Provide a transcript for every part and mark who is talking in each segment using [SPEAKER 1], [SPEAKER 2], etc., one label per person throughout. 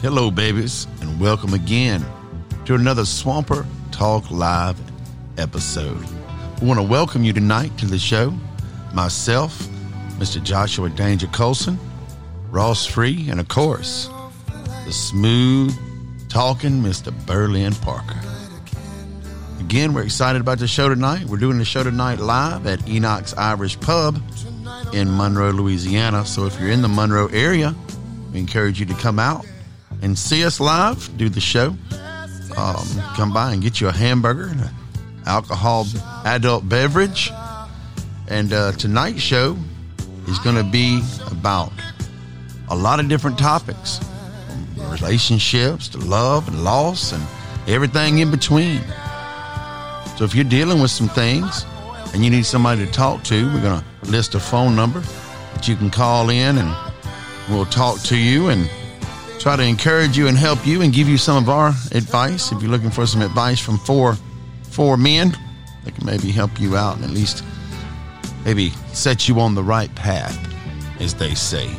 [SPEAKER 1] Hello, babies, and welcome again to another Swamper Talk Live episode. We want to welcome you tonight to the show. Myself, Mr. Joshua Danger Colson, Ross Free, and of course, the smooth talking Mr. Berlin Parker. Again, we're excited about the show tonight. We're doing the show tonight live at Enoch's Irish Pub in Monroe, Louisiana. So if you're in the Monroe area, we encourage you to come out and see us live, do the show. Um, come by and get you a hamburger and an alcohol adult beverage. And uh, tonight's show is going to be about a lot of different topics from relationships to love and loss and everything in between. So if you're dealing with some things and you need somebody to talk to, we're going to list a phone number that you can call in and we'll talk to you and try to encourage you and help you and give you some of our advice. If you're looking for some advice from four four men, they can maybe help you out and at least maybe set you on the right path, as they say.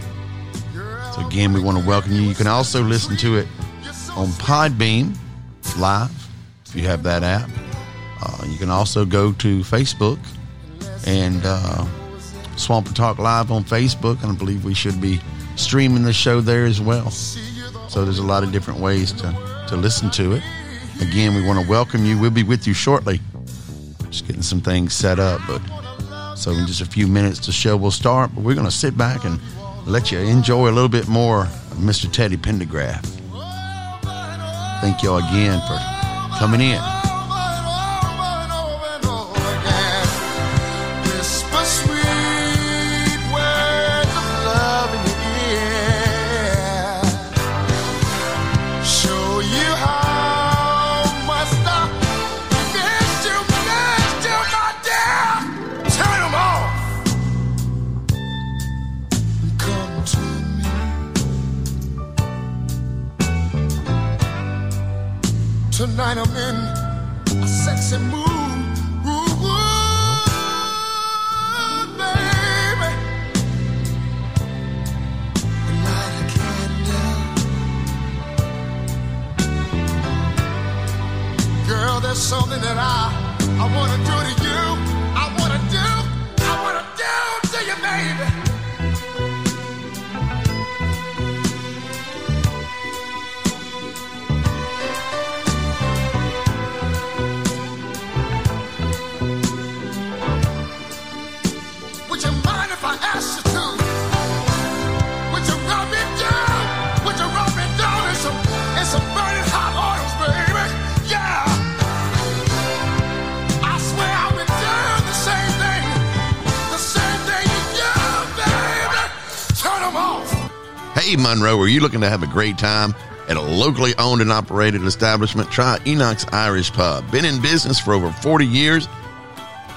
[SPEAKER 1] So again, we want to welcome you. You can also listen to it on Podbeam live if you have that app. Uh, you can also go to Facebook and uh, Swamper Talk Live on Facebook, and I believe we should be streaming the show there as well. So there's a lot of different ways to, to listen to it. Again, we want to welcome you. We'll be with you shortly. Just getting some things set up, but so in just a few minutes the show will start. But we're going to sit back and let you enjoy a little bit more of Mr. Teddy Pendergraph. Thank y'all again for coming in.
[SPEAKER 2] Show you how much I miss you, miss you, my dear. Turn 'em off. Come to me. Tonight I'm in a sexy mood. Ooh, ooh, baby. Light a candle. Girl, there's something that I I wanna do to you. I wanna do, I wanna do to you, baby. Would you mind if I asked you to? Would you rub me down? Would you rub me down in some in some burning hot oils, baby? Yeah. I swear I've been doing the same thing, the same thing to you, baby. Turn 'em off.
[SPEAKER 1] Hey, Monroe, are you looking to have a great time at a locally owned and operated establishment? Try Enoch's Irish Pub. Been in business for over 40 years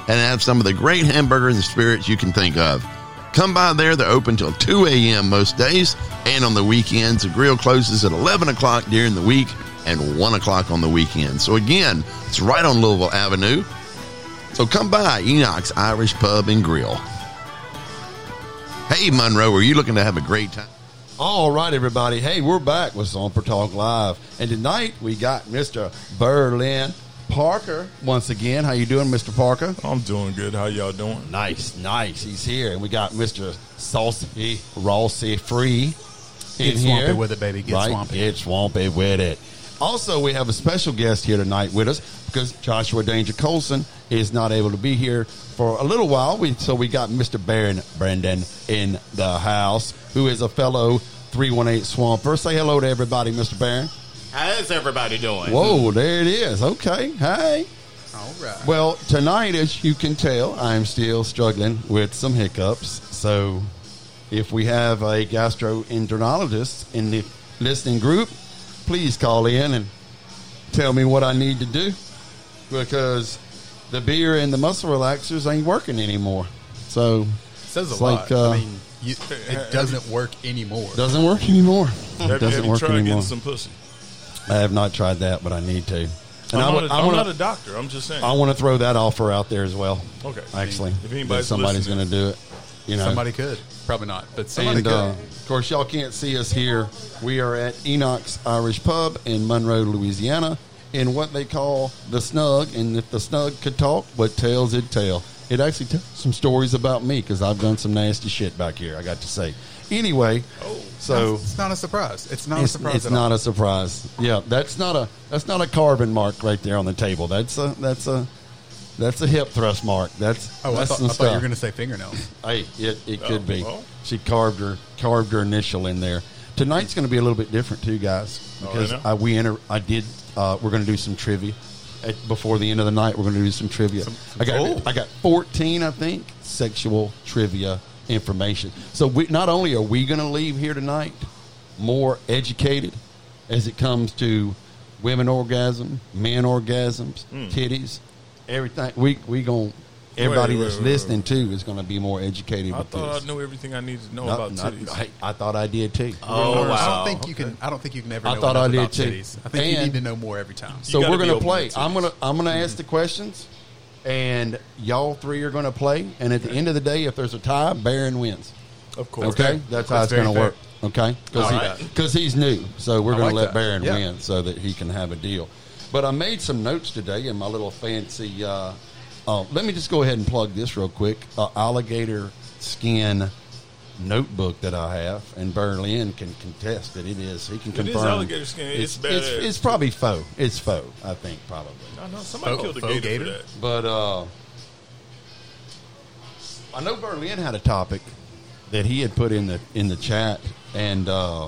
[SPEAKER 1] and have some of the great hamburgers and spirits you can think of. Come by there. They're open till 2 a.m. most days and on the weekends. The grill closes at 11 o'clock during the week and 1 o'clock on the weekend. So, again, it's right on Louisville Avenue. So, come by Enoch's Irish Pub and Grill. Hey, Monroe, are you looking to have a great time?
[SPEAKER 3] All right, everybody. Hey, we're back with Somper Talk Live, and tonight we got Mr. Berlin Parker once again. How you doing, Mr. Parker?
[SPEAKER 4] I'm doing good. How y'all doing?
[SPEAKER 3] Nice, nice. He's here, and we got Mr. Saucy Rossi Free in
[SPEAKER 5] Get
[SPEAKER 3] here.
[SPEAKER 5] swampy with it, baby. Get
[SPEAKER 3] right?
[SPEAKER 5] swampy.
[SPEAKER 3] Get swampy with it. Also, we have a special guest here tonight with us because Joshua Danger Colson is not able to be here for a little while. We, so we got Mr. Baron Brendan in the house, who is a fellow 318 Swamper. Say hello to everybody, Mr. Baron.
[SPEAKER 5] How's everybody doing?
[SPEAKER 3] Whoa, there it is. Okay. Hey.
[SPEAKER 5] All right.
[SPEAKER 3] Well, tonight, as you can tell, I'm still struggling with some hiccups. So, if we have a gastroenterologist in the listening group, please call in and tell me what I need to do because the beer and the muscle relaxers ain't working anymore. So,
[SPEAKER 5] says a
[SPEAKER 3] it's
[SPEAKER 5] lot.
[SPEAKER 3] like, uh,
[SPEAKER 5] I mean, you, it doesn't work anymore.
[SPEAKER 3] doesn't work anymore.
[SPEAKER 4] Have,
[SPEAKER 3] It
[SPEAKER 4] have
[SPEAKER 3] doesn't
[SPEAKER 4] you
[SPEAKER 3] work
[SPEAKER 4] tried
[SPEAKER 3] anymore.
[SPEAKER 4] getting some pussy?
[SPEAKER 3] I have not tried that, but I need to.
[SPEAKER 4] I'm,
[SPEAKER 3] And I
[SPEAKER 4] not,
[SPEAKER 3] would-
[SPEAKER 4] a,
[SPEAKER 3] I
[SPEAKER 4] I'm
[SPEAKER 3] wanna-
[SPEAKER 4] not a doctor. I'm just saying.
[SPEAKER 3] I want to throw that offer out there as well.
[SPEAKER 4] Okay.
[SPEAKER 3] Actually,
[SPEAKER 4] If anybody's
[SPEAKER 3] that somebody's going
[SPEAKER 4] listening.
[SPEAKER 3] to do it. You know,
[SPEAKER 5] Somebody could. Probably not, but somebody
[SPEAKER 3] and
[SPEAKER 5] could.
[SPEAKER 3] uh, of course, y'all can't see us here. We are at Enoch's Irish Pub in Monroe, Louisiana, in what they call the Snug. And if the Snug could talk, what tales it'd tell. It actually tells some stories about me because I've done some nasty shit back here. I got to say. Anyway,
[SPEAKER 4] Oh.
[SPEAKER 3] so
[SPEAKER 6] It's not a surprise. It's not a
[SPEAKER 3] it's,
[SPEAKER 6] surprise
[SPEAKER 3] it's
[SPEAKER 6] at
[SPEAKER 3] not
[SPEAKER 6] all.
[SPEAKER 3] a surprise. Yeah, that's not a that's not a carbon mark right there on the table. That's a that's a that's a hip thrust mark. That's
[SPEAKER 6] oh, I
[SPEAKER 3] that's
[SPEAKER 6] thought,
[SPEAKER 3] some
[SPEAKER 6] I thought you were
[SPEAKER 3] stuff.
[SPEAKER 6] going to say fingernails.
[SPEAKER 3] Hey, it, it could be.
[SPEAKER 4] well.
[SPEAKER 3] She carved her carved her initial in there. Tonight's going to be a little bit different too, guys,
[SPEAKER 4] Oh,
[SPEAKER 3] because
[SPEAKER 4] I know.
[SPEAKER 3] I, we enter. I did. Uh, we're going to do some trivia At, before the end of the night. We're going to do some trivia. I got
[SPEAKER 4] oh.
[SPEAKER 3] I got fourteen, I think, sexual trivia information. So we not only are we going to leave here tonight more educated as it comes to women orgasm, men orgasms,
[SPEAKER 4] Hmm.
[SPEAKER 3] titties, everything. We we going. Everybody
[SPEAKER 4] wait,
[SPEAKER 3] that's
[SPEAKER 4] wait, wait.
[SPEAKER 3] listening too is going to be more educated
[SPEAKER 4] I
[SPEAKER 3] with
[SPEAKER 4] thought
[SPEAKER 3] this.
[SPEAKER 4] I knew everything I needed to know
[SPEAKER 3] No,
[SPEAKER 4] about
[SPEAKER 3] no,
[SPEAKER 4] titties.
[SPEAKER 3] I, I thought I did too.
[SPEAKER 5] Oh,
[SPEAKER 6] I
[SPEAKER 5] wow.
[SPEAKER 6] don't think you can. I don't think you can ever.
[SPEAKER 3] I
[SPEAKER 6] know
[SPEAKER 3] thought I
[SPEAKER 6] enough
[SPEAKER 3] did
[SPEAKER 6] about
[SPEAKER 3] too.
[SPEAKER 6] titties. I think you
[SPEAKER 3] And-
[SPEAKER 6] need to know more every time.
[SPEAKER 3] so
[SPEAKER 4] gotta
[SPEAKER 3] we're
[SPEAKER 4] be
[SPEAKER 3] gonna
[SPEAKER 4] open
[SPEAKER 3] play.
[SPEAKER 4] to
[SPEAKER 3] I'm gonna I'm gonna ask the questions, and y'all three are gonna play. And at the end of the day, if there's a tie, Baron wins.
[SPEAKER 4] Of course.
[SPEAKER 3] Okay, that's how it's
[SPEAKER 6] very
[SPEAKER 3] gonna
[SPEAKER 6] fair.
[SPEAKER 3] work. Okay,
[SPEAKER 5] All
[SPEAKER 3] because
[SPEAKER 5] right.
[SPEAKER 3] he's new, so we're
[SPEAKER 6] I
[SPEAKER 3] gonna
[SPEAKER 6] like
[SPEAKER 3] let
[SPEAKER 6] that.
[SPEAKER 3] Baron
[SPEAKER 6] Yeah.
[SPEAKER 3] win so that he can have a deal. But I made some notes today in my little fancy. Uh, uh, let me just go ahead and plug this real quick. Uh, alligator skin notebook that I have, and Berlin can contest that it is. He can
[SPEAKER 4] is
[SPEAKER 3] confirm.
[SPEAKER 4] alligator skin. It's
[SPEAKER 3] it's,
[SPEAKER 4] badass.
[SPEAKER 3] it's probably faux. It's faux. I think probably.
[SPEAKER 4] I know somebody
[SPEAKER 3] Oh,
[SPEAKER 6] Faux-
[SPEAKER 4] killed a
[SPEAKER 6] faux
[SPEAKER 4] gator, for
[SPEAKER 6] gator?
[SPEAKER 4] that.
[SPEAKER 3] But uh, I know Berlin had a topic that he had put in the in the chat, and uh,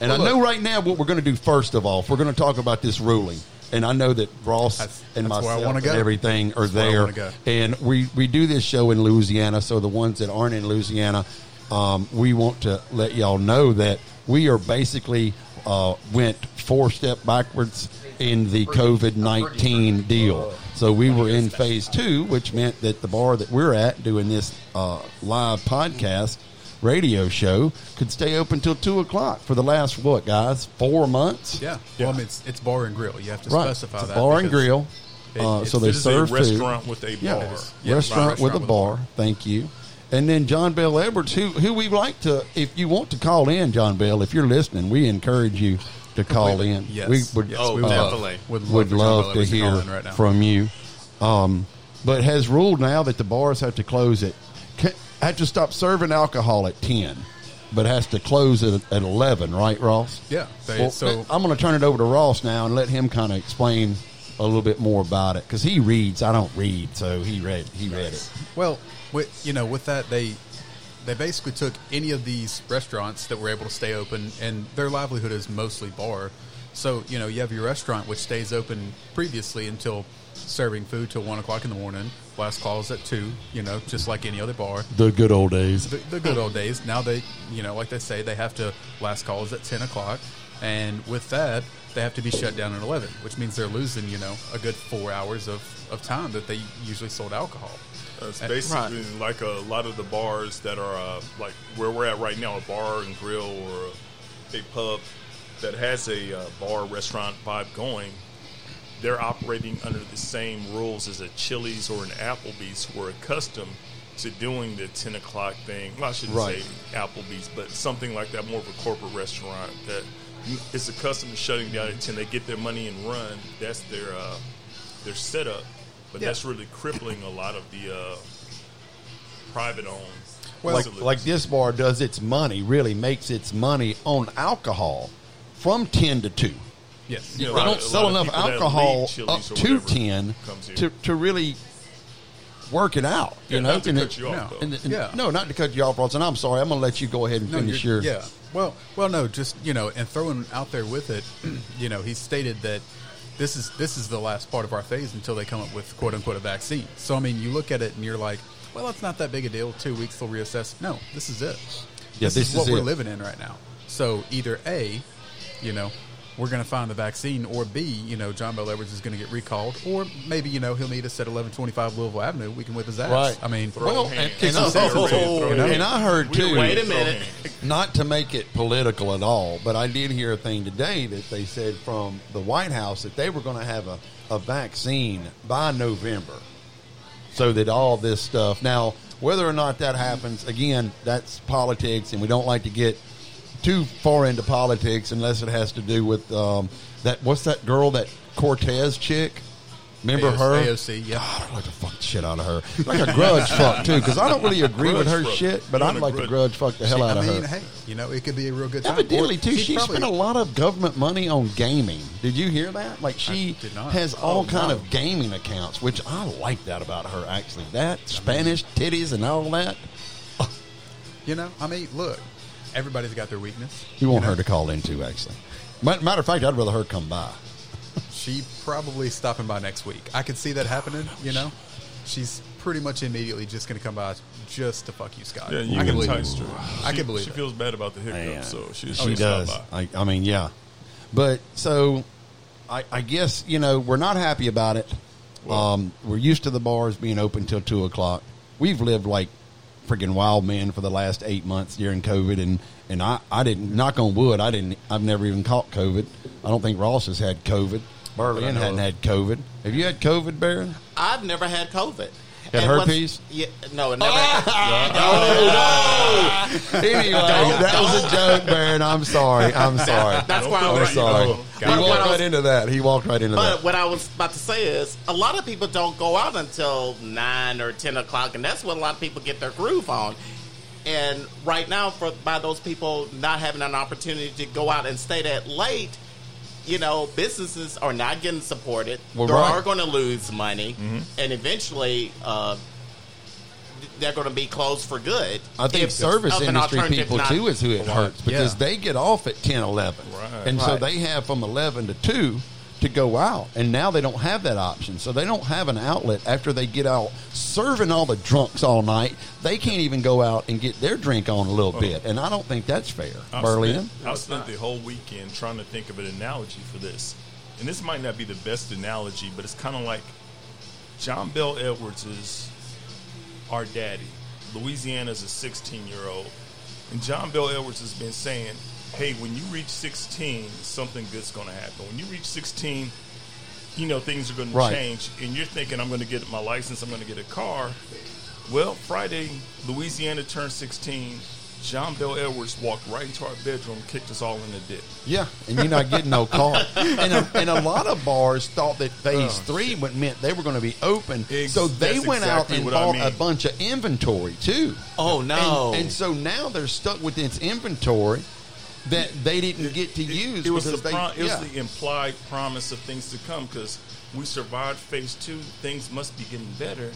[SPEAKER 3] and I
[SPEAKER 6] Well,
[SPEAKER 3] know right now what we're going to do. First of all, if we're going to talk about this ruling, and I know that Ross
[SPEAKER 6] That's-
[SPEAKER 3] and
[SPEAKER 6] that's where I
[SPEAKER 3] myself
[SPEAKER 6] wanna
[SPEAKER 3] and
[SPEAKER 6] go.
[SPEAKER 3] everything are
[SPEAKER 6] where I
[SPEAKER 3] there,
[SPEAKER 6] wanna go.
[SPEAKER 3] and we we do this show in Louisiana. So the ones that aren't in Louisiana, um, we want to let y'all know that we are basically uh, went four step backwards in the COVID nineteen deal. So we were in phase two, which meant that the bar that we're at doing this uh, live podcast radio show could stay open till two o'clock for the last what guys four months
[SPEAKER 6] Yeah. Well, I mean, it's, it's bar and grill. You have to
[SPEAKER 3] right
[SPEAKER 6] specify
[SPEAKER 3] it's a
[SPEAKER 6] that.
[SPEAKER 3] bar and
[SPEAKER 6] because-
[SPEAKER 3] grill
[SPEAKER 4] It-
[SPEAKER 3] uh,
[SPEAKER 4] it's-
[SPEAKER 3] so they
[SPEAKER 4] this is a
[SPEAKER 3] serve food
[SPEAKER 4] restaurant with a
[SPEAKER 3] yeah,
[SPEAKER 4] bar.
[SPEAKER 3] it is.
[SPEAKER 4] Yeah,
[SPEAKER 3] restaurant, with a bar. Thank you. And then John Bell Edwards, who who we like to, if you want to call in, John Bell, if you're listening, we encourage you to call in.
[SPEAKER 6] Yes.
[SPEAKER 3] We would,
[SPEAKER 6] Yes,
[SPEAKER 5] Oh,
[SPEAKER 6] we would
[SPEAKER 5] definitely.
[SPEAKER 6] love-
[SPEAKER 3] would love,
[SPEAKER 6] for John
[SPEAKER 3] to
[SPEAKER 6] Bellamy
[SPEAKER 3] hear
[SPEAKER 6] call in right now.
[SPEAKER 3] from you. Um, but has ruled now that the bars have to close at ca- have to stop serving alcohol at ten, but has to close at, at eleven, right, Ross?
[SPEAKER 6] Yeah. They,
[SPEAKER 3] Well,
[SPEAKER 6] so
[SPEAKER 3] I'm going to turn it over to Ross now and let him kind of explain a little bit more about it because he reads. I don't read, so he read. He read it.
[SPEAKER 6] Well, with, you know, with that they they basically took any of these restaurants that were able to stay open, and their livelihood is mostly bar. So you know, you have your restaurant which stays open previously until serving food till one o'clock in the morning. Last calls at two. You know, just like any other bar.
[SPEAKER 3] The good old days.
[SPEAKER 6] The, the good old days. Now they, you know, like they say, they have to last calls at ten o'clock, and with that, they have to be shut down at eleven, which means they're losing, you know, a good four hours of, of time that they usually sold alcohol.
[SPEAKER 4] It's
[SPEAKER 6] Uh,
[SPEAKER 4] basically like a lot of the bars that are uh, like where we're at right now, a bar and grill or a big pub that has a uh, bar restaurant vibe going. They're operating under the same rules as a Chili's or an Applebee's who are accustomed to doing the 10 o'clock thing. Well, I shouldn't
[SPEAKER 3] Right.
[SPEAKER 4] say Applebee's, but something like that, more of a corporate restaurant that is accustomed to shutting down at 10. They get their money and run. That's their, uh, their setup. But that's really crippling a lot of the uh, private owned.
[SPEAKER 3] like, like this bar does its money, really makes its money on alcohol from 10 to 2.
[SPEAKER 6] Yes.
[SPEAKER 4] Yeah,
[SPEAKER 3] they
[SPEAKER 4] right.
[SPEAKER 3] don't
[SPEAKER 4] A
[SPEAKER 3] sell
[SPEAKER 4] lot of
[SPEAKER 3] enough
[SPEAKER 4] people that
[SPEAKER 3] alcohol
[SPEAKER 4] leave Chili's
[SPEAKER 3] up
[SPEAKER 4] or
[SPEAKER 3] to
[SPEAKER 4] whatever
[SPEAKER 3] 10
[SPEAKER 4] comes here.
[SPEAKER 3] to, to really work it out. You
[SPEAKER 4] Yeah,
[SPEAKER 3] know?
[SPEAKER 4] not to
[SPEAKER 3] And
[SPEAKER 4] cut
[SPEAKER 3] it-
[SPEAKER 4] you off, though.
[SPEAKER 3] and it- and-
[SPEAKER 6] Yeah.
[SPEAKER 3] No, not to cut you off, Ross. And I'm sorry. I'm going to let you go ahead and
[SPEAKER 6] No,
[SPEAKER 3] finish
[SPEAKER 6] you're-
[SPEAKER 3] your.
[SPEAKER 6] Yeah. Well, well, no, just you know, and throwing out there with it, you know, he stated that this is this is the last part of our phase until they come up with quote unquote a vaccine. So I mean, you look at it and you're like, well, it's not that big a deal. Two weeks they'll reassess. No, this is it.
[SPEAKER 3] Yeah,
[SPEAKER 6] this,
[SPEAKER 3] this
[SPEAKER 6] is, what
[SPEAKER 3] is
[SPEAKER 6] we're
[SPEAKER 3] it.
[SPEAKER 6] living in right now. So either a, you know. We're going to find the vaccine, or B, you know, John Bell Edwards is going to get recalled, or maybe you know he'll meet us at eleven twenty-five Louisville Avenue. We can whip his ass.
[SPEAKER 3] Right.
[SPEAKER 6] I mean,
[SPEAKER 3] Well, and, and,
[SPEAKER 6] some
[SPEAKER 3] I,
[SPEAKER 6] sense
[SPEAKER 3] heard,
[SPEAKER 6] into it,
[SPEAKER 4] you know?
[SPEAKER 3] Oh, and I heard, too.
[SPEAKER 5] Wait a minute.
[SPEAKER 3] not to make it political at all, but I did hear a thing today that they said from the White House that they were going to have a, a vaccine by November so that all this stuff. Now, Whether or not that happens, again, that's politics, and we don't like to get too far into politics unless it has to do with um, that. What's that girl? That Cortez chick? Remember
[SPEAKER 6] AOC,
[SPEAKER 3] her?
[SPEAKER 6] AOC, yeah.
[SPEAKER 3] God, I'd like to fuck the shit out of her. Like a grudge fuck too, because I don't really agree with her
[SPEAKER 4] Grudge fuck.
[SPEAKER 3] shit, but
[SPEAKER 4] You
[SPEAKER 3] I'd
[SPEAKER 4] want a
[SPEAKER 3] like to grudge
[SPEAKER 4] grudge-
[SPEAKER 3] fuck the hell out
[SPEAKER 6] I
[SPEAKER 3] of
[SPEAKER 6] mean,
[SPEAKER 3] her.
[SPEAKER 6] hey, you know, it could be a real good time.
[SPEAKER 3] Evidently,
[SPEAKER 6] Or
[SPEAKER 3] too, she,
[SPEAKER 6] probably-
[SPEAKER 3] spent a lot of government money on gaming. Did you hear that? Like she
[SPEAKER 6] did not.
[SPEAKER 3] has all
[SPEAKER 6] Oh,
[SPEAKER 3] kind
[SPEAKER 6] no.
[SPEAKER 3] of gaming accounts, which I like that about her. Actually, that Spanish titties and all that.
[SPEAKER 6] You know, I mean, look, everybody's got their weakness.
[SPEAKER 3] You want
[SPEAKER 6] know?
[SPEAKER 3] her to call in too? Actually, Ma- matter of fact, I'd rather her come by.
[SPEAKER 6] She probably stopping by next week. I could see that happening. You know, she's pretty much immediately just going to come by just to fuck you, Scott.
[SPEAKER 4] Yeah, you
[SPEAKER 6] I can
[SPEAKER 4] can
[SPEAKER 6] believe
[SPEAKER 4] entice
[SPEAKER 6] it.
[SPEAKER 4] her.
[SPEAKER 6] I
[SPEAKER 4] She-
[SPEAKER 6] can believe
[SPEAKER 4] She
[SPEAKER 6] it. Oh,
[SPEAKER 4] feels bad about the hiccup, so
[SPEAKER 3] she
[SPEAKER 4] she, she'll stop
[SPEAKER 3] Oh, does.
[SPEAKER 4] by.
[SPEAKER 3] I, I mean, yeah, but so I, I guess you know we're not happy about it. um, we're used to the bars being open till two o'clock. We've lived like freaking wild men for the last eight months during COVID, and and I, I didn't knock on wood. I didn't. I've never even caught COVID. I don't think Ross has had COVID. Berlin
[SPEAKER 5] know
[SPEAKER 3] hadn't
[SPEAKER 5] of.
[SPEAKER 3] had COVID. Have you had COVID, Baron?
[SPEAKER 7] I've never had COVID.
[SPEAKER 3] Had
[SPEAKER 7] And what's-
[SPEAKER 3] herpes?
[SPEAKER 7] Yeah, no,
[SPEAKER 2] Oh.
[SPEAKER 7] it never.
[SPEAKER 3] anyway, Oh, that was a joke, Baron. I'm sorry. I'm sorry.
[SPEAKER 7] That's why I
[SPEAKER 3] I'm
[SPEAKER 7] was.
[SPEAKER 3] sorry.
[SPEAKER 4] No.
[SPEAKER 3] He
[SPEAKER 7] But
[SPEAKER 3] walked
[SPEAKER 7] what I
[SPEAKER 3] right
[SPEAKER 7] was-
[SPEAKER 3] into that. He walked right into
[SPEAKER 7] But
[SPEAKER 3] that.
[SPEAKER 7] what I was about to say is, a lot of people don't go out until nine or ten o'clock, and that's when a lot of people get their groove on. And right now, for by those people not having an opportunity to go out and stay that late, you know, businesses are not getting supported.
[SPEAKER 3] Well,
[SPEAKER 7] they
[SPEAKER 3] right. Mm-hmm.
[SPEAKER 7] are going to lose money, and eventually. Uh, they're going to be closed for good.
[SPEAKER 3] I think
[SPEAKER 7] If-
[SPEAKER 3] service
[SPEAKER 7] of an
[SPEAKER 3] industry
[SPEAKER 7] alternative
[SPEAKER 3] people
[SPEAKER 7] not-
[SPEAKER 3] too is who it hurts because
[SPEAKER 6] Yeah.
[SPEAKER 3] they get off at 10, 11.
[SPEAKER 4] Right.
[SPEAKER 3] And so
[SPEAKER 7] Right.
[SPEAKER 3] they have from 11 to 2 to go out. And now they don't have that option. So they don't have an outlet after they get out serving all the drunks all night. They can't even go out and get their drink on a little
[SPEAKER 7] Oh.
[SPEAKER 3] bit. And I don't think that's fair.
[SPEAKER 4] I
[SPEAKER 3] Berlin?
[SPEAKER 4] Spent, I spent the whole weekend trying to think of an analogy for this, and this might not be the best analogy, but it's kind of like John Bell Edwards is our daddy. Louisiana's a 16 year old, and John Bell Edwards has been saying, "Hey, when you reach 16, something good's going to happen. When you reach 16." You know things are going
[SPEAKER 3] Right.
[SPEAKER 4] to change, and you're thinking I'm going to get my license, I'm going to get a car, well, Friday, Louisiana turned 16. John Bell Edwards walked right into our bedroom, kicked us all in the dick.
[SPEAKER 3] Yeah, and you're not getting no call. and, a, and a lot of bars thought that phase three would meant they were going to be open,
[SPEAKER 4] Oh, Ex-
[SPEAKER 3] so they
[SPEAKER 4] that's
[SPEAKER 3] went out
[SPEAKER 4] exactly
[SPEAKER 3] and
[SPEAKER 4] what I
[SPEAKER 3] bought
[SPEAKER 4] mean.
[SPEAKER 3] a bunch of inventory too.
[SPEAKER 7] Oh, no.
[SPEAKER 3] And, and so now they're stuck with this inventory that they didn't get to use.
[SPEAKER 4] It was, the,
[SPEAKER 3] because they,
[SPEAKER 4] pro- it was
[SPEAKER 3] yeah.
[SPEAKER 4] the implied promise of things to come because we survived phase two. Things must be getting better.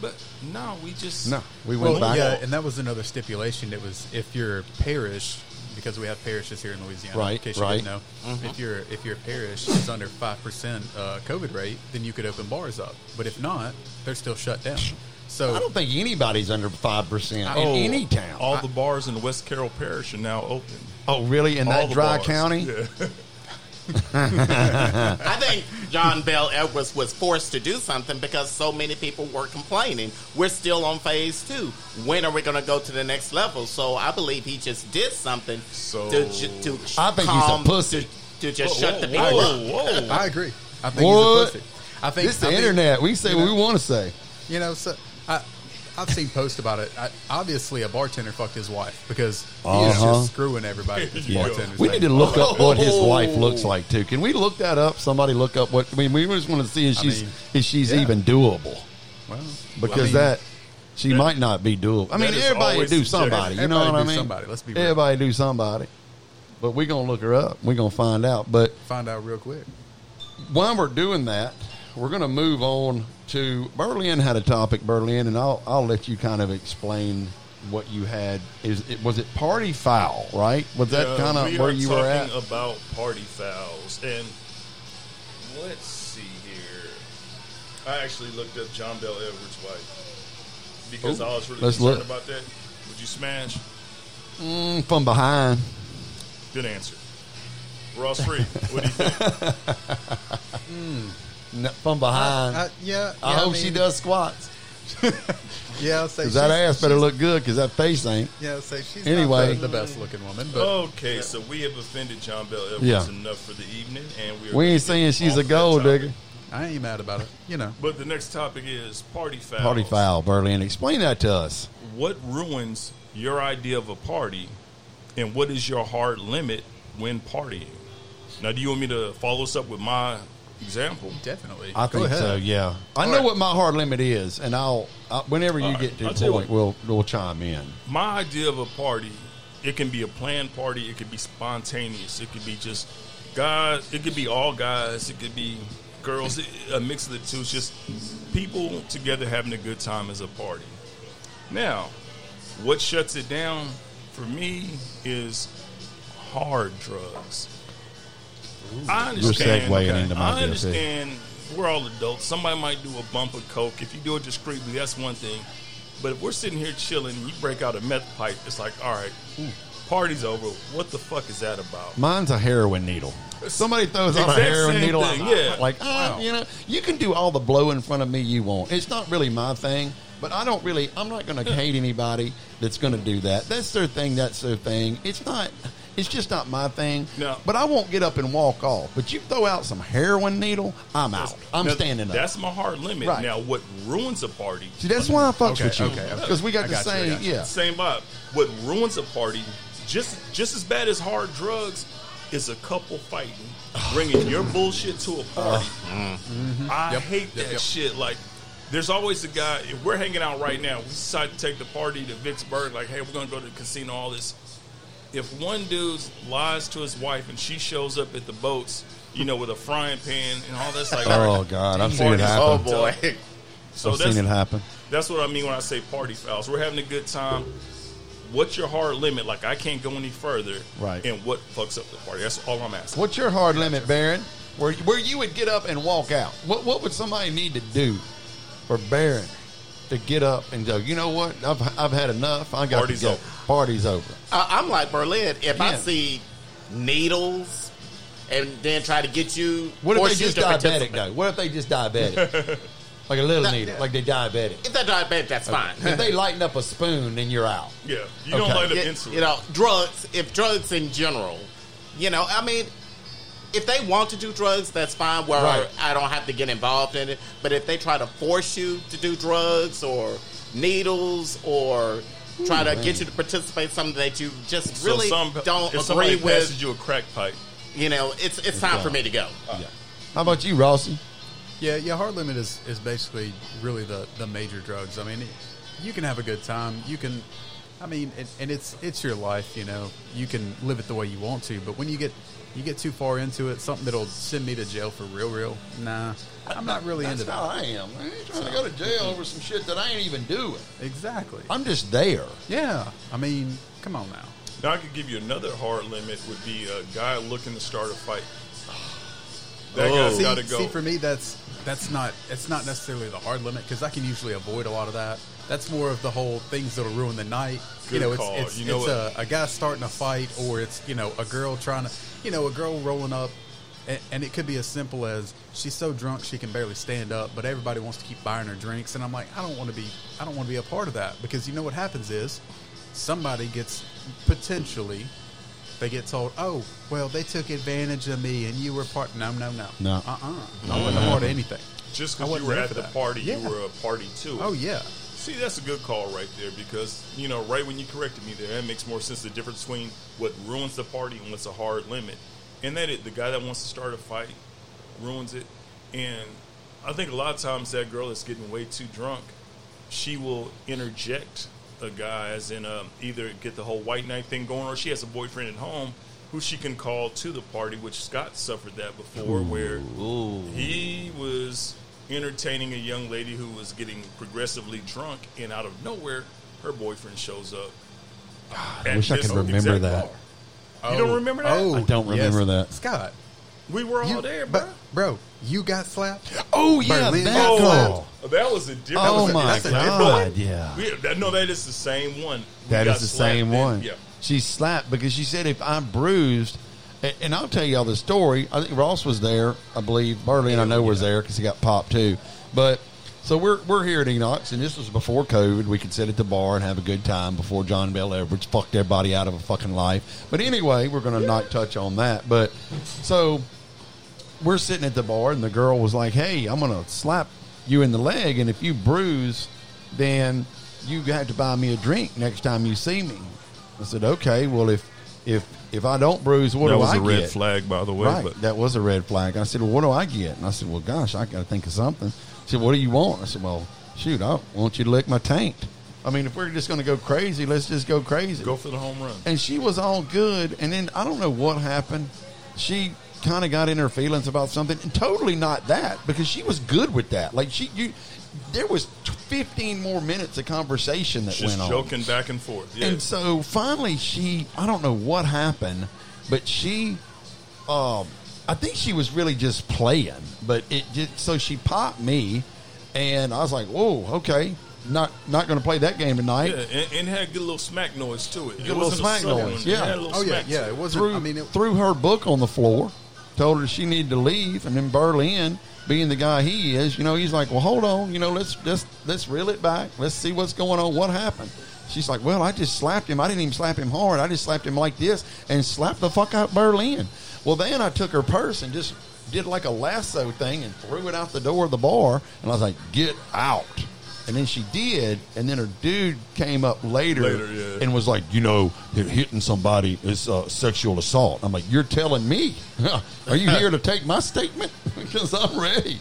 [SPEAKER 4] But no, we just.
[SPEAKER 3] No, we went
[SPEAKER 6] Well,
[SPEAKER 3] back.
[SPEAKER 6] yeah, and that was another stipulation. It was if your parish, because we have parishes here in Louisiana,
[SPEAKER 3] Right,
[SPEAKER 6] in case
[SPEAKER 3] right. Mm-hmm.
[SPEAKER 6] you didn't know, if your if your parish is under five percent uh, COVID rate, then you could open bars up. But if not, they're still shut down. So
[SPEAKER 3] I don't think anybody's under five percent
[SPEAKER 4] Oh,
[SPEAKER 3] in any town.
[SPEAKER 4] All the bars in the West Carroll Parish are now open.
[SPEAKER 3] oh, really? In
[SPEAKER 4] All
[SPEAKER 3] that
[SPEAKER 4] the
[SPEAKER 3] dry
[SPEAKER 4] bars.
[SPEAKER 3] county?
[SPEAKER 4] Yeah.
[SPEAKER 7] I think John Bell Edwards was forced to do something because so many people were complaining. We're still on phase two. When are we going to go to the next level? So I believe he just did something
[SPEAKER 4] So-
[SPEAKER 7] to, ju- to
[SPEAKER 3] I think he's a
[SPEAKER 7] calm-
[SPEAKER 3] pussy.
[SPEAKER 7] to, to just shut the people
[SPEAKER 4] whoa,
[SPEAKER 7] up.
[SPEAKER 4] whoa, whoa.
[SPEAKER 6] I agree. I think
[SPEAKER 3] What?
[SPEAKER 6] he's a pussy. I think
[SPEAKER 3] This the
[SPEAKER 6] I think-
[SPEAKER 3] internet. We say
[SPEAKER 6] you
[SPEAKER 3] what
[SPEAKER 6] know-
[SPEAKER 3] we want to say.
[SPEAKER 6] You know, so I, I've seen posts about it. I, obviously, a bartender fucked his wife because he is
[SPEAKER 3] Uh-huh.
[SPEAKER 6] just screwing everybody. at this
[SPEAKER 4] Yeah.
[SPEAKER 6] bartender's
[SPEAKER 3] We
[SPEAKER 6] table.
[SPEAKER 3] need to look up what his
[SPEAKER 7] Oh.
[SPEAKER 3] wife looks like too. Can we look that up? Somebody look up what I mean. We just want to see if
[SPEAKER 6] I
[SPEAKER 3] she's
[SPEAKER 6] mean,
[SPEAKER 3] if she's
[SPEAKER 6] yeah.
[SPEAKER 3] even doable
[SPEAKER 6] Well,
[SPEAKER 3] because
[SPEAKER 6] I mean,
[SPEAKER 3] that she might not be doable. I mean,
[SPEAKER 4] that is
[SPEAKER 3] everybody
[SPEAKER 4] always
[SPEAKER 3] do
[SPEAKER 4] subjective.
[SPEAKER 3] somebody. You know
[SPEAKER 6] Everybody
[SPEAKER 3] what I
[SPEAKER 6] do
[SPEAKER 3] mean?
[SPEAKER 6] somebody, let's be real.
[SPEAKER 3] everybody do somebody. But we're gonna look her up. We're gonna find out. But
[SPEAKER 6] find out real quick.
[SPEAKER 3] while we're doing that, we're going to move on to Berlin had a topic, Berlin, and I'll I'll let you kind of explain what you had. Is it was it party foul? Right? Was that
[SPEAKER 4] Uh,
[SPEAKER 3] kind
[SPEAKER 4] we
[SPEAKER 3] of where
[SPEAKER 4] are
[SPEAKER 3] you were at?
[SPEAKER 4] talking about party fouls and let's see here i actually looked up john bell edwards wife because
[SPEAKER 3] Ooh,
[SPEAKER 4] i was really
[SPEAKER 3] let's
[SPEAKER 4] concerned
[SPEAKER 3] look.
[SPEAKER 4] about that would you smash
[SPEAKER 3] Mm, from behind.
[SPEAKER 4] good answer ross free what do you think
[SPEAKER 3] No, from behind. I,
[SPEAKER 6] Uh, yeah, yeah,
[SPEAKER 3] hope she
[SPEAKER 6] mean,
[SPEAKER 3] does squats.
[SPEAKER 6] Yeah, I'll say
[SPEAKER 3] Because that
[SPEAKER 6] she's-
[SPEAKER 3] ass better look good because that face ain't.
[SPEAKER 6] Yeah, I'll say she's
[SPEAKER 3] Anyway.
[SPEAKER 6] anyway the, the best looking woman, but
[SPEAKER 4] okay so we have offended john bell edwards
[SPEAKER 3] Yeah.
[SPEAKER 4] enough for the evening and we,
[SPEAKER 3] We
[SPEAKER 4] are gonna
[SPEAKER 3] ain't
[SPEAKER 4] get
[SPEAKER 3] saying she's
[SPEAKER 4] off
[SPEAKER 3] a
[SPEAKER 4] that
[SPEAKER 3] gold
[SPEAKER 4] topic.
[SPEAKER 3] digger.
[SPEAKER 6] I ain't mad about it. You know,
[SPEAKER 4] But the next topic is party foul.
[SPEAKER 3] Party foul, Berlin. Explain that to us.
[SPEAKER 4] What ruins your idea of a party, and what is your hard limit when partying? Now, do you want me to follow this up with my example?
[SPEAKER 6] definitely.
[SPEAKER 3] I
[SPEAKER 6] Go
[SPEAKER 3] think
[SPEAKER 6] ahead.
[SPEAKER 3] so. Yeah, I know what my hard limit is, and I'll I, whenever you
[SPEAKER 4] All right.
[SPEAKER 3] get to
[SPEAKER 4] I'll
[SPEAKER 3] the
[SPEAKER 4] tell you
[SPEAKER 3] point, we'll we'll chime in.
[SPEAKER 4] my idea of a party, it can be a planned party, it could be spontaneous, it could be just guys, it could be all guys, it could be girls, it- a mix of the two. It's just people together having a good time as a party. Now, what shuts it down for me is hard drugs. I
[SPEAKER 3] You're
[SPEAKER 4] understand.
[SPEAKER 3] segueing into my
[SPEAKER 4] I
[SPEAKER 3] deal, too.
[SPEAKER 4] understand. We're all adults. Somebody might do a bump of coke. If you do it discreetly, that's one thing. But if we're sitting here chilling, you break out a meth pipe. It's like, all right, ooh, party's over. What the fuck is that about?
[SPEAKER 3] Mine's a heroin needle. Somebody throws out a
[SPEAKER 4] Exact
[SPEAKER 3] heroin
[SPEAKER 4] same
[SPEAKER 3] needle,
[SPEAKER 4] thing,
[SPEAKER 3] I'm
[SPEAKER 4] yeah.
[SPEAKER 3] like ah, you know, you can do all the blow in front of me you want. It's not really my thing, but I don't really. I'm not going to hate anybody that's going to do that. That's their thing. That's their thing. It's not. It's just not my thing.
[SPEAKER 4] No.
[SPEAKER 3] But I won't get up and walk off. But you throw out some heroin needle, I'm out. I'm
[SPEAKER 4] Now,
[SPEAKER 3] standing up.
[SPEAKER 4] That's my hard limit.
[SPEAKER 3] Right.
[SPEAKER 4] Now, what ruins a party?
[SPEAKER 3] See, that's why I fucks
[SPEAKER 6] Okay,
[SPEAKER 3] with you
[SPEAKER 6] okay, okay.
[SPEAKER 3] because we got
[SPEAKER 6] I
[SPEAKER 3] the
[SPEAKER 6] got you, I
[SPEAKER 3] same.
[SPEAKER 6] got you.
[SPEAKER 3] yeah,
[SPEAKER 4] Same vibe. What ruins a party, just just as bad as hard drugs, is a couple fighting, bringing your bullshit to a party.
[SPEAKER 3] Uh-huh.
[SPEAKER 4] Mm-hmm. I
[SPEAKER 6] Yep,
[SPEAKER 4] hate
[SPEAKER 6] yep,
[SPEAKER 4] that
[SPEAKER 6] yep.
[SPEAKER 4] shit. Like, there's always a guy. If we're hanging out right now, we decide to take the party to Vicksburg. Like, hey, we're gonna go to the casino. All this. If one dude lies to his wife and she shows up at the boats, you know, with a frying pan and all this, like,
[SPEAKER 3] Oh, God, I've seen it
[SPEAKER 4] party's
[SPEAKER 3] happen.
[SPEAKER 7] Oh
[SPEAKER 4] fucked
[SPEAKER 7] boy.
[SPEAKER 4] up. So
[SPEAKER 3] I've
[SPEAKER 4] that's
[SPEAKER 3] seen it happen.
[SPEAKER 4] that's what I mean when I say party fouls. We're having a good time. What's your hard limit? Like I can't go any further.
[SPEAKER 3] Right.
[SPEAKER 4] And what fucks up the party? That's all I'm asking.
[SPEAKER 3] What's your hard limit, Baron? Where where you would get up and walk out? What what would somebody need to do for Baron to get up and go? You know what? I've I've had enough. I got
[SPEAKER 4] Party's
[SPEAKER 3] to go.
[SPEAKER 4] over.
[SPEAKER 3] Party's over.
[SPEAKER 7] Uh, I'm like Berlin. If I
[SPEAKER 3] Yeah.
[SPEAKER 7] see needles and then try to get you,
[SPEAKER 3] What if
[SPEAKER 7] force
[SPEAKER 3] they
[SPEAKER 7] you
[SPEAKER 3] just
[SPEAKER 7] to
[SPEAKER 3] diabetic
[SPEAKER 7] participate-
[SPEAKER 3] though? What if they just diabetic? like a little
[SPEAKER 7] That-
[SPEAKER 3] needle, like they diabetic.
[SPEAKER 7] If they're diabetic, that's fine.
[SPEAKER 3] if they lighten up a spoon, then you're out.
[SPEAKER 4] Yeah. You don't
[SPEAKER 3] Okay.
[SPEAKER 4] light up
[SPEAKER 7] you,
[SPEAKER 4] insulin.
[SPEAKER 7] you know, drugs. If drugs in general, you know, I mean, if they want to do drugs, that's fine. Where
[SPEAKER 3] Right.
[SPEAKER 7] I don't have to get involved in it. But if they try to force you to do drugs or needles or try to get you to participate in something that you just
[SPEAKER 4] So
[SPEAKER 7] really
[SPEAKER 4] some-
[SPEAKER 7] don't
[SPEAKER 4] if
[SPEAKER 7] agree
[SPEAKER 4] somebody passes
[SPEAKER 7] with,
[SPEAKER 4] you a crack pipe.
[SPEAKER 7] you know, it's it's time for me to go.
[SPEAKER 3] Yeah. How about you, Rossi?
[SPEAKER 6] Yeah, yeah. Hard limit is, is basically really the, the major drugs. I mean, you can have a good time. You can, I mean, and, and it's it's your life. You know, you can live it the way you want to. But when you get you get too far into it, something that'll send me to jail for real, real. Nah, I'm not really into
[SPEAKER 3] That's how
[SPEAKER 6] that.
[SPEAKER 3] I am. I ain't trying to go to jail over some shit that I ain't even doing.
[SPEAKER 6] Exactly.
[SPEAKER 3] I'm just there.
[SPEAKER 6] Yeah. I mean, come on now.
[SPEAKER 4] Now I could give you another hard limit would be a guy looking to start a fight. That guy's
[SPEAKER 6] see,
[SPEAKER 4] got to go.
[SPEAKER 6] see, for me, that's that's not it's not necessarily the hard limit because I can usually avoid a lot of that. That's more of the whole things that'll ruin the night. you
[SPEAKER 4] Good
[SPEAKER 6] know, it's
[SPEAKER 4] call.
[SPEAKER 6] it's,
[SPEAKER 4] You know
[SPEAKER 6] it's a, a guy starting a fight, or it's you know a girl trying to you know a girl rolling up, and, and it could be as simple as she's so drunk she can barely stand up, but everybody wants to keep buying her drinks, and I'm like, I don't want to be I don't want to be a part of that because you know what happens is somebody gets potentially. They get told, "Oh, well, they took advantage of me, and you were part." No, no, no,
[SPEAKER 3] No.
[SPEAKER 6] Uh, uh I wasn't a part of anything.
[SPEAKER 4] Just
[SPEAKER 6] I
[SPEAKER 4] because you
[SPEAKER 6] wasn't
[SPEAKER 4] were
[SPEAKER 6] there
[SPEAKER 4] at
[SPEAKER 6] for
[SPEAKER 4] the
[SPEAKER 6] that.
[SPEAKER 4] party,
[SPEAKER 6] Yeah.
[SPEAKER 4] you were a party too.
[SPEAKER 6] Oh yeah,
[SPEAKER 4] See, that's a good call right there because, you know, right when you corrected me there, that makes more sense the difference between what ruins the party and what's a hard limit. And that it, the guy that wants to start a fight ruins it. And I think a lot of times that girl is getting way too drunk. She will interject a guy, as in um, either get the whole white knight thing going or she has a boyfriend at home who she can call to the party, which Scott suffered that before, where he was entertaining a young lady who was getting progressively drunk, and out of nowhere, her boyfriend shows up. I
[SPEAKER 3] wish I could remember that.
[SPEAKER 4] You don't remember that?
[SPEAKER 6] Oh,
[SPEAKER 3] I don't remember that.
[SPEAKER 6] Scott.
[SPEAKER 4] We were all
[SPEAKER 6] you-
[SPEAKER 4] there, bro.
[SPEAKER 6] but bro, you got slapped.
[SPEAKER 3] Oh
[SPEAKER 6] Berlin.
[SPEAKER 3] that
[SPEAKER 6] Oh,
[SPEAKER 3] call.
[SPEAKER 4] that, that was a different.
[SPEAKER 3] Oh
[SPEAKER 4] that was a-
[SPEAKER 3] my
[SPEAKER 4] that's a
[SPEAKER 3] God,
[SPEAKER 4] different-
[SPEAKER 3] yeah.
[SPEAKER 4] We- that- no, that is the same one. We
[SPEAKER 3] That
[SPEAKER 4] got
[SPEAKER 3] is the
[SPEAKER 4] slapped
[SPEAKER 3] same
[SPEAKER 4] then.
[SPEAKER 3] one.
[SPEAKER 4] Yeah.
[SPEAKER 3] She slapped because she said, if I'm bruised, a- and I'll tell y'all the story. I think Ross was there, I believe. Berlin, I know, was there because he got popped too. But so we're, we're here at Enoch's, and this was before COVID. We could sit at the bar and have a good time before John Bell Edwards fucked everybody out of a fucking life. But anyway, we're going to not touch on that. But so we're sitting at the bar, and the girl was like, "Hey, I'm gonna slap you in the leg, and if you bruise, then you have to buy me a drink next time you see me." I said, "Okay, well if if if I don't bruise, what
[SPEAKER 4] that
[SPEAKER 3] do
[SPEAKER 4] was
[SPEAKER 3] I
[SPEAKER 4] a red
[SPEAKER 3] get?"
[SPEAKER 4] flag, by the way.
[SPEAKER 3] Right,
[SPEAKER 4] But
[SPEAKER 3] that was a red flag. I said, "Well, what do I get?" And I said, "Well, gosh, I got to think of something." She said, "What do you want?" I said, "Well, shoot, I want you to lick my taint." I mean, if we're just going to go crazy, let's just go crazy
[SPEAKER 4] go for the home run.
[SPEAKER 3] and she was all good. And then I don't know what happened. She kind of got in her feelings about something, and totally not that because she was good with that. Like she, you, there was t- fifteen more minutes of conversation that
[SPEAKER 4] Just
[SPEAKER 3] went
[SPEAKER 4] joking back and forth.
[SPEAKER 3] on.
[SPEAKER 4] Yeah.
[SPEAKER 3] And so finally, she, I don't know what happened, but she, um, I think she was really just playing. But it just so she popped me, and I was like, "Whoa, okay." Not not going to play that game tonight.
[SPEAKER 4] yeah, and, and had good little smack noise to it. It
[SPEAKER 3] Good little
[SPEAKER 4] wasn't
[SPEAKER 3] smack
[SPEAKER 4] a subtle
[SPEAKER 3] noise,
[SPEAKER 4] One. It
[SPEAKER 3] yeah.
[SPEAKER 4] had a little
[SPEAKER 6] Oh yeah,
[SPEAKER 4] smack
[SPEAKER 6] yeah.
[SPEAKER 4] to
[SPEAKER 6] It
[SPEAKER 4] it.
[SPEAKER 6] wasn't.
[SPEAKER 3] threw,
[SPEAKER 6] I mean, it,
[SPEAKER 3] threw her book on the floor, told her she needed to leave, and then Berlin, being the guy he is, you know, he's like, "Well, hold on, you know, let's let's let's reel it back. Let's see what's going on. What happened?" She's like, "Well, I just slapped him. I didn't even slap him hard. I just slapped him like this and slapped the fuck out Berlin." Well, then I took her purse and just did like a lasso thing and threw it out the door of the bar, and I was like, "Get out." And then she did, and then her dude came up later,
[SPEAKER 4] Later, yeah.
[SPEAKER 3] and was like, you know, that hitting somebody is uh, sexual assault. I'm like, you're telling me? Are you here to take my statement? because I'm ready.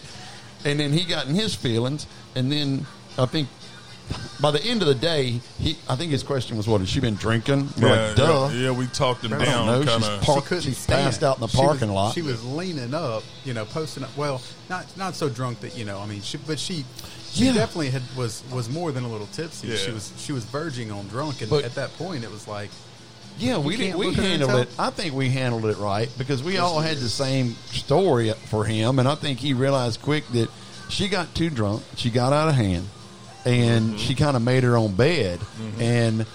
[SPEAKER 3] And then he got in his feelings, and then I think by the end of the day, he I think his question was, "What has she been drinking?" We're
[SPEAKER 4] Yeah,
[SPEAKER 3] like, duh.
[SPEAKER 4] yeah, yeah, we talked him
[SPEAKER 3] I don't
[SPEAKER 4] down.
[SPEAKER 3] know.
[SPEAKER 4] Kind
[SPEAKER 3] She's
[SPEAKER 4] of
[SPEAKER 3] part-
[SPEAKER 6] she couldn't
[SPEAKER 3] She's
[SPEAKER 6] stand.
[SPEAKER 3] passed out in the
[SPEAKER 6] She was-
[SPEAKER 3] parking lot.
[SPEAKER 6] She was leaning up, you know, posting up. Well, not not so drunk that you know. I mean, she, but she, she
[SPEAKER 3] Yeah.
[SPEAKER 6] definitely had was was more than a little tipsy.
[SPEAKER 4] Yeah.
[SPEAKER 6] She was she was verging on drunk, and
[SPEAKER 3] But-
[SPEAKER 6] at that point, it was like,
[SPEAKER 3] Yeah, we
[SPEAKER 6] You
[SPEAKER 3] did,
[SPEAKER 6] can't
[SPEAKER 3] we
[SPEAKER 6] look at it and
[SPEAKER 3] handled
[SPEAKER 6] tell?
[SPEAKER 3] it. I think we handled it right because we all had the same story for him, and I think he realized quick that she got too drunk, she got out of hand, and
[SPEAKER 6] Mm-hmm.
[SPEAKER 3] she kind of made her own bed. And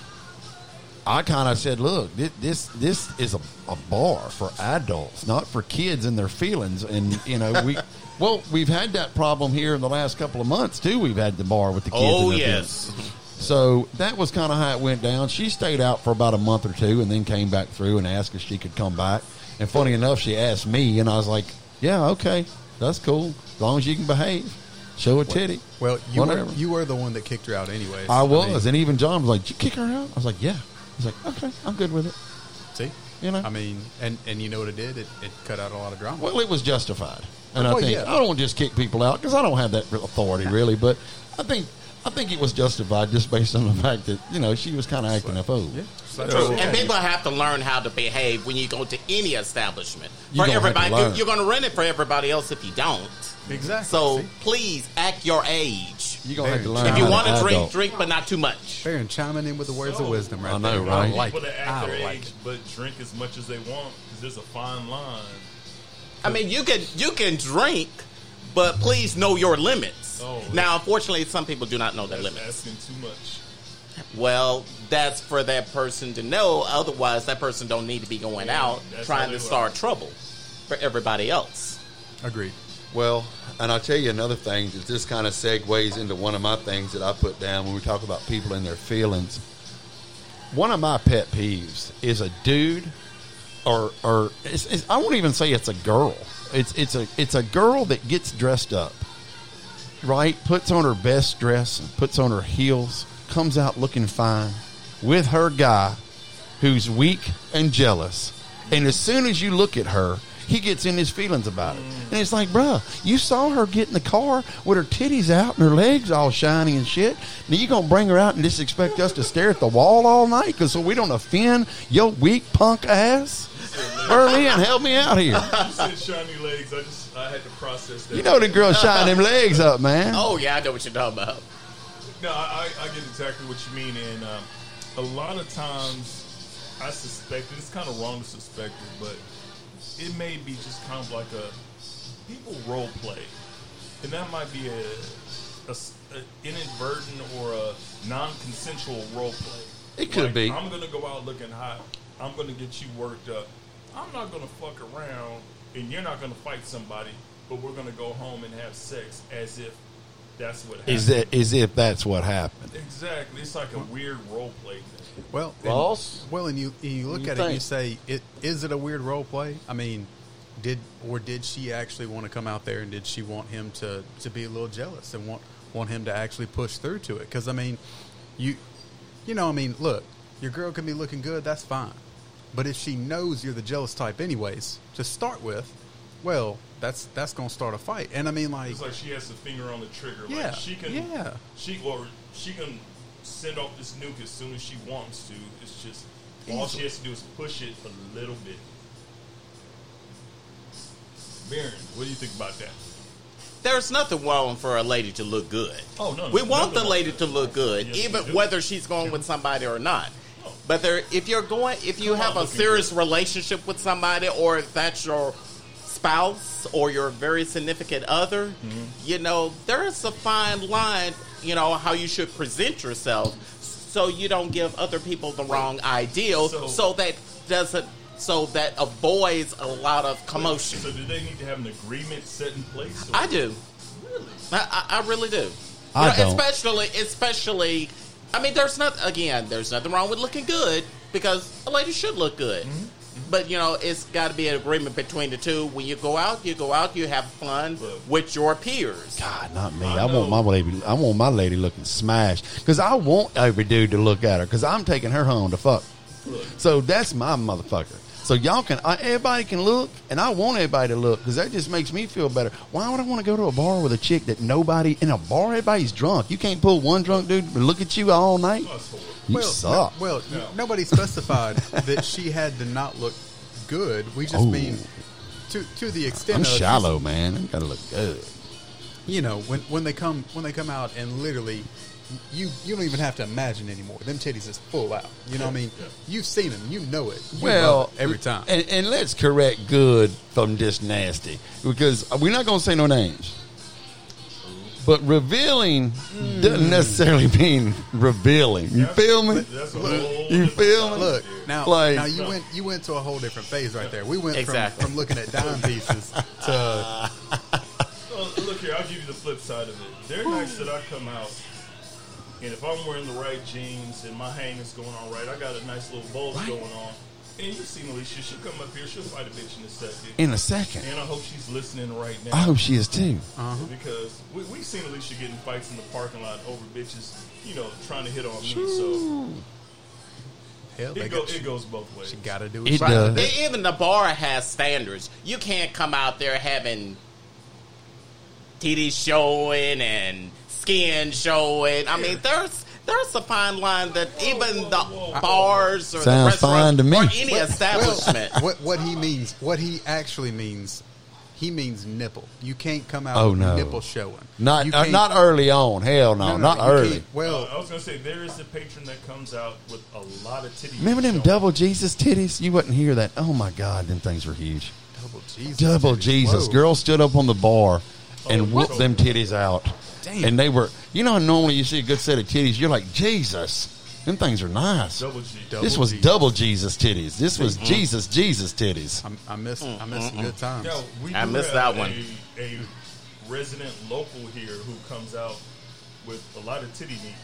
[SPEAKER 3] I kind of said, "Look, this this, this is a, a bar for adults, not for kids and their feelings." And you know, we well, we've had that problem here in the last couple of months too. We've had the bar with the kids.
[SPEAKER 7] Oh
[SPEAKER 3] and their feelings.
[SPEAKER 7] yes.
[SPEAKER 3] So that was kind of how it went down. She stayed out for about a month or two and then came back through and asked if she could come back. And funny enough, she asked me, and I was like, yeah, okay, that's cool. As long as you can behave, show a titty.
[SPEAKER 6] well, you were,
[SPEAKER 3] whatever.
[SPEAKER 6] you were the one that kicked her out, anyways.
[SPEAKER 3] I was.
[SPEAKER 6] mean,
[SPEAKER 3] and even John was like, did you kick her out? I was like, yeah. He's like, okay, I'm good with it.
[SPEAKER 6] see,
[SPEAKER 3] you know.
[SPEAKER 6] I mean, and and you know what it did? It, it cut out a lot of drama.
[SPEAKER 3] Well, it was justified, and I
[SPEAKER 6] Well,
[SPEAKER 3] think
[SPEAKER 6] yeah.
[SPEAKER 3] I don't just kick people out because I don't have that real authority really. But I think I think it was justified just based on the fact that you know she was kind of acting a fool.
[SPEAKER 6] yeah. So
[SPEAKER 7] And people have to learn how to behave when you go to any establishment.
[SPEAKER 3] You
[SPEAKER 7] For
[SPEAKER 3] gonna have to
[SPEAKER 7] everybody,
[SPEAKER 3] learn.
[SPEAKER 7] you- you're going to run it for everybody else if you don't.
[SPEAKER 6] Exactly.
[SPEAKER 7] So
[SPEAKER 6] See?
[SPEAKER 7] please act your age.
[SPEAKER 3] You're gonna have to
[SPEAKER 6] If
[SPEAKER 3] learn.
[SPEAKER 7] If you
[SPEAKER 3] how
[SPEAKER 7] want to drink,
[SPEAKER 3] Uh, adult.
[SPEAKER 7] drink, but not too much.
[SPEAKER 6] Baron chiming in with the words of wisdom right
[SPEAKER 3] I know,
[SPEAKER 6] there.
[SPEAKER 3] right?
[SPEAKER 6] I like
[SPEAKER 4] people
[SPEAKER 6] it.
[SPEAKER 4] that
[SPEAKER 6] I
[SPEAKER 4] act their
[SPEAKER 6] like
[SPEAKER 4] age
[SPEAKER 6] it.
[SPEAKER 4] but drink as much as they want. 'cause There's a fine line.
[SPEAKER 7] I mean, you can you can drink, but please know your limits.
[SPEAKER 4] Oh, yeah.
[SPEAKER 7] now, unfortunately, some people do not know their
[SPEAKER 4] That's
[SPEAKER 7] limits.
[SPEAKER 4] asking too much.
[SPEAKER 7] Well, that's for that person to know. Otherwise, that person don't need to be going out
[SPEAKER 4] that's
[SPEAKER 7] trying
[SPEAKER 4] how they
[SPEAKER 7] to start trouble for everybody else.
[SPEAKER 6] Agreed.
[SPEAKER 3] Well, and I'll tell you another thing that this kind of segues into one of my things that I put down when we talk about people and their feelings. One of my pet peeves is a dude, or or it's, it's, I won't even say it's a girl. It's it's a it's a girl that gets dressed up, right? Puts on her best dress and puts on her heels, comes out looking fine with her guy, who's weak and jealous. And as soon as you look at her, he gets in his feelings about it. And it's like, bruh, you saw her get in the car with her titties out and her legs all shiny and shit. Now you gonna bring her out and just expect us to stare at the wall all night because so we don't offend your weak punk ass? Berlin, help me out here.
[SPEAKER 4] You said shiny legs. I just I had to process that.
[SPEAKER 3] You know the girl shine them legs up, man.
[SPEAKER 7] Oh yeah, I know what you're talking about.
[SPEAKER 4] No, I, I I get exactly what you mean, and um, a lot of times I suspect, and it's kind of wrong to suspect it, but it may be just kind of like a people role play, and that might be a, a s- a inadvertent or a non-consensual role play.
[SPEAKER 3] It could
[SPEAKER 4] Like,
[SPEAKER 3] be.
[SPEAKER 4] I'm gonna go out looking hot. I'm gonna get you worked up. I'm not gonna fuck around, and you're not gonna fight somebody. But we're gonna go home and have sex as if that's what happened.
[SPEAKER 3] Is that is if that's what happened?
[SPEAKER 4] Exactly. It's like a weird role play thing.
[SPEAKER 6] Well, and-
[SPEAKER 3] Ross?
[SPEAKER 6] well, and you and you look
[SPEAKER 3] do you
[SPEAKER 6] at it, and you
[SPEAKER 3] think?
[SPEAKER 6] say, it, "Is it a weird role play?" I mean, Did or did she actually want to come out there and did she want him to, to be a little jealous and want want him to actually push through to it? Because I mean, you you know, I mean, look, your girl can be looking good, that's fine. But if she knows you're the jealous type, anyways, to start with, well, that's that's gonna start a fight. And I mean, like,
[SPEAKER 4] It's like she has the finger on the trigger.
[SPEAKER 6] Yeah,
[SPEAKER 4] Like she can.
[SPEAKER 6] yeah.
[SPEAKER 4] She or she can send off this nuke as soon as she wants to. It's just all she has to do is push it a little bit. Baron, what do you think about that?
[SPEAKER 7] There's nothing wrong for a lady to look good.
[SPEAKER 4] Oh, no, no,
[SPEAKER 7] we want the
[SPEAKER 4] nothing
[SPEAKER 7] lady
[SPEAKER 4] wrong.
[SPEAKER 7] to look good,
[SPEAKER 4] Yes, we
[SPEAKER 7] even
[SPEAKER 4] do.
[SPEAKER 7] whether she's going with somebody or not.
[SPEAKER 4] Oh.
[SPEAKER 7] But there, if you're going, if you
[SPEAKER 4] Come on,
[SPEAKER 7] have a
[SPEAKER 4] looking
[SPEAKER 7] serious relationship with somebody, or if that's your spouse or your very significant other,
[SPEAKER 4] Mm-hmm.
[SPEAKER 7] you know there's a fine line. You know how you should present yourself, so you don't give other people the wrong ideal,
[SPEAKER 4] So-
[SPEAKER 7] so that doesn't, so that avoids a lot of commotion.
[SPEAKER 4] So do they need to have an agreement set in place? or-
[SPEAKER 7] I do. I, I, I really do.
[SPEAKER 3] I
[SPEAKER 7] You know,
[SPEAKER 3] don't.
[SPEAKER 7] Especially, especially. I mean, there's not. Again, there's nothing wrong with looking good because a lady should look good.
[SPEAKER 3] Mm-hmm.
[SPEAKER 7] But you know, it's got to be an agreement between the two. When you go out, you go out. You have fun with your peers.
[SPEAKER 3] God, not me. I, want my lady. I want my lady looking smashed because I want every dude to look at her because I'm taking her home to fuck. So that's my motherfucker. So y'all can I, everybody can look, and I want everybody to look because that just makes me feel better. Why would I want to go to a bar with a chick that nobody in a bar? Everybody's drunk. You can't pull one drunk dude to look at you all night.
[SPEAKER 4] That's horrible.
[SPEAKER 3] You
[SPEAKER 6] well,
[SPEAKER 3] suck.
[SPEAKER 6] no- well, you- nobody specified that she had to not look good. We just
[SPEAKER 3] Oh.
[SPEAKER 6] mean to to the extent
[SPEAKER 3] I'm
[SPEAKER 6] of
[SPEAKER 3] shallow, man. I gotta look good.
[SPEAKER 6] you know when when they come when they come out and literally you you don't even have to imagine anymore them titties is full out you know what i mean you've seen them you know it You
[SPEAKER 3] Well,
[SPEAKER 6] love it every time
[SPEAKER 3] And, and let's correct good from this nasty because we're not going to say no names. But revealing doesn't necessarily mean revealing. You feel me?
[SPEAKER 4] That's a whole
[SPEAKER 3] You
[SPEAKER 4] different
[SPEAKER 3] feel me?
[SPEAKER 4] topic.
[SPEAKER 6] look now
[SPEAKER 3] Like-
[SPEAKER 6] now you went you went to a whole different phase right there we went
[SPEAKER 7] Exactly.
[SPEAKER 6] from, from looking at dime pieces to
[SPEAKER 4] Well, look here, I'll give you the flip side of it. There are nights that I come out, and if I'm wearing the right jeans and my hang is going on right, I got a nice little bulge going on. And you see Alicia, she'll come up here, she'll fight a bitch in a second.
[SPEAKER 3] In a second.
[SPEAKER 4] And I hope she's listening right now. uh-huh.
[SPEAKER 3] I hope she is too.
[SPEAKER 4] Because we, we've seen Alicia getting fights in the parking lot over bitches, you know, trying to hit on me. So
[SPEAKER 6] hell they
[SPEAKER 4] it, go,
[SPEAKER 6] got,
[SPEAKER 4] it goes both ways.
[SPEAKER 6] she gotta do
[SPEAKER 3] It
[SPEAKER 6] it
[SPEAKER 3] does.
[SPEAKER 7] E- Even the bar has standards. You can't come out there having titties showing and skin showing. I mean, there's there's a fine line that even the bars or the
[SPEAKER 3] Sounds fine
[SPEAKER 7] restaurants
[SPEAKER 3] to me.
[SPEAKER 7] or any establishment.
[SPEAKER 6] what what he means what he actually means he means nipple you can't come out
[SPEAKER 3] Oh,
[SPEAKER 6] with
[SPEAKER 3] no.
[SPEAKER 6] nipple showing You
[SPEAKER 3] Not uh,
[SPEAKER 6] can't-
[SPEAKER 3] not early on. Hell no,
[SPEAKER 6] no, no,
[SPEAKER 3] not
[SPEAKER 6] you can't-
[SPEAKER 3] early.
[SPEAKER 4] Uh,
[SPEAKER 6] well
[SPEAKER 4] I was going to say, there is the patron that comes out with a lot of titties.
[SPEAKER 3] Remember them
[SPEAKER 4] showing.
[SPEAKER 3] double Jesus titties? You wouldn't hear that. Oh my God, them things were huge.
[SPEAKER 6] double jesus
[SPEAKER 3] Double
[SPEAKER 6] dude.
[SPEAKER 3] Jesus.
[SPEAKER 6] Whoa. Oh,
[SPEAKER 3] Girl stood up on the bar and
[SPEAKER 4] What?
[SPEAKER 3] whooped them titties out.
[SPEAKER 6] Damn.
[SPEAKER 3] And they were, you know, how normally you see a good set of titties, you're like, Jesus, them things are nice.
[SPEAKER 4] Double G.
[SPEAKER 3] this
[SPEAKER 6] double
[SPEAKER 3] was
[SPEAKER 6] Jesus. Mm-hmm.
[SPEAKER 3] double Jesus titties. This was Jesus, Jesus titties.
[SPEAKER 6] I'm- I miss I miss some good times.
[SPEAKER 4] Yo, we
[SPEAKER 7] I
[SPEAKER 4] do
[SPEAKER 7] missed
[SPEAKER 4] have
[SPEAKER 7] that one.
[SPEAKER 4] A, a resident local here who comes out with a lot of titty meat.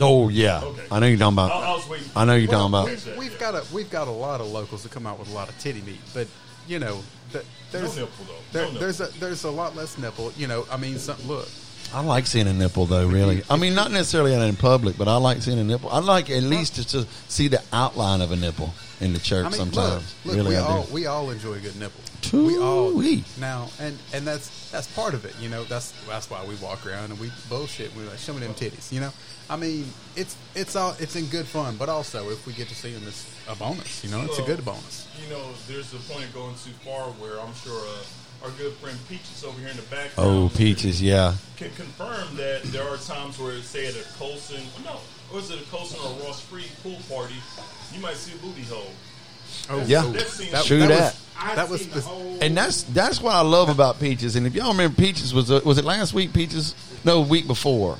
[SPEAKER 3] Oh, yeah.
[SPEAKER 4] Okay.
[SPEAKER 3] I know you're talking
[SPEAKER 4] I,
[SPEAKER 6] Uh,
[SPEAKER 3] about.
[SPEAKER 4] I was waiting.
[SPEAKER 3] I know you're
[SPEAKER 6] Well,
[SPEAKER 3] talking
[SPEAKER 6] we-
[SPEAKER 3] about.
[SPEAKER 4] that,
[SPEAKER 6] We've
[SPEAKER 4] yeah.
[SPEAKER 6] got a we've got a lot of locals that come out with a lot of titty meat, but you know, th- there's
[SPEAKER 4] No nipple, though.
[SPEAKER 6] there-
[SPEAKER 4] No
[SPEAKER 6] there's a there's a lot less nipple. You know, I mean, some, look,
[SPEAKER 3] I like seeing a nipple, though, really. I mean, not necessarily out in public, but I like seeing a nipple. I like at least just to see the outline of a nipple in the church
[SPEAKER 6] I mean, look,
[SPEAKER 3] sometimes.
[SPEAKER 6] look,
[SPEAKER 3] really,
[SPEAKER 6] we
[SPEAKER 3] I do.
[SPEAKER 6] all we all enjoy a good nipple. We all
[SPEAKER 3] Too-wee.
[SPEAKER 6] now, and and that's that's part of it. You know, that's that's why we walk around and we bullshit. We're like, show me them titties. You know, I mean, it's it's all it's in good fun, but also if we get to see them, it's a bonus. You know, it's a good bonus.
[SPEAKER 4] You know, there's a point of going too far where I'm sure uh, our good friend Peaches over here in the background.
[SPEAKER 3] Oh, peaches, yeah.
[SPEAKER 4] Can confirm that there are times where, say, at a Colson, no, or is it a Colson or a Ross Free pool party, you might see a booty hole.
[SPEAKER 6] Oh
[SPEAKER 3] Yeah.
[SPEAKER 4] That seems
[SPEAKER 3] True
[SPEAKER 6] that
[SPEAKER 3] that.
[SPEAKER 6] was, that was spec-
[SPEAKER 3] And that's that's what I love about Peaches. And if y'all remember, Peaches was uh, was it last week? Peaches? No, week before.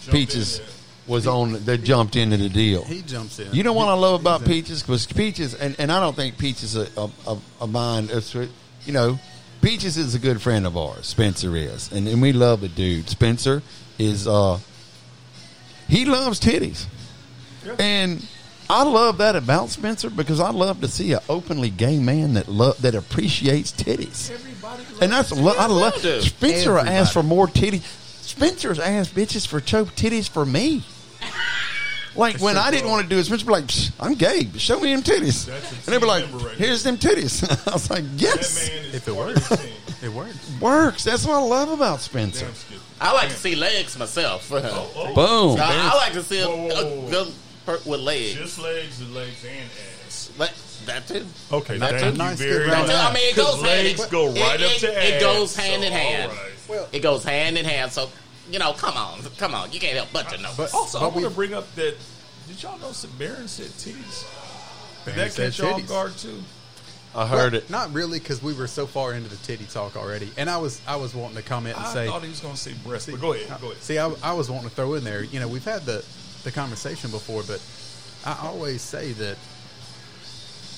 [SPEAKER 4] Jumped
[SPEAKER 3] Peaches
[SPEAKER 4] in there.
[SPEAKER 3] was on. They jumped into the deal.
[SPEAKER 6] he jumps in.
[SPEAKER 3] You know what I love about Peaches because Peaches and, and I don't think Peaches a a, a, a mind. It's, you know, Peaches is a good friend of ours. Spencer is, and, and we love the dude. Spencer is uh, he loves titties, and I love that about Spencer because I love to see an openly gay man that love that appreciates titties. Everybody and that's lo- I love
[SPEAKER 7] do.
[SPEAKER 3] Spencer
[SPEAKER 1] Everybody.
[SPEAKER 3] asked for more titties. Spencer's asked bitches for cho titties for me. Like when I didn't want to do it, Spencer be like, "Psh, "I'm gay, but show me them titties,"
[SPEAKER 4] That's a
[SPEAKER 3] and they be
[SPEAKER 4] team
[SPEAKER 3] like,
[SPEAKER 4] member right
[SPEAKER 3] "Here's them titties." I was like,
[SPEAKER 4] That
[SPEAKER 3] "Yes,
[SPEAKER 4] man is
[SPEAKER 6] If it
[SPEAKER 4] part
[SPEAKER 6] works.
[SPEAKER 4] of the team.
[SPEAKER 6] It works.
[SPEAKER 3] works." That's what I love about Spencer.
[SPEAKER 4] Damn, Skip.
[SPEAKER 7] I like to see legs myself.
[SPEAKER 4] Oh,
[SPEAKER 3] Boom.
[SPEAKER 7] I, I like to see a,
[SPEAKER 4] Whoa, whoa, whoa.
[SPEAKER 7] a good per- with legs.
[SPEAKER 4] Just legs, the legs, and ass.
[SPEAKER 7] Le- that too.
[SPEAKER 4] Okay,
[SPEAKER 7] That's
[SPEAKER 4] thank
[SPEAKER 7] a
[SPEAKER 4] you
[SPEAKER 6] nice
[SPEAKER 4] very
[SPEAKER 6] good
[SPEAKER 4] much.
[SPEAKER 6] round.
[SPEAKER 7] That too. I mean, it
[SPEAKER 4] 'Cause
[SPEAKER 7] goes hand
[SPEAKER 4] legs
[SPEAKER 7] in,
[SPEAKER 4] go right
[SPEAKER 7] it,
[SPEAKER 4] up
[SPEAKER 7] it,
[SPEAKER 4] to ass.
[SPEAKER 7] It goes hand
[SPEAKER 4] so
[SPEAKER 7] in hand.
[SPEAKER 4] all right.
[SPEAKER 7] It goes hand in hand. So you know, come on, come on, you can't help but to know.
[SPEAKER 6] But-
[SPEAKER 4] Also, I
[SPEAKER 6] But
[SPEAKER 4] want to
[SPEAKER 6] we-
[SPEAKER 4] bring up that did y'all know some Baron said titties? Did
[SPEAKER 6] Barron
[SPEAKER 4] that
[SPEAKER 6] said
[SPEAKER 4] catch y'all off
[SPEAKER 6] titties.
[SPEAKER 4] guard too?
[SPEAKER 3] I heard it.
[SPEAKER 6] Not really, because we were so far into the titty talk already, and I was I was wanting to comment and
[SPEAKER 4] I
[SPEAKER 6] say,
[SPEAKER 4] thought he was going to say breast, but go ahead, go ahead.
[SPEAKER 6] see, I, I was wanting to throw in there. You know, we've had the the conversation before, but I always say that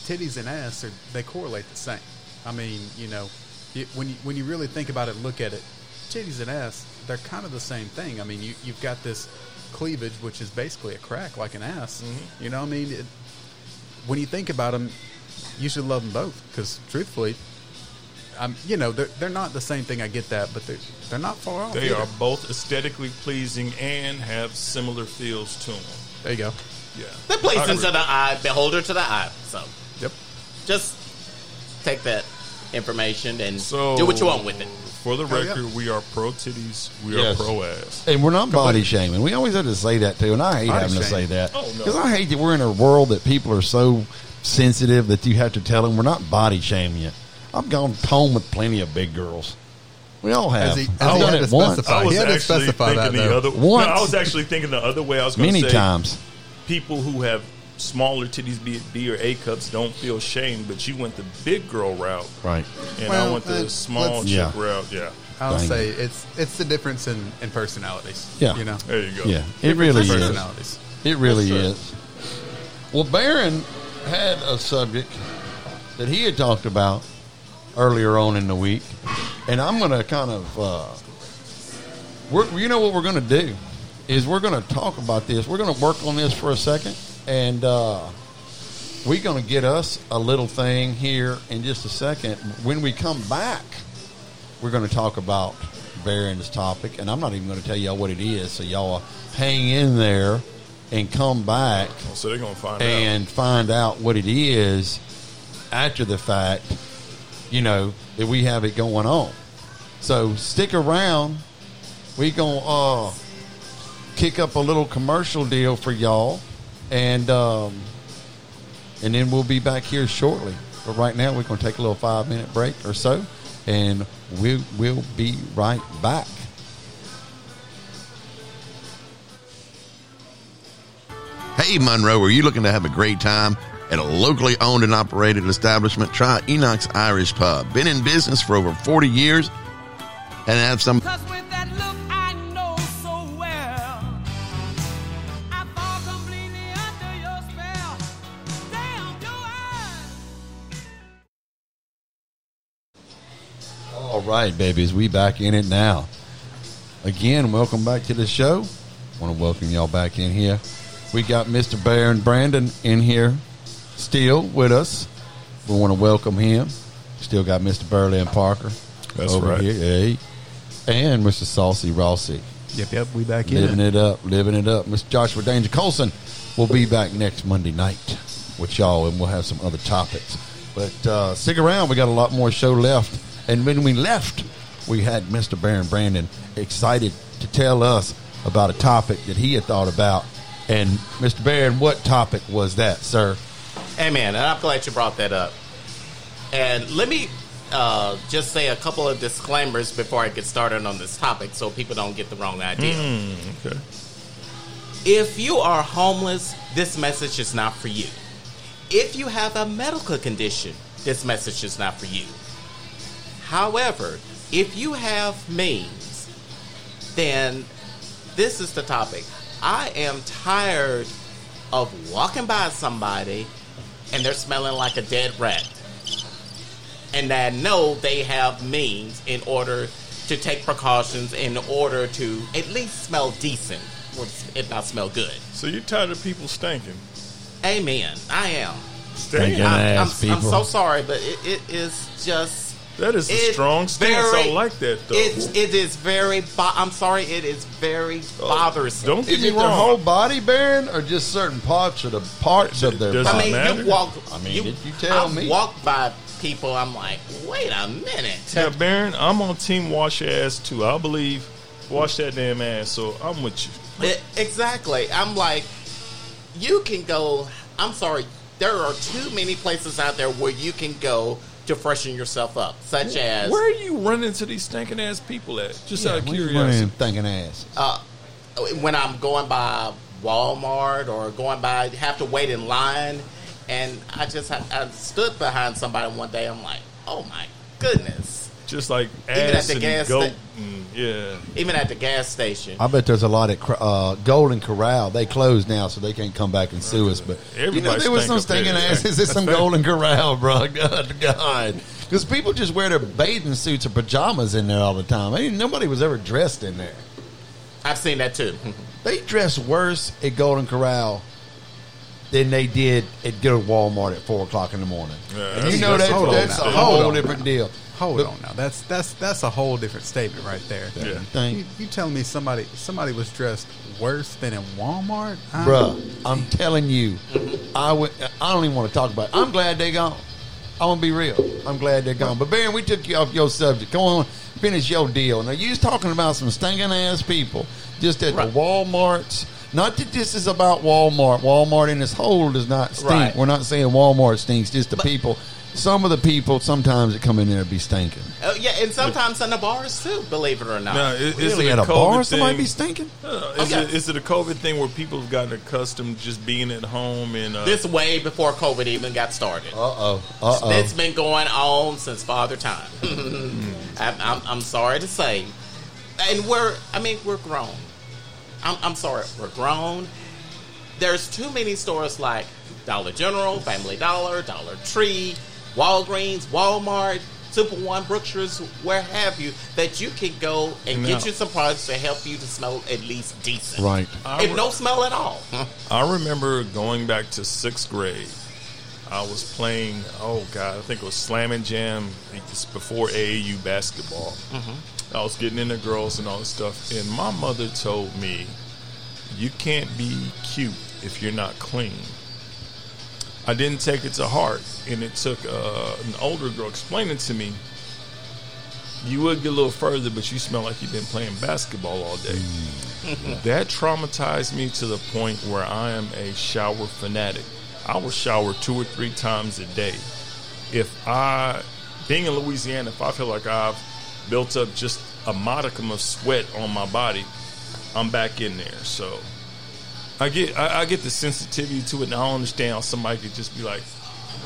[SPEAKER 6] titties and ass are they correlate the same. I mean, you know, you, when you, when you really think about it, and look at it, titties and ass they're kind of the same thing. I mean, you you've got this cleavage, which is basically a crack like an ass.
[SPEAKER 4] Mm-hmm.
[SPEAKER 6] You know, what I mean, it, when you think about them, you should love them both because truthfully. I'm, you know, they're, they're not the same thing. I get that, but they're, they're not far off.
[SPEAKER 4] They
[SPEAKER 6] either.
[SPEAKER 4] are both aesthetically pleasing and have similar feels to them.
[SPEAKER 6] There you go.
[SPEAKER 4] Yeah,
[SPEAKER 7] That plays
[SPEAKER 4] I agree.
[SPEAKER 7] into the eye, beholder to the eye. So
[SPEAKER 6] Yep.
[SPEAKER 7] just take that information and
[SPEAKER 4] So
[SPEAKER 7] do what you want with it.
[SPEAKER 4] For the
[SPEAKER 6] Hurry up.
[SPEAKER 4] record, we are pro titties. We
[SPEAKER 3] Yes.
[SPEAKER 4] are pro ass.
[SPEAKER 3] And we're not body shaming. We always have to say that too, and I hate
[SPEAKER 6] Body
[SPEAKER 3] having to
[SPEAKER 6] shaming.
[SPEAKER 3] say that
[SPEAKER 4] Oh, no.
[SPEAKER 3] because I hate that we're in a world that people are so sensitive that you have to tell them we're not body shaming you. I've gone home with plenty of big girls. We all have.
[SPEAKER 6] Has he- has
[SPEAKER 3] I've
[SPEAKER 6] he
[SPEAKER 3] done
[SPEAKER 6] had
[SPEAKER 3] it
[SPEAKER 6] to
[SPEAKER 3] once.
[SPEAKER 6] specify?
[SPEAKER 4] I
[SPEAKER 6] He
[SPEAKER 4] was
[SPEAKER 6] had to
[SPEAKER 4] actually
[SPEAKER 6] specify
[SPEAKER 4] thinking
[SPEAKER 6] that,
[SPEAKER 4] the
[SPEAKER 6] though.
[SPEAKER 4] other. no,
[SPEAKER 3] Once.
[SPEAKER 4] I was actually thinking the other way. I was gonna
[SPEAKER 3] Many
[SPEAKER 4] say,
[SPEAKER 3] times.
[SPEAKER 4] People who have smaller titties, be it B or A cups, don't feel shame. But you went the big girl route,
[SPEAKER 3] Right.
[SPEAKER 4] And I
[SPEAKER 6] Well,
[SPEAKER 4] went the
[SPEAKER 6] uh,
[SPEAKER 4] small
[SPEAKER 6] let's-
[SPEAKER 4] chick
[SPEAKER 3] Yeah.
[SPEAKER 4] route. Yeah,
[SPEAKER 6] I'll
[SPEAKER 3] Dang.
[SPEAKER 6] say it's it's the difference in, in personalities.
[SPEAKER 3] Yeah.
[SPEAKER 6] You know?
[SPEAKER 4] there you go.
[SPEAKER 3] Yeah. It really
[SPEAKER 6] Difference in
[SPEAKER 3] is.
[SPEAKER 6] personalities.
[SPEAKER 3] It really
[SPEAKER 4] That's true.
[SPEAKER 3] is. Well, Barron had a subject that he had talked about earlier on in the week, and I'm going to kind of, uh, we're, you know, what we're going to do is we're going to talk about this. We're going to work on this for a second, and uh, we're going to get us a little thing here in just a second. When we come back, we're going to talk about Barron's topic, and I'm not even going to tell y'all what it is. So y'all hang in there and come back
[SPEAKER 4] So they're gonna find out.
[SPEAKER 3] and find out what it is after the fact, you know, that we have it going on. So stick around. we going to uh, kick up a little commercial deal for y'all. And, um, and then we'll be back here shortly. But right now, we're going to take a little five minute break or so, and we will be right back.
[SPEAKER 1] Hey, Monroe, are you looking to have a great time? At a locally owned and operated establishment, try Enoch's Irish Pub. Been in business for over 40 years and have some
[SPEAKER 8] Cause with that look I know so well I fall completely under your spell Damn your eyes
[SPEAKER 3] All right, babies, we back in it now. Again, welcome back to the show. Want to welcome y'all back in here. We got Mr. Baron Brandon in here, still with us. We want to welcome him. Still got Mr. Burley and Parker
[SPEAKER 4] That's
[SPEAKER 3] over
[SPEAKER 4] right.
[SPEAKER 3] here, hey. and Mr. Saucy Rossi,
[SPEAKER 6] Yep, yep. We back
[SPEAKER 3] living it up, living it up. Mr. Joshua Danger Colson will be back next Monday night with y'all, and we'll have some other topics. But uh, stick around; we got a lot more show left. And when we left, we had Mr. Baron Brandon excited to tell us about a topic that he had thought about. And Mr. Baron, what topic was that, sir?
[SPEAKER 7] Hey man, and I'm glad you brought that up. And let me uh, just say a couple of disclaimers before I get started on this topic so people don't get the wrong idea.
[SPEAKER 4] okay.
[SPEAKER 7] If you are homeless, this message is not for you. If you have a medical condition, this message is not for you. However, if you have means, then this is the topic. I am tired of walking by somebody and they're smelling like a dead rat. And I know they have means in order to take precautions in order to at least smell decent, or if not smell good.
[SPEAKER 4] So you're tired of people stinking?
[SPEAKER 7] Amen. I am.
[SPEAKER 4] Stand.
[SPEAKER 9] Thank you.
[SPEAKER 7] I'm, I'm-
[SPEAKER 9] ass
[SPEAKER 7] I'm
[SPEAKER 9] people.
[SPEAKER 7] so sorry, but it, it is just.
[SPEAKER 4] That is a
[SPEAKER 7] it's
[SPEAKER 4] strong stance. I like that, though.
[SPEAKER 7] It, it is very. Bo- I'm sorry. It is very bothersome.
[SPEAKER 4] Oh, Don't get
[SPEAKER 3] Is
[SPEAKER 4] me
[SPEAKER 3] it their
[SPEAKER 4] wrong.
[SPEAKER 3] whole body barren or just certain parts of the parts of their
[SPEAKER 4] Does it
[SPEAKER 7] I
[SPEAKER 3] body?
[SPEAKER 7] mean,
[SPEAKER 4] matter?
[SPEAKER 7] you walk.
[SPEAKER 3] I mean,
[SPEAKER 7] you,
[SPEAKER 3] you tell
[SPEAKER 7] I've
[SPEAKER 3] me.
[SPEAKER 7] walked by people. I'm like, wait a minute.
[SPEAKER 4] Yeah, Baron, I'm on Team Wash Your Ass too. I believe wash that damn ass. So I'm with you.
[SPEAKER 7] E- exactly. I'm like, you can go. I'm sorry. There are too many places out there where you can go to freshen yourself up, such as
[SPEAKER 4] Where are you running to these stinking ass people at? Just out of
[SPEAKER 3] Where you
[SPEAKER 4] curiosity.
[SPEAKER 3] running thinking ass.
[SPEAKER 7] uh, when I'm going by Walmart or going by, have to wait in line, and I just I, I stood behind somebody one day. I'm like, oh my goodness!
[SPEAKER 4] Just like
[SPEAKER 7] at
[SPEAKER 4] ass
[SPEAKER 7] the
[SPEAKER 4] and
[SPEAKER 7] gas
[SPEAKER 4] goat.
[SPEAKER 7] sta-
[SPEAKER 4] and- yeah.
[SPEAKER 7] Even at the gas station,
[SPEAKER 3] I bet there's a lot at Cro- uh, Golden Corral. They closed now, so they can't come back and sue us. But you know,
[SPEAKER 4] Everybody
[SPEAKER 3] there was
[SPEAKER 4] stank
[SPEAKER 3] some
[SPEAKER 4] up there,
[SPEAKER 3] stinking
[SPEAKER 4] yeah.
[SPEAKER 3] asses at some Golden Corral, bro. God, God, because people just wear their bathing suits or pajamas in there all the time. I mean, nobody was ever dressed in there.
[SPEAKER 7] I've seen that too.
[SPEAKER 3] They dress worse at Golden Corral than they did at good Walmart at four o'clock in the morning.
[SPEAKER 4] Yeah,
[SPEAKER 3] and you
[SPEAKER 4] that's-
[SPEAKER 3] know
[SPEAKER 4] that's-
[SPEAKER 3] that,
[SPEAKER 4] hold on
[SPEAKER 3] that's
[SPEAKER 4] now,
[SPEAKER 3] a
[SPEAKER 4] hold
[SPEAKER 3] whole
[SPEAKER 4] on
[SPEAKER 3] different deal.
[SPEAKER 6] Hold
[SPEAKER 3] But-
[SPEAKER 6] on now. That's that's that's a whole different statement right there.
[SPEAKER 4] Yeah.
[SPEAKER 3] Thank-
[SPEAKER 6] You, you telling me somebody somebody was dressed worse than in Walmart? I-
[SPEAKER 3] Bruh, I'm telling you, I would. I don't even want to talk about it. I'm glad they gone. I'm gonna be real. I'm glad they're gone. But Baron, we took you off your subject. Go on, finish your deal. Now you was talking about some stinking ass people just at
[SPEAKER 7] Right.
[SPEAKER 3] the WalMarts. Not that this is about Walmart. Walmart in its whole does not stink.
[SPEAKER 7] Right.
[SPEAKER 3] We're not saying Walmart stinks. Just the people. Some of the people sometimes that come in there be stinking.
[SPEAKER 7] Oh yeah, and sometimes in the bars too. Believe it or not.
[SPEAKER 4] Now, is, is
[SPEAKER 3] Really,
[SPEAKER 4] it
[SPEAKER 3] at
[SPEAKER 4] a
[SPEAKER 3] a
[SPEAKER 4] COVID
[SPEAKER 3] bar,
[SPEAKER 4] thing?
[SPEAKER 3] somebody be stinking.
[SPEAKER 4] Uh, is, it, is it a COVID thing where people have gotten accustomed just being at home and uh,
[SPEAKER 7] This way before COVID even got started.
[SPEAKER 3] Uh oh. Uh oh.
[SPEAKER 7] It's been going on since father time. I'm, I'm, I'm sorry to say, and we're I mean we're grown. I'm, I'm sorry, we're grown. There's too many stores like Dollar General, Family Dollar, Dollar Tree, Walgreens, Walmart, Super One, Brookshire's, where have you, that you can go and
[SPEAKER 4] No.
[SPEAKER 7] get you some products to help you to smell at least decent.
[SPEAKER 3] Right.
[SPEAKER 7] If no smell at all.
[SPEAKER 4] I remember going back to sixth grade. I was playing, oh God, I think it was Slam and Jam. It's before AAU basketball. I was getting into girls and all this stuff. And my mother told me, you can't be cute if you're not clean. I didn't take it to heart. And it took uh, an older girl explaining to me, you would get a little further, but you smell like you've been playing basketball all day.
[SPEAKER 7] Mm.
[SPEAKER 4] That traumatized me to the point where I am a shower fanatic. I will shower two or three times a day. If I, being in Louisiana, if I feel like I've built up just a modicum of sweat on my body, I'm back in there. So I get, I, I get the sensitivity to it, and I don't understand how somebody could just be like,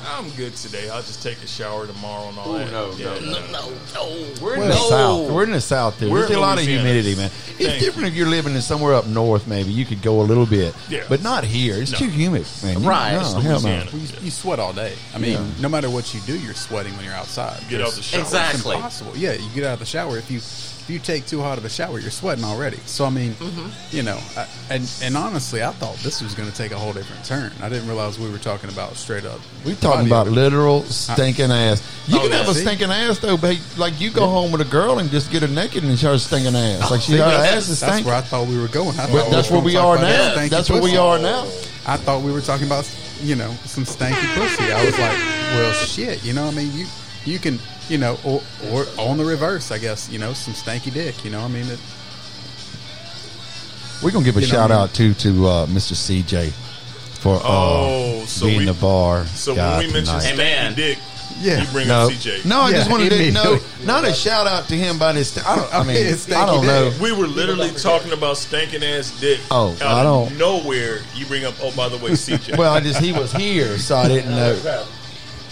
[SPEAKER 4] "I'm good today. I'll just take a shower tomorrow and all that." Yeah,
[SPEAKER 7] no, no.
[SPEAKER 3] We're in
[SPEAKER 7] no.
[SPEAKER 3] the south. We're in the south. There.
[SPEAKER 4] We're
[SPEAKER 3] There's
[SPEAKER 4] in
[SPEAKER 3] a lot of
[SPEAKER 4] Louisiana.
[SPEAKER 3] humidity, man. It's
[SPEAKER 4] Thank
[SPEAKER 3] different if you're living in somewhere up north. Maybe you could go a little bit,
[SPEAKER 4] Yeah.
[SPEAKER 3] but not here. It's
[SPEAKER 4] No.
[SPEAKER 3] too humid, man. You-
[SPEAKER 7] Right.
[SPEAKER 3] no,
[SPEAKER 7] It's
[SPEAKER 3] hell no.
[SPEAKER 4] Louisiana.
[SPEAKER 6] You, you sweat all day. I mean, no matter what you do, you're sweating when you're outside.
[SPEAKER 4] Get out the shower.
[SPEAKER 7] Exactly.
[SPEAKER 6] It's impossible. Yeah, you get out of the shower if you if you take too hot of a shower, you're sweating already. So I mean, you know, I, and and honestly, I thought this was going to take a whole different turn. I didn't realize we were talking about straight up.
[SPEAKER 3] We're talking
[SPEAKER 6] body
[SPEAKER 3] about
[SPEAKER 6] odor.
[SPEAKER 3] literal stinking ass. You
[SPEAKER 7] Oh,
[SPEAKER 3] can
[SPEAKER 7] yeah.
[SPEAKER 3] have a
[SPEAKER 6] See?
[SPEAKER 3] stinking ass though, but like you go home with a girl and just get her naked and her stinking
[SPEAKER 4] Oh,
[SPEAKER 3] ass. Like she, her ass is
[SPEAKER 6] That's
[SPEAKER 3] stinking.
[SPEAKER 6] where I thought we were going. I
[SPEAKER 3] But
[SPEAKER 6] thought
[SPEAKER 3] that's
[SPEAKER 6] were
[SPEAKER 3] where we
[SPEAKER 6] gonna
[SPEAKER 3] are
[SPEAKER 6] talk about
[SPEAKER 3] now.
[SPEAKER 6] stanky
[SPEAKER 3] That's where we
[SPEAKER 6] pussy.
[SPEAKER 3] are now.
[SPEAKER 6] I thought we were talking about you know some stanky pussy. I was like, well, shit. You know, what I mean, you you can you know, or or on the reverse, I guess. You know, some stanky dick. You know, what I mean, it,
[SPEAKER 3] We're gonna give a
[SPEAKER 6] You know
[SPEAKER 3] shout
[SPEAKER 6] what I mean?
[SPEAKER 3] out too to uh, Mr. CJ for uh,
[SPEAKER 4] Oh, so
[SPEAKER 3] being
[SPEAKER 4] we-
[SPEAKER 3] the bar.
[SPEAKER 4] So
[SPEAKER 3] guy
[SPEAKER 4] when we mention
[SPEAKER 3] tonight.
[SPEAKER 7] Hey, man.
[SPEAKER 4] Stanky Dick,
[SPEAKER 6] Yeah.
[SPEAKER 4] you bring
[SPEAKER 3] No,
[SPEAKER 4] up CJ.
[SPEAKER 3] no, I
[SPEAKER 6] Yeah,
[SPEAKER 3] just wanted to no,
[SPEAKER 6] immediately.
[SPEAKER 3] not a shout out to him by this. I, don't, I
[SPEAKER 6] I
[SPEAKER 3] mean,
[SPEAKER 6] mean, it's
[SPEAKER 3] I don't
[SPEAKER 6] Stanky
[SPEAKER 3] know.
[SPEAKER 6] Dick.
[SPEAKER 4] We were literally talking about stinking ass dick.
[SPEAKER 3] Oh,
[SPEAKER 4] out
[SPEAKER 3] I
[SPEAKER 4] Of
[SPEAKER 3] don't-
[SPEAKER 4] nowhere, you bring up. Oh, by the way, CJ.
[SPEAKER 3] Well, I just he was here, so I didn't know.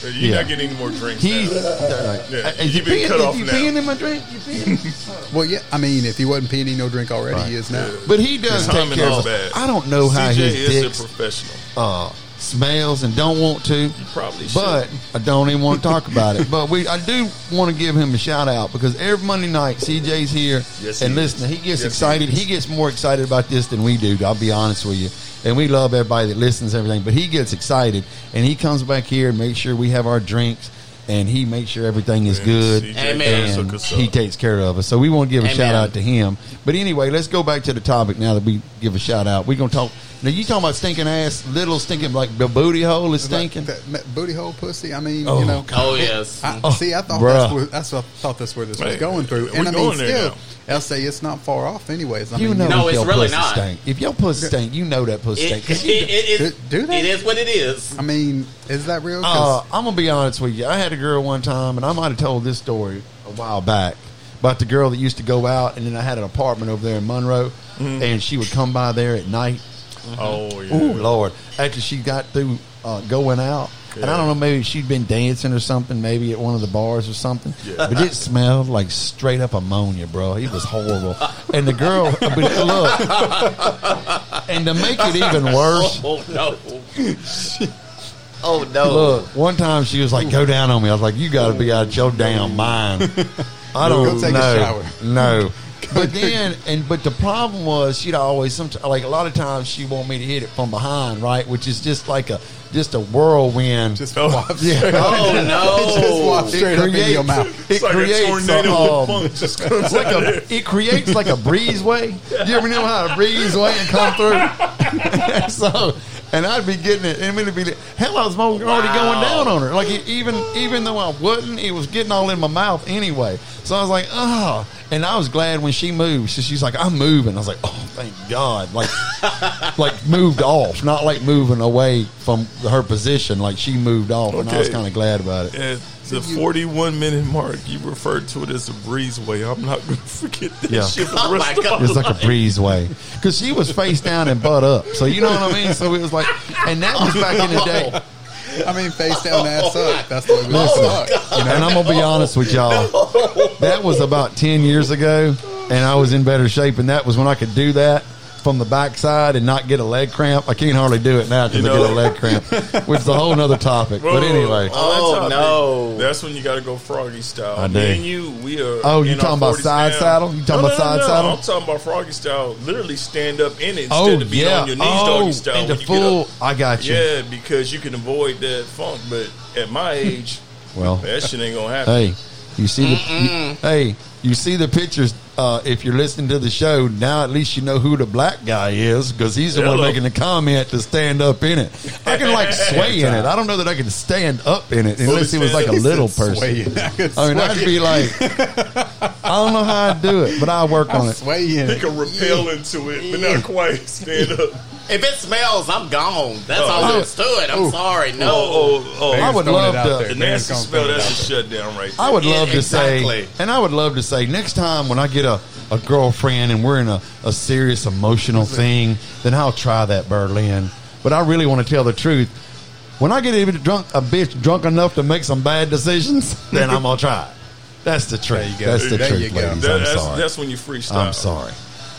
[SPEAKER 4] you're
[SPEAKER 3] yeah.
[SPEAKER 4] not getting any more drinks.
[SPEAKER 3] He, uh,
[SPEAKER 4] now. Yeah,
[SPEAKER 3] is you
[SPEAKER 4] you've been
[SPEAKER 3] peeing,
[SPEAKER 4] cut
[SPEAKER 3] is
[SPEAKER 4] off
[SPEAKER 3] you
[SPEAKER 4] now.
[SPEAKER 3] peeing in my drink? You peeing?
[SPEAKER 6] well, yeah. I mean, if he wasn't peeing no drink already, he is now.
[SPEAKER 3] but he does
[SPEAKER 4] Timing
[SPEAKER 3] take care
[SPEAKER 4] is
[SPEAKER 3] of.
[SPEAKER 4] bad.
[SPEAKER 3] I don't know how
[SPEAKER 4] CJ
[SPEAKER 3] his
[SPEAKER 4] is
[SPEAKER 3] dick
[SPEAKER 4] a professional.
[SPEAKER 3] uh, smells and don't want to.
[SPEAKER 4] probably should.
[SPEAKER 3] but I don't even want to talk about it. But we, I do want to give him a shout out because every Monday night CJ's here
[SPEAKER 4] Yes,
[SPEAKER 3] and
[SPEAKER 4] he
[SPEAKER 3] listen, he gets
[SPEAKER 4] Yes, he
[SPEAKER 3] excited. He, gets more excited about this than we do. I'll be honest with you. and we love everybody that listens, and everything. But he gets excited, and he comes back here, and makes sure we have our drinks, and he makes sure everything is
[SPEAKER 4] And
[SPEAKER 3] good.
[SPEAKER 4] CJ
[SPEAKER 7] Amen.
[SPEAKER 4] Bass
[SPEAKER 3] And
[SPEAKER 4] hook us up.
[SPEAKER 3] he takes care of us. So we want to give a
[SPEAKER 7] Amen.
[SPEAKER 3] shout out to him. But anyway, let's go back to the topic now that we give a shout out. We're gonna talk. Now you talking about stinking ass, little stinking like the booty hole is stinking.
[SPEAKER 6] Like that ma- booty hole pussy. I mean,
[SPEAKER 3] Oh,
[SPEAKER 6] you know.
[SPEAKER 7] Oh, yes.
[SPEAKER 6] I,
[SPEAKER 3] Oh,
[SPEAKER 6] see, I thought
[SPEAKER 3] bruh.
[SPEAKER 6] that's where, that's what I thought that's where this was
[SPEAKER 4] Hey,
[SPEAKER 6] going through,
[SPEAKER 4] we
[SPEAKER 6] and I mean,
[SPEAKER 4] going there
[SPEAKER 6] still,
[SPEAKER 4] now.
[SPEAKER 6] I'll say it's not far off, anyways. I
[SPEAKER 3] You
[SPEAKER 6] mean,
[SPEAKER 3] know,
[SPEAKER 7] No,
[SPEAKER 3] if
[SPEAKER 7] it's
[SPEAKER 3] your
[SPEAKER 7] really
[SPEAKER 3] pussy
[SPEAKER 7] not.
[SPEAKER 3] Stink. If your pussy stink, you know that pussy stink.
[SPEAKER 7] It,
[SPEAKER 3] 'Cause
[SPEAKER 7] it,
[SPEAKER 3] you-
[SPEAKER 7] it, it,
[SPEAKER 6] Do- do they?
[SPEAKER 7] it is what it is.
[SPEAKER 6] I mean, is that real? 'Cause
[SPEAKER 3] Uh, I'm gonna be honest with you. I had a girl one time, and I might have told this story a while back about the girl that used to go out, and then I had an apartment over there in Monroe,
[SPEAKER 7] Mm-hmm.
[SPEAKER 3] and she would come by there at night.
[SPEAKER 4] Oh yeah.
[SPEAKER 3] Uh-huh. Ooh, Lord! After she got through uh, going out, and I don't know, maybe she'd been dancing or something, maybe at one of the bars or something. But it smelled like straight up ammonia, bro. It was horrible. and the girl, but look, and to make it even worse,
[SPEAKER 7] Oh, no. oh, no.
[SPEAKER 3] Look, one time she was like, "Go down on me." I was like, "You got to be out your damn mind." I don't
[SPEAKER 6] Go take a
[SPEAKER 3] know.
[SPEAKER 6] shower.
[SPEAKER 3] No. But then, and but the problem was, she'd always some like a lot of times she want me to hit it from behind, right? Which is just like a just a whirlwind.
[SPEAKER 6] just
[SPEAKER 4] Oh.
[SPEAKER 6] walks
[SPEAKER 3] Yeah.
[SPEAKER 6] straight up-
[SPEAKER 7] Oh, no.
[SPEAKER 6] it just walks straight up into your
[SPEAKER 3] creates-
[SPEAKER 6] mouth.
[SPEAKER 3] It
[SPEAKER 4] It's like
[SPEAKER 3] creates
[SPEAKER 4] a tornado
[SPEAKER 3] a,
[SPEAKER 4] with
[SPEAKER 3] um,
[SPEAKER 4] funk just comes
[SPEAKER 3] it's like
[SPEAKER 4] out
[SPEAKER 3] a, it creates like a breezeway. You ever know how a breezeway and come through? so, and I'd be getting it, and it'd be like, hell, I was mo- already going
[SPEAKER 7] Wow.
[SPEAKER 3] down on her. Like it, even even though I wasn't, it was getting all in my mouth anyway. So I was like, oh, and I was glad when she moved. So she's like, I'm moving. I was like, oh, thank God, like like moved off, not like moving away from her position. Like she moved off, and I was
[SPEAKER 4] Okay.
[SPEAKER 3] kind of glad about it.
[SPEAKER 4] At the 41 minute mark, you referred to it as a breezeway. I'm not going to forget that
[SPEAKER 3] Yeah.
[SPEAKER 4] shit for the
[SPEAKER 7] Oh,
[SPEAKER 4] rest
[SPEAKER 7] my
[SPEAKER 4] of my
[SPEAKER 7] God.
[SPEAKER 3] It's like a breezeway because she was face down and butt up. So you know what I mean. So it was like, and that was back in the day.
[SPEAKER 6] I mean, face down, ass up. That's the way
[SPEAKER 4] Oh,
[SPEAKER 6] we
[SPEAKER 3] Uh, Listen,
[SPEAKER 6] fuck.
[SPEAKER 3] you know, and I'm gonna be honest with y'all. That was about ten years ago, and I was in better shape, and that was when I could do that from the backside and not get a leg cramp. I can't hardly do it now because
[SPEAKER 4] You
[SPEAKER 3] I get a
[SPEAKER 4] know-
[SPEAKER 3] leg cramp, which is a whole nother topic.
[SPEAKER 4] Whoa,
[SPEAKER 3] But anyway,
[SPEAKER 4] on that
[SPEAKER 7] Oh,
[SPEAKER 4] topic,
[SPEAKER 7] no.
[SPEAKER 4] That's when you got to go froggy style.
[SPEAKER 3] I
[SPEAKER 4] Me
[SPEAKER 3] do.
[SPEAKER 4] and you, we are.
[SPEAKER 3] Oh, you
[SPEAKER 4] in
[SPEAKER 3] talking
[SPEAKER 4] our
[SPEAKER 3] about
[SPEAKER 4] 40s
[SPEAKER 3] side
[SPEAKER 4] now.
[SPEAKER 3] saddle? You talking
[SPEAKER 4] No,
[SPEAKER 3] about
[SPEAKER 4] no, no,
[SPEAKER 3] side
[SPEAKER 4] no.
[SPEAKER 3] saddle?
[SPEAKER 4] I'm talking about froggy style. Literally stand up in it instead
[SPEAKER 3] oh
[SPEAKER 4] of being
[SPEAKER 3] yeah,
[SPEAKER 4] on your knees
[SPEAKER 3] oh,
[SPEAKER 4] doggy style.
[SPEAKER 3] and the
[SPEAKER 4] when you get
[SPEAKER 3] full.
[SPEAKER 4] up.
[SPEAKER 3] I got you.
[SPEAKER 4] Yeah, because you can avoid that funk. But at my age,
[SPEAKER 3] Well,
[SPEAKER 4] that shit ain't gonna happen.
[SPEAKER 3] Hey, you see the you- hey, you see the pictures. Uh, if you're listening to the show now, at least you know who the black guy is because he's the one
[SPEAKER 4] Hello.
[SPEAKER 3] making the comment to stand up in it. I can like sway in it. I don't know that I can stand up in it unless it was like a little person.
[SPEAKER 6] Swaying. I could
[SPEAKER 3] I mean, I'd be like, I don't know how I do it, but I work on
[SPEAKER 6] I'm
[SPEAKER 3] it.
[SPEAKER 4] He
[SPEAKER 6] swaying.
[SPEAKER 4] can repel into it, but not quite stand up.
[SPEAKER 7] If it smells, I'm gone. That's all
[SPEAKER 3] Oh.
[SPEAKER 7] there is to it. I'm sorry. No.
[SPEAKER 4] Oh, oh, oh!
[SPEAKER 3] I would
[SPEAKER 6] throwing it
[SPEAKER 3] love
[SPEAKER 6] out
[SPEAKER 3] to.
[SPEAKER 6] there.
[SPEAKER 4] the
[SPEAKER 6] Dan's
[SPEAKER 4] nasty
[SPEAKER 6] gonna
[SPEAKER 4] smell.
[SPEAKER 6] throw it
[SPEAKER 4] That's
[SPEAKER 6] out
[SPEAKER 4] a shutdown right there.
[SPEAKER 3] I would love
[SPEAKER 7] Yeah,
[SPEAKER 3] to
[SPEAKER 7] exactly.
[SPEAKER 3] say, and I would love to say, next time when I get a, a girlfriend and we're in a, a serious emotional thing, then I'll try that Berlin. But I really want to tell the truth. When I get even drunk, a bitch drunk enough to make some bad decisions, then I'm gonna try it. That's the truth.
[SPEAKER 6] you go.
[SPEAKER 3] That's the
[SPEAKER 6] There you
[SPEAKER 3] truth,
[SPEAKER 6] go.
[SPEAKER 3] ladies.
[SPEAKER 4] That-
[SPEAKER 3] I'm
[SPEAKER 4] that's,
[SPEAKER 3] sorry.
[SPEAKER 4] that's when you freestyle.
[SPEAKER 3] I'm sorry. Uh,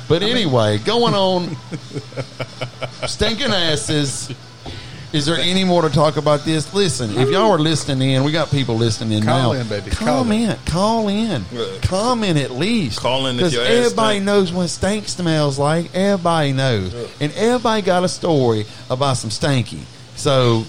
[SPEAKER 3] But anyway, going on stinking asses. Is there any more to talk about this? Listen, if y'all are listening in, we got people listening in
[SPEAKER 6] Call
[SPEAKER 3] now.
[SPEAKER 6] in, baby. Call in.
[SPEAKER 3] Comment, call in,
[SPEAKER 4] Yeah.
[SPEAKER 3] comment at least.
[SPEAKER 4] Call in if
[SPEAKER 3] because
[SPEAKER 4] your ass
[SPEAKER 3] everybody
[SPEAKER 4] stink.
[SPEAKER 3] knows what stank smells like. Everybody knows, and everybody got a story about some stanky. So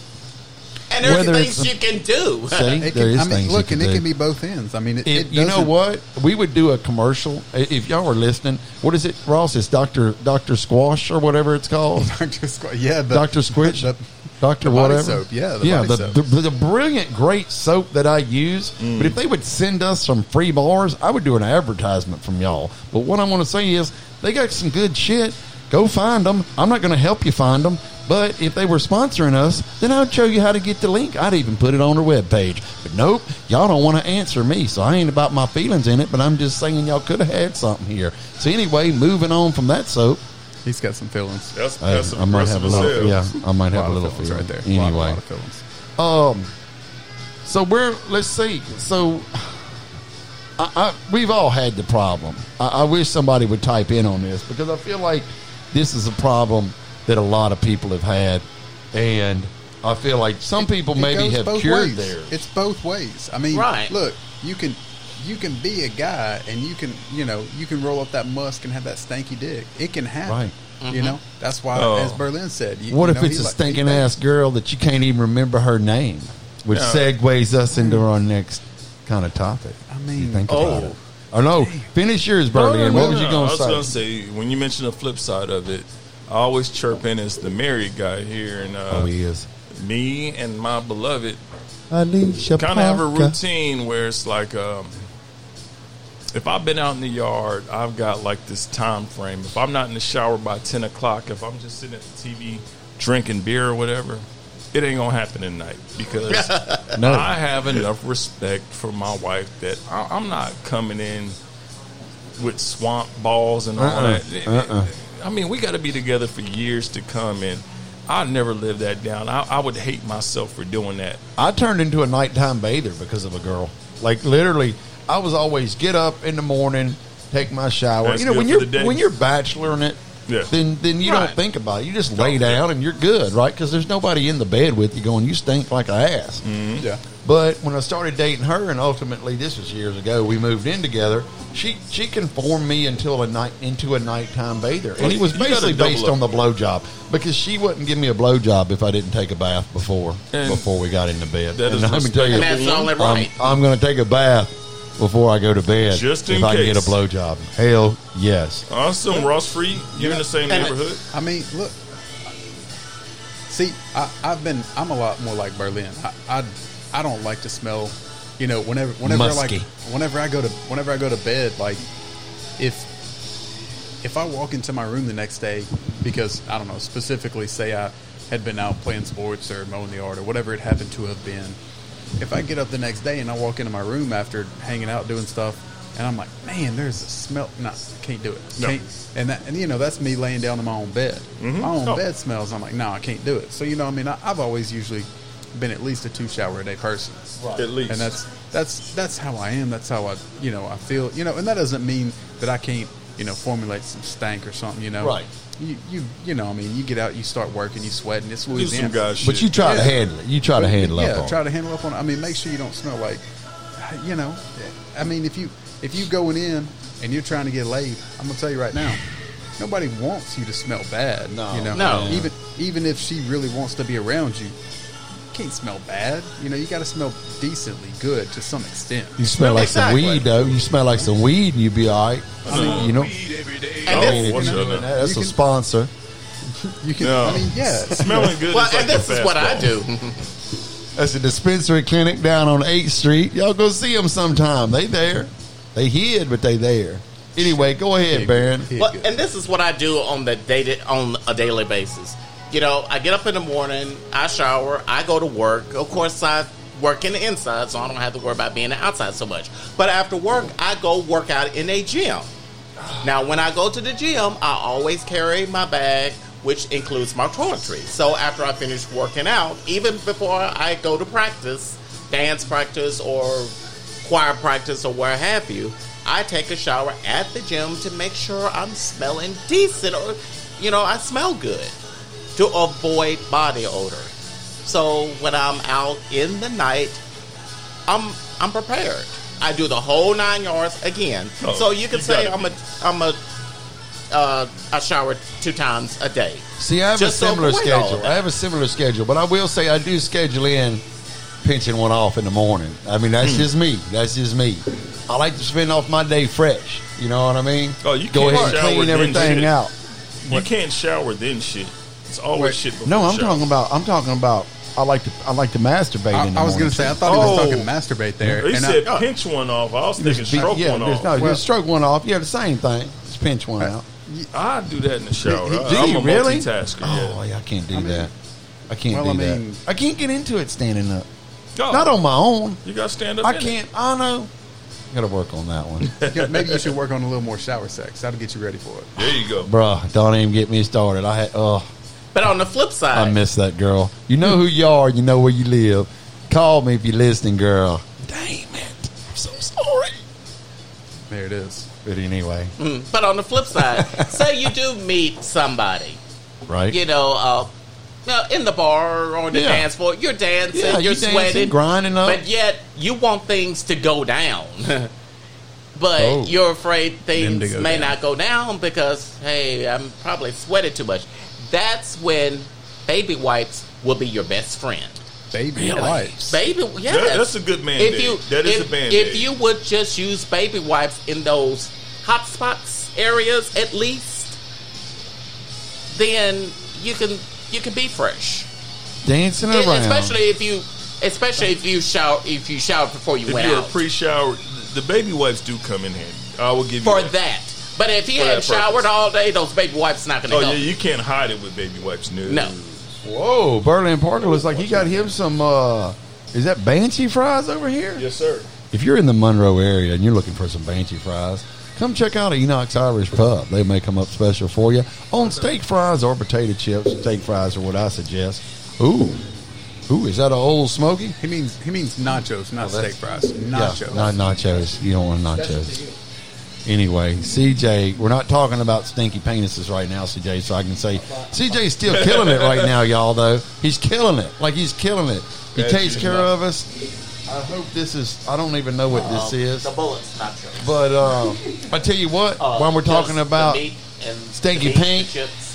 [SPEAKER 7] And there's
[SPEAKER 3] Whether
[SPEAKER 7] things
[SPEAKER 3] it's-
[SPEAKER 7] you can do.
[SPEAKER 3] see, there
[SPEAKER 6] It can,
[SPEAKER 3] is
[SPEAKER 6] I mean,
[SPEAKER 3] things
[SPEAKER 6] look,
[SPEAKER 3] you
[SPEAKER 6] and
[SPEAKER 3] can
[SPEAKER 6] it
[SPEAKER 3] do.
[SPEAKER 6] can be both ends. I mean, it,
[SPEAKER 3] If
[SPEAKER 6] it
[SPEAKER 3] you know
[SPEAKER 6] doesn't-
[SPEAKER 3] what, we would do a commercial. I- If y'all are listening, what is it, Ross? It's Doctor Doctor Squash or whatever it's called.
[SPEAKER 6] Dr. Squatch. Yeah, the,
[SPEAKER 3] Doctor Squitch,
[SPEAKER 6] the-
[SPEAKER 3] Doctor
[SPEAKER 6] the body
[SPEAKER 3] whatever.
[SPEAKER 6] soap, yeah, the
[SPEAKER 3] yeah,
[SPEAKER 6] body
[SPEAKER 3] the,
[SPEAKER 6] soap. Mm.
[SPEAKER 3] The, the brilliant, great soap that I use. But if they would send us some free bars, I would do an advertisement from y'all. But what I want to say is, they got some good shit. Go find them. I'm not going to help you find them. But if they were sponsoring us, then I'd show you how to get the link. I'd even put it on their webpage. But nope, y'all don't want to answer me. So I ain't about my feelings in it, but I'm just saying y'all could have had something here. So anyway, moving on from that soap,
[SPEAKER 6] he's got some feelings.
[SPEAKER 4] That's,
[SPEAKER 3] I,
[SPEAKER 4] that's
[SPEAKER 3] I might have a little,
[SPEAKER 4] little.
[SPEAKER 3] yeah, I might have a
[SPEAKER 6] lot of
[SPEAKER 3] little
[SPEAKER 6] feelings
[SPEAKER 3] feeling.
[SPEAKER 6] right there. A lot-
[SPEAKER 3] Anyway,
[SPEAKER 6] a lot of feelings.
[SPEAKER 3] um, so we're let's see. So, I, I we've all had the problem. I, I wish somebody would type in on this because I feel like this is a problem that a lot of people have had, and I feel like some people
[SPEAKER 6] It
[SPEAKER 3] maybe
[SPEAKER 6] goes
[SPEAKER 3] have
[SPEAKER 6] both
[SPEAKER 3] cured
[SPEAKER 6] ways.
[SPEAKER 3] theirs.
[SPEAKER 6] It's both ways. I mean,
[SPEAKER 7] Right.
[SPEAKER 6] look, you can you can be a guy and you can you know you can roll up that musk and have that stanky dick. It can happen.
[SPEAKER 3] Right.
[SPEAKER 6] You know, that's why,
[SPEAKER 4] Oh.
[SPEAKER 6] as Berlin said, you,
[SPEAKER 3] What
[SPEAKER 6] you
[SPEAKER 3] if
[SPEAKER 6] know,
[SPEAKER 3] it's
[SPEAKER 6] he
[SPEAKER 3] a
[SPEAKER 6] like-
[SPEAKER 3] stinking ass girl that you can't even remember her name? Which
[SPEAKER 4] No.
[SPEAKER 3] segues us into our next kind of topic.
[SPEAKER 6] I
[SPEAKER 3] if you
[SPEAKER 6] mean,
[SPEAKER 3] think
[SPEAKER 7] oh.
[SPEAKER 3] about it. Oh no! Finish yours, Berlin. what was you
[SPEAKER 4] No,
[SPEAKER 3] going
[SPEAKER 4] I was
[SPEAKER 3] to
[SPEAKER 4] gonna
[SPEAKER 3] say?
[SPEAKER 4] say when you mentioned the flip side of it, I always chirp in as the married guy here, and uh,
[SPEAKER 3] Oh, he is.
[SPEAKER 4] me and my beloved
[SPEAKER 3] Alicia
[SPEAKER 4] kind of have a
[SPEAKER 3] Parker.
[SPEAKER 4] routine where it's like um, if I've been out in the yard, I've got like this time frame. If I'm not in the shower by ten o'clock, if I'm just sitting at the TV drinking beer or whatever, it ain't gonna happen tonight because
[SPEAKER 3] No.
[SPEAKER 4] I have enough respect for my wife that I, I'm not coming in with swamp balls and all
[SPEAKER 3] Uh-uh.
[SPEAKER 4] that.
[SPEAKER 3] Uh-uh.
[SPEAKER 4] I mean, we got to be together for years to come, and I never live that down. I, I would hate myself for doing that.
[SPEAKER 3] I turned into a nighttime bather because of a girl. Like literally, I was always get up in the morning, take my shower.
[SPEAKER 4] That's
[SPEAKER 3] you know,
[SPEAKER 4] good
[SPEAKER 3] when
[SPEAKER 4] for
[SPEAKER 3] you're
[SPEAKER 4] the day.
[SPEAKER 3] when you're bacheloring it,
[SPEAKER 4] Yeah.
[SPEAKER 3] then then you
[SPEAKER 4] Right.
[SPEAKER 3] don't think about it. You just lay down and you're good, right? Because there's nobody in the bed with you going, you stink like an ass.
[SPEAKER 4] Mm-hmm.
[SPEAKER 6] Yeah.
[SPEAKER 3] But when I started dating her, and ultimately this was years ago, we moved in together. She she conformed me until a night into a nighttime bather, and it was
[SPEAKER 4] You gotta
[SPEAKER 3] basically
[SPEAKER 4] double
[SPEAKER 3] based
[SPEAKER 4] up.
[SPEAKER 3] on the blowjob because she wouldn't give me a blowjob if I didn't take a bath before
[SPEAKER 4] And
[SPEAKER 3] before we got into bed.
[SPEAKER 4] that is
[SPEAKER 3] and let me tell you,
[SPEAKER 7] And that's only
[SPEAKER 3] I'm,
[SPEAKER 7] right.
[SPEAKER 3] I'm going to take a bath before I go to bed
[SPEAKER 4] Just
[SPEAKER 3] if
[SPEAKER 4] in
[SPEAKER 3] I can
[SPEAKER 4] case.
[SPEAKER 3] get a blowjob. Hell yes.
[SPEAKER 4] Awesome, Ross Free. You're in the same
[SPEAKER 7] And-
[SPEAKER 4] neighborhood.
[SPEAKER 6] I mean, look. See, I, I've been. I'm a lot more like Berlin. I, I, I don't like to smell. You know, whenever, whenever, I like,
[SPEAKER 3] Musky.
[SPEAKER 6] whenever I go to, whenever I go to bed, like, if, if I walk into my room the next day because I don't know, specifically say I had been out playing sports or mowing the yard or whatever it happened to have been. If I get up the next day and I walk into my room after hanging out doing stuff, and I'm like, man, there's a smell. Nah, can't do it.
[SPEAKER 4] No.
[SPEAKER 6] Can't, and that, and you know, that's me laying down in my own bed. My own
[SPEAKER 4] Oh.
[SPEAKER 6] bed smells. I'm like, no, I can't do it. So you know, I mean, I, I've always usually been at least a two shower a day person,
[SPEAKER 4] At least.
[SPEAKER 6] and that's that's that's how I am. That's how I you know I feel. You know, and that doesn't mean that I can't you know formulate some stank or something. You know,
[SPEAKER 3] Right.
[SPEAKER 6] You you you know, I mean, you get out, you start working, you sweating. It's
[SPEAKER 4] Do some
[SPEAKER 6] Louisiana,
[SPEAKER 4] guy shit.
[SPEAKER 3] But you try to
[SPEAKER 6] Yeah.
[SPEAKER 3] handle it. You try to handle
[SPEAKER 6] yeah,
[SPEAKER 3] up on it.
[SPEAKER 6] try to handle up on. it. I mean, make sure you don't smell like, you know, I mean, if you if you going in and you're trying to get laid, I'm gonna tell you right now, nobody wants you to smell bad.
[SPEAKER 3] No.
[SPEAKER 6] you know,
[SPEAKER 7] No.
[SPEAKER 6] Even even if she really wants to be around you, you can't smell bad. You know, you got to smell decently good to some extent.
[SPEAKER 3] You smell like
[SPEAKER 7] Exactly.
[SPEAKER 3] some weed, though. You smell like some weed, and you'd be all right. you know,
[SPEAKER 7] And
[SPEAKER 4] Oh,
[SPEAKER 7] this,
[SPEAKER 4] what's
[SPEAKER 6] you know,
[SPEAKER 4] your
[SPEAKER 6] and
[SPEAKER 4] name?
[SPEAKER 3] that's
[SPEAKER 6] You
[SPEAKER 3] a
[SPEAKER 6] can-
[SPEAKER 3] sponsor.
[SPEAKER 6] You can,
[SPEAKER 4] No.
[SPEAKER 6] I mean, yeah,
[SPEAKER 4] Smelling good.
[SPEAKER 7] well,
[SPEAKER 4] is like
[SPEAKER 7] and this
[SPEAKER 4] the
[SPEAKER 7] is what I
[SPEAKER 4] fastball.
[SPEAKER 7] do.
[SPEAKER 3] That's a dispensary clinic down on 8th Street. Y'all go see them sometime. They there. They hid, but they there. Anyway, go ahead, Baron.
[SPEAKER 6] Yeah.
[SPEAKER 7] Well, and this is what I do on the day on a daily basis. You know, I get up in the morning, I shower, I go to work. Of course, I work in the inside, so I don't have to worry about being outside so much. But after work, I go work out in a gym. Now, when I go to the gym, I always carry my bag, which includes my toiletries. So after I finish working out, even before I go to practice, dance practice or choir practice or where have you, I take a shower at the gym to make sure I'm smelling decent or, you know, I smell good to avoid body odor. So when I'm out in the night, I'm I'm prepared. I do the whole nine yards again.
[SPEAKER 4] Oh,
[SPEAKER 7] so you can
[SPEAKER 4] you
[SPEAKER 7] say
[SPEAKER 4] gotta
[SPEAKER 7] I'm a I'm a uh, I shower two times a day.
[SPEAKER 3] See, I have
[SPEAKER 7] Just
[SPEAKER 3] a similar
[SPEAKER 7] avoid all
[SPEAKER 3] schedule.
[SPEAKER 7] that.
[SPEAKER 3] I have a similar schedule, but I will say I do schedule in pinching one off in the morning. I mean,
[SPEAKER 4] Hmm.
[SPEAKER 3] that's just me. That's just me. I like to spend off my day fresh. You know what I mean?
[SPEAKER 4] Oh, you
[SPEAKER 3] go
[SPEAKER 4] can't
[SPEAKER 3] ahead and
[SPEAKER 4] shower
[SPEAKER 3] clean
[SPEAKER 4] then shit.
[SPEAKER 3] everything out.
[SPEAKER 4] You can't shower then shit. It's always shit. Before
[SPEAKER 3] No,
[SPEAKER 4] the
[SPEAKER 3] I'm
[SPEAKER 4] shower.
[SPEAKER 3] talking about. I'm talking about. I like to. I like to masturbate.
[SPEAKER 6] I,
[SPEAKER 3] in the
[SPEAKER 6] I was gonna
[SPEAKER 3] morning,
[SPEAKER 6] say I
[SPEAKER 3] too.
[SPEAKER 6] thought
[SPEAKER 4] Oh.
[SPEAKER 6] he was talking masturbate there.
[SPEAKER 4] He
[SPEAKER 6] and
[SPEAKER 4] said
[SPEAKER 6] I,
[SPEAKER 4] pinch one off. I was
[SPEAKER 3] Just
[SPEAKER 4] thinking
[SPEAKER 3] beat-
[SPEAKER 4] stroke
[SPEAKER 3] yeah,
[SPEAKER 4] one
[SPEAKER 3] there's-
[SPEAKER 4] off.
[SPEAKER 3] No,
[SPEAKER 6] Well-
[SPEAKER 3] just stroke one off. Yeah, the same thing. Just pinch one out.
[SPEAKER 4] I do that in the shower.
[SPEAKER 6] He- he-
[SPEAKER 4] I-
[SPEAKER 3] Do
[SPEAKER 4] Uh, I'm
[SPEAKER 3] you
[SPEAKER 4] a
[SPEAKER 3] really?
[SPEAKER 4] multitasker.
[SPEAKER 3] Oh, yeah, I can't do that. I can't
[SPEAKER 6] Well,
[SPEAKER 3] do
[SPEAKER 6] I
[SPEAKER 3] that.
[SPEAKER 6] mean-
[SPEAKER 3] I can't get into it standing up.
[SPEAKER 4] yeah. Oh,
[SPEAKER 3] Not on my own.
[SPEAKER 4] You got to stand up.
[SPEAKER 3] I
[SPEAKER 4] in it.
[SPEAKER 3] can't. I know. Got to work on that one,
[SPEAKER 6] yeah, maybe you should work on a little more shower sex. That'll get you ready for it.
[SPEAKER 4] There you go.
[SPEAKER 3] bruh. Don't even get me started. I had. Oh,
[SPEAKER 7] But on the flip side,
[SPEAKER 3] I miss that girl. You know who you are. You know where you live. Call me if you're listening, girl. Damn it! I'm so sorry.
[SPEAKER 6] There it is.
[SPEAKER 3] But anyway,
[SPEAKER 7] but on the flip side, say you do meet somebody,
[SPEAKER 3] right?
[SPEAKER 7] you know, uh, you know, in the bar or on the
[SPEAKER 3] Yeah.
[SPEAKER 7] dance floor, you're dancing,
[SPEAKER 3] Yeah,
[SPEAKER 7] you're
[SPEAKER 3] you dancing,
[SPEAKER 7] sweating,
[SPEAKER 3] grinding up.
[SPEAKER 7] but yet you want things to go down. but
[SPEAKER 3] Oh.
[SPEAKER 7] you're afraid
[SPEAKER 6] to
[SPEAKER 7] things
[SPEAKER 6] go
[SPEAKER 7] may
[SPEAKER 6] down.
[SPEAKER 7] not go down because hey, I'm probably sweated too much. That's when baby wipes will be your best friend.
[SPEAKER 6] baby wipes.
[SPEAKER 7] Baby, yeah,
[SPEAKER 4] That- that's a good Band-Aid. That is
[SPEAKER 7] if,
[SPEAKER 4] a Band-Aid.
[SPEAKER 7] If you would just use baby wipes in those hot spots areas at least, then you can you can be fresh.
[SPEAKER 3] Dancing
[SPEAKER 7] E-
[SPEAKER 3] around.
[SPEAKER 7] Especially if you, especially if you shower if you showered before you
[SPEAKER 4] If
[SPEAKER 7] went
[SPEAKER 4] you're
[SPEAKER 7] out
[SPEAKER 4] a pre-shower, the baby wipes do come in handy. I will give you
[SPEAKER 7] for
[SPEAKER 4] that.
[SPEAKER 7] that. But if he
[SPEAKER 4] For
[SPEAKER 7] had
[SPEAKER 4] that
[SPEAKER 7] showered
[SPEAKER 4] purpose.
[SPEAKER 7] all day, those baby wipes not gonna
[SPEAKER 4] Oh
[SPEAKER 7] go.
[SPEAKER 4] yeah, you can't hide it with baby wipes. No,
[SPEAKER 7] No.
[SPEAKER 3] Whoa, Berlin Parker looks like he got him some. uh Is that Banshee fries over here?
[SPEAKER 4] Yes, sir.
[SPEAKER 3] If you're in the Monroe area and you're looking for some Banshee fries, come check out Enoch's Irish Pub. They make them up special for you on steak fries or potato chips. Steak fries are what I suggest. Ooh, ooh, is that an old Smoky?
[SPEAKER 6] He means he means nachos, not steak fries. Nachos.
[SPEAKER 3] Yeah, not nachos. You don't want nachos. Anyway, CJ, we're not talking about stinky penises right now, CJ. So I can say CJ's still killing it right now, y'all. Though he's killing it, like he's killing it. He
[SPEAKER 4] Yeah,
[SPEAKER 3] takes
[SPEAKER 4] he's
[SPEAKER 3] care
[SPEAKER 4] not-
[SPEAKER 3] of us. I hope this is. I don't even know what this is,
[SPEAKER 7] bullets not true.
[SPEAKER 3] but um, I tell you what.
[SPEAKER 7] Uh,
[SPEAKER 3] while we're talking about stinky pink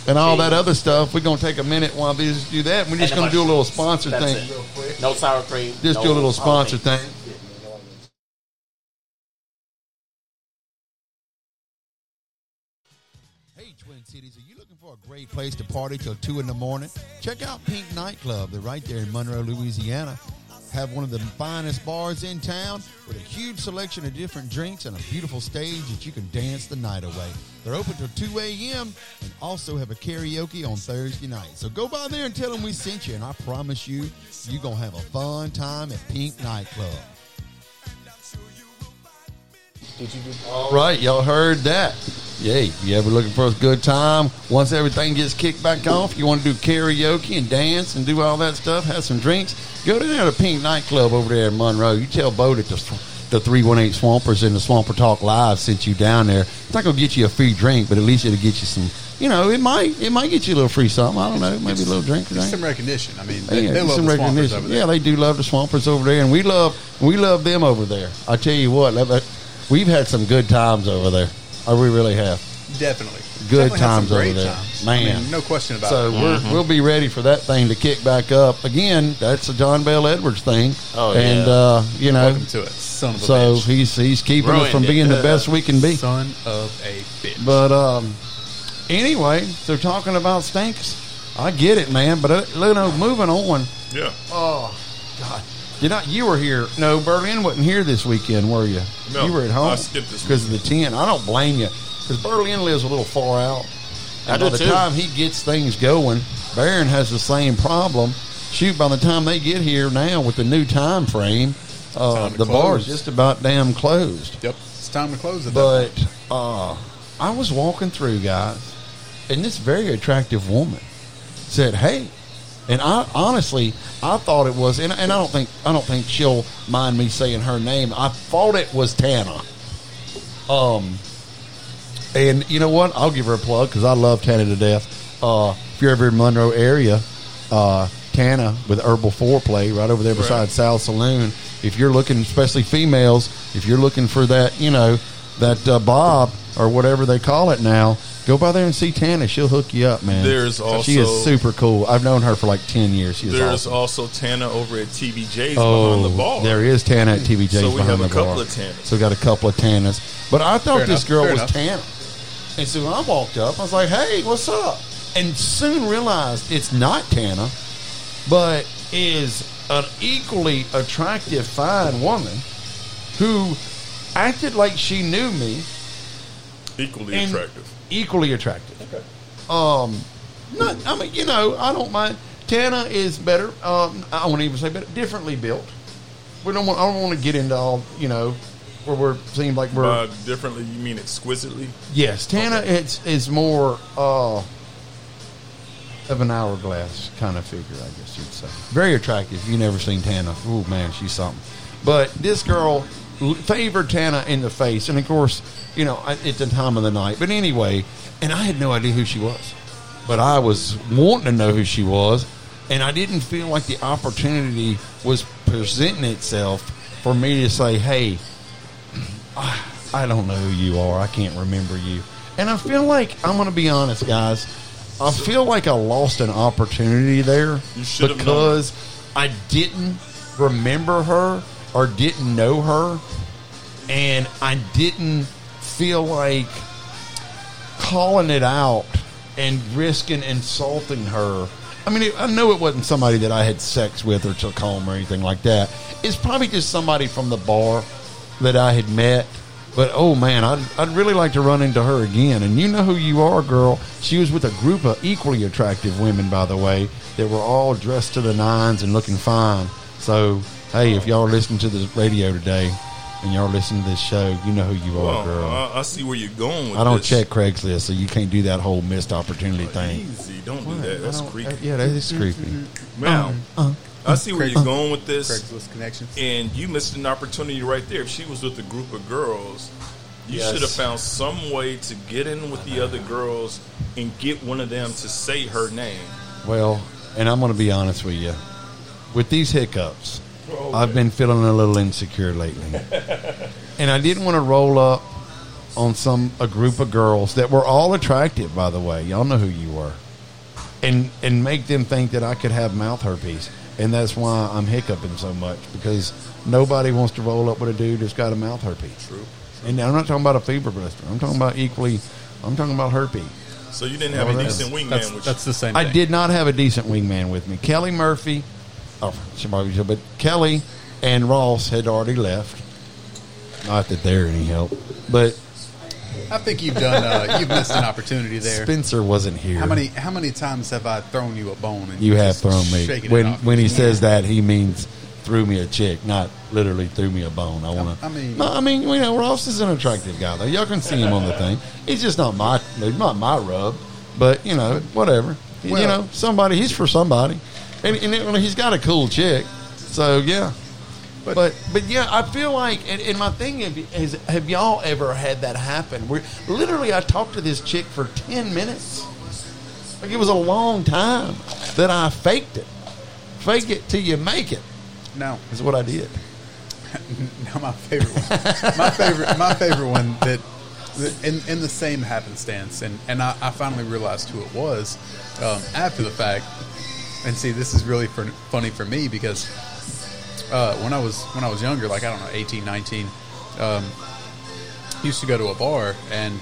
[SPEAKER 3] and all that other stuff, we're gonna take a minute while we just do that. We're just gonna do a little sponsor thing.
[SPEAKER 7] No sour cream.
[SPEAKER 3] Just do a little sponsor thing. Hey, Twin Cities, are you looking for a great place to party till 2 in the morning? Check out Pink Nightclub. They're right there in Monroe, Louisiana. Have one of the finest bars in town with a huge selection of different drinks and a beautiful stage that you can dance the night away. They're open till 2 a.m. and also have a karaoke on Thursday night. So go by there and tell them we sent you, and I promise you, you're going to have a fun time at Pink Nightclub. All right, y'all heard that. Yay. You ever looking for a good time? Once everything gets kicked back off, you want to do karaoke and dance and do all that stuff, have some drinks, go down to Pink Nightclub over there in Monroe. You tell Bo that the, the 318 Swampers and the Swamper Talk Live sent you down there. It's not going to get you a free drink, but at least it'll get you some, you know, it might it might get you a little free something. I don't know. Maybe a little drink. or
[SPEAKER 6] Just
[SPEAKER 3] something
[SPEAKER 6] some recognition. I mean, they,
[SPEAKER 3] yeah,
[SPEAKER 6] they love
[SPEAKER 3] some
[SPEAKER 6] the Swampers
[SPEAKER 3] recognition.
[SPEAKER 6] over there.
[SPEAKER 3] Yeah, they do love the Swampers over there, and we love we love them over there. I tell you what, that- that- we've had some good times over there. Or we really have.
[SPEAKER 6] Definitely.
[SPEAKER 3] Good
[SPEAKER 6] Definitely had some
[SPEAKER 3] times over
[SPEAKER 6] great
[SPEAKER 3] there.
[SPEAKER 6] times.
[SPEAKER 3] Man.
[SPEAKER 6] I mean, no question about
[SPEAKER 3] So
[SPEAKER 6] it.
[SPEAKER 3] we're, we'll be ready for that thing to kick back up again. That's a John Bell Edwards thing.
[SPEAKER 7] Oh, yeah.
[SPEAKER 3] and uh, you know,
[SPEAKER 6] Welcome to it, son of a
[SPEAKER 3] so
[SPEAKER 6] bitch.
[SPEAKER 3] he's he's keeping us
[SPEAKER 7] Ruined
[SPEAKER 3] from
[SPEAKER 7] it.
[SPEAKER 3] being the best we can be.
[SPEAKER 6] Son of a bitch.
[SPEAKER 3] But um, anyway, so talking about stinks, I get it, man. But uh, you know, moving on.
[SPEAKER 4] Yeah.
[SPEAKER 3] Did not you were here? No, Berlin wasn't here this weekend, were you?
[SPEAKER 4] No,
[SPEAKER 3] you were at home.
[SPEAKER 4] I skipped this
[SPEAKER 3] because of the ten. I don't blame you because Berlin lives a little far out. And
[SPEAKER 7] I
[SPEAKER 3] by
[SPEAKER 7] do
[SPEAKER 3] the
[SPEAKER 7] too.
[SPEAKER 3] time he gets things going, Barron has the same problem. Shoot, by the time they get here now with the new time frame, uh,
[SPEAKER 6] Time to
[SPEAKER 3] the bar's
[SPEAKER 6] close.
[SPEAKER 3] just about damn closed.
[SPEAKER 6] yep. It's time to close it. though.
[SPEAKER 3] But uh, I was walking through, guys, and this very attractive woman said, "Hey," and I honestly, I thought it was, and, and I don't think I don't think she'll mind me saying her name. I thought it was Tana. Um, and you know what? I'll give her a plug because I love Tana to death. Uh, if you're ever in Monroe area, uh, Tana with Herbal Foreplay right over there beside Sal Saloon. If you're looking, especially females, if you're looking for that, you know, that uh, Bob or whatever they call it now, go by there and see Tana. She'll hook you up, man.
[SPEAKER 4] There's
[SPEAKER 3] she is
[SPEAKER 4] also-
[SPEAKER 3] super cool. I've known her for like ten years. She is
[SPEAKER 4] There's
[SPEAKER 3] awesome.
[SPEAKER 4] also Tana over at TBJ's
[SPEAKER 3] Oh,
[SPEAKER 4] behind the bar.
[SPEAKER 3] there is Tana at TBJ's
[SPEAKER 4] So we
[SPEAKER 3] behind
[SPEAKER 4] have
[SPEAKER 3] the
[SPEAKER 4] a couple
[SPEAKER 3] bar.
[SPEAKER 4] of Tanas.
[SPEAKER 3] So we got a couple of Tanas. But I thought
[SPEAKER 6] Fair
[SPEAKER 3] this
[SPEAKER 6] enough,
[SPEAKER 3] girl
[SPEAKER 6] fair
[SPEAKER 3] was
[SPEAKER 6] enough.
[SPEAKER 3] Tana. And so when I walked up, I was like, hey, what's up? And soon realized it's not Tana, but is an equally attractive, fine woman who acted like she knew me
[SPEAKER 4] Equally
[SPEAKER 3] and
[SPEAKER 4] attractive.
[SPEAKER 3] Equally attractive. Okay. Um, not. I mean, you know, I don't mind. Tana is better. Um, I won't even say better. Differently built. We don't want. I don't want to get into all. You know, where we're seem like we're.
[SPEAKER 4] Uh, differently, you mean exquisitely?
[SPEAKER 3] yes, Tana. It's is more uh, of an hourglass kind of figure. I guess you'd say. Very attractive. You never seen Tana. Oh man, she's something. But this girl l- favored Tana in the face, and of course, you know, I- it's the time of the night. But anyway, and I had no idea who she was, but I was wanting to know who she was, and I didn't feel like the opportunity was presenting itself for me to say, "Hey, ah, I don't know who you are. I can't remember you. And I feel like I'm going to be honest, guys. I feel like I lost an opportunity there
[SPEAKER 4] You should have known.
[SPEAKER 3] because I didn't remember her or didn't know her, and I didn't feel like calling it out and risking insulting her. I mean, I know it wasn't somebody that I had sex with or took home or anything like that. It's probably just somebody from the bar that I had met. But oh man, I'd, I'd really like to run into her again. And you know who you are, girl. She was with a group of equally attractive women, by the way, that were all dressed to the nines and looking fine. So, hey, if y'all are listening to this radio today and y'all listening to this show, you know who you are,
[SPEAKER 4] Well, uh,
[SPEAKER 3] girl.
[SPEAKER 4] I, I see where you're going with
[SPEAKER 3] I don't
[SPEAKER 4] this.
[SPEAKER 3] check Craigslist, so you can't do that whole missed opportunity thing.
[SPEAKER 4] Easy. Don't do that. That's creepy.
[SPEAKER 3] Yeah, that is creepy.
[SPEAKER 4] Now, I see where you're going with this.
[SPEAKER 6] Craigslist connections.
[SPEAKER 4] and you missed an opportunity right there. If she was with a group of girls, you
[SPEAKER 3] Yes.
[SPEAKER 4] should have found some way to get in with the other girls and get one of them to say her name.
[SPEAKER 3] Well, and I'm going to be honest with you. With these hiccups,
[SPEAKER 4] Oh,
[SPEAKER 3] I've been feeling a little insecure lately. and I didn't want to roll up on some a group of girls that were all attractive, by the way. Y'all know who you were. And and make them think that I could have mouth herpes. And that's why I'm hiccuping so much because nobody wants to roll up with a dude that's got a mouth herpes. True. And I'm not talking about a fever blister. I'm talking about equally. I'm talking about herpes.
[SPEAKER 4] So you didn't have
[SPEAKER 3] Well,
[SPEAKER 4] a
[SPEAKER 3] that's-
[SPEAKER 4] decent wingman.
[SPEAKER 6] That's,
[SPEAKER 4] which,
[SPEAKER 6] that's the same.
[SPEAKER 3] I
[SPEAKER 6] thing.
[SPEAKER 3] did not have a decent wingman with me. Kelly Murphy, oh, she might be, but Kelly and Ross had already left. Not that they're any help, but
[SPEAKER 6] I think you've done. Uh, you've missed an opportunity there.
[SPEAKER 3] Spencer wasn't here.
[SPEAKER 6] How many how many times have I thrown you a bone? And
[SPEAKER 3] You
[SPEAKER 6] you're
[SPEAKER 3] have
[SPEAKER 6] just
[SPEAKER 3] thrown me.
[SPEAKER 6] shaking it
[SPEAKER 3] When
[SPEAKER 6] off?
[SPEAKER 3] when he says that, he means threw me a chick, not literally threw me a bone. I want to.
[SPEAKER 6] I mean-
[SPEAKER 3] no, I mean, you know, Ross is an attractive guy though. Y'all can see him on the thing. He's just not my, not my rub. But you know, whatever. you
[SPEAKER 6] Well-
[SPEAKER 3] know, somebody. He's for somebody, and, and it- well, he's got a cool chick. So yeah. But, but yeah, I feel like, and, and my thing is, have y'all ever had that happen? Where literally, I talked to this chick for ten minutes. Like it was a long time that I faked it. Fake it till you make it
[SPEAKER 6] no,
[SPEAKER 3] is what I did.
[SPEAKER 6] no, my favorite one. my favorite my favorite one that, that in in the same happenstance, and and I, I finally realized who it was um, after the fact. And see, this is really for, funny for me because uh, when I was when I was younger, like I don't know, 18, 19, um, used to go to a bar, and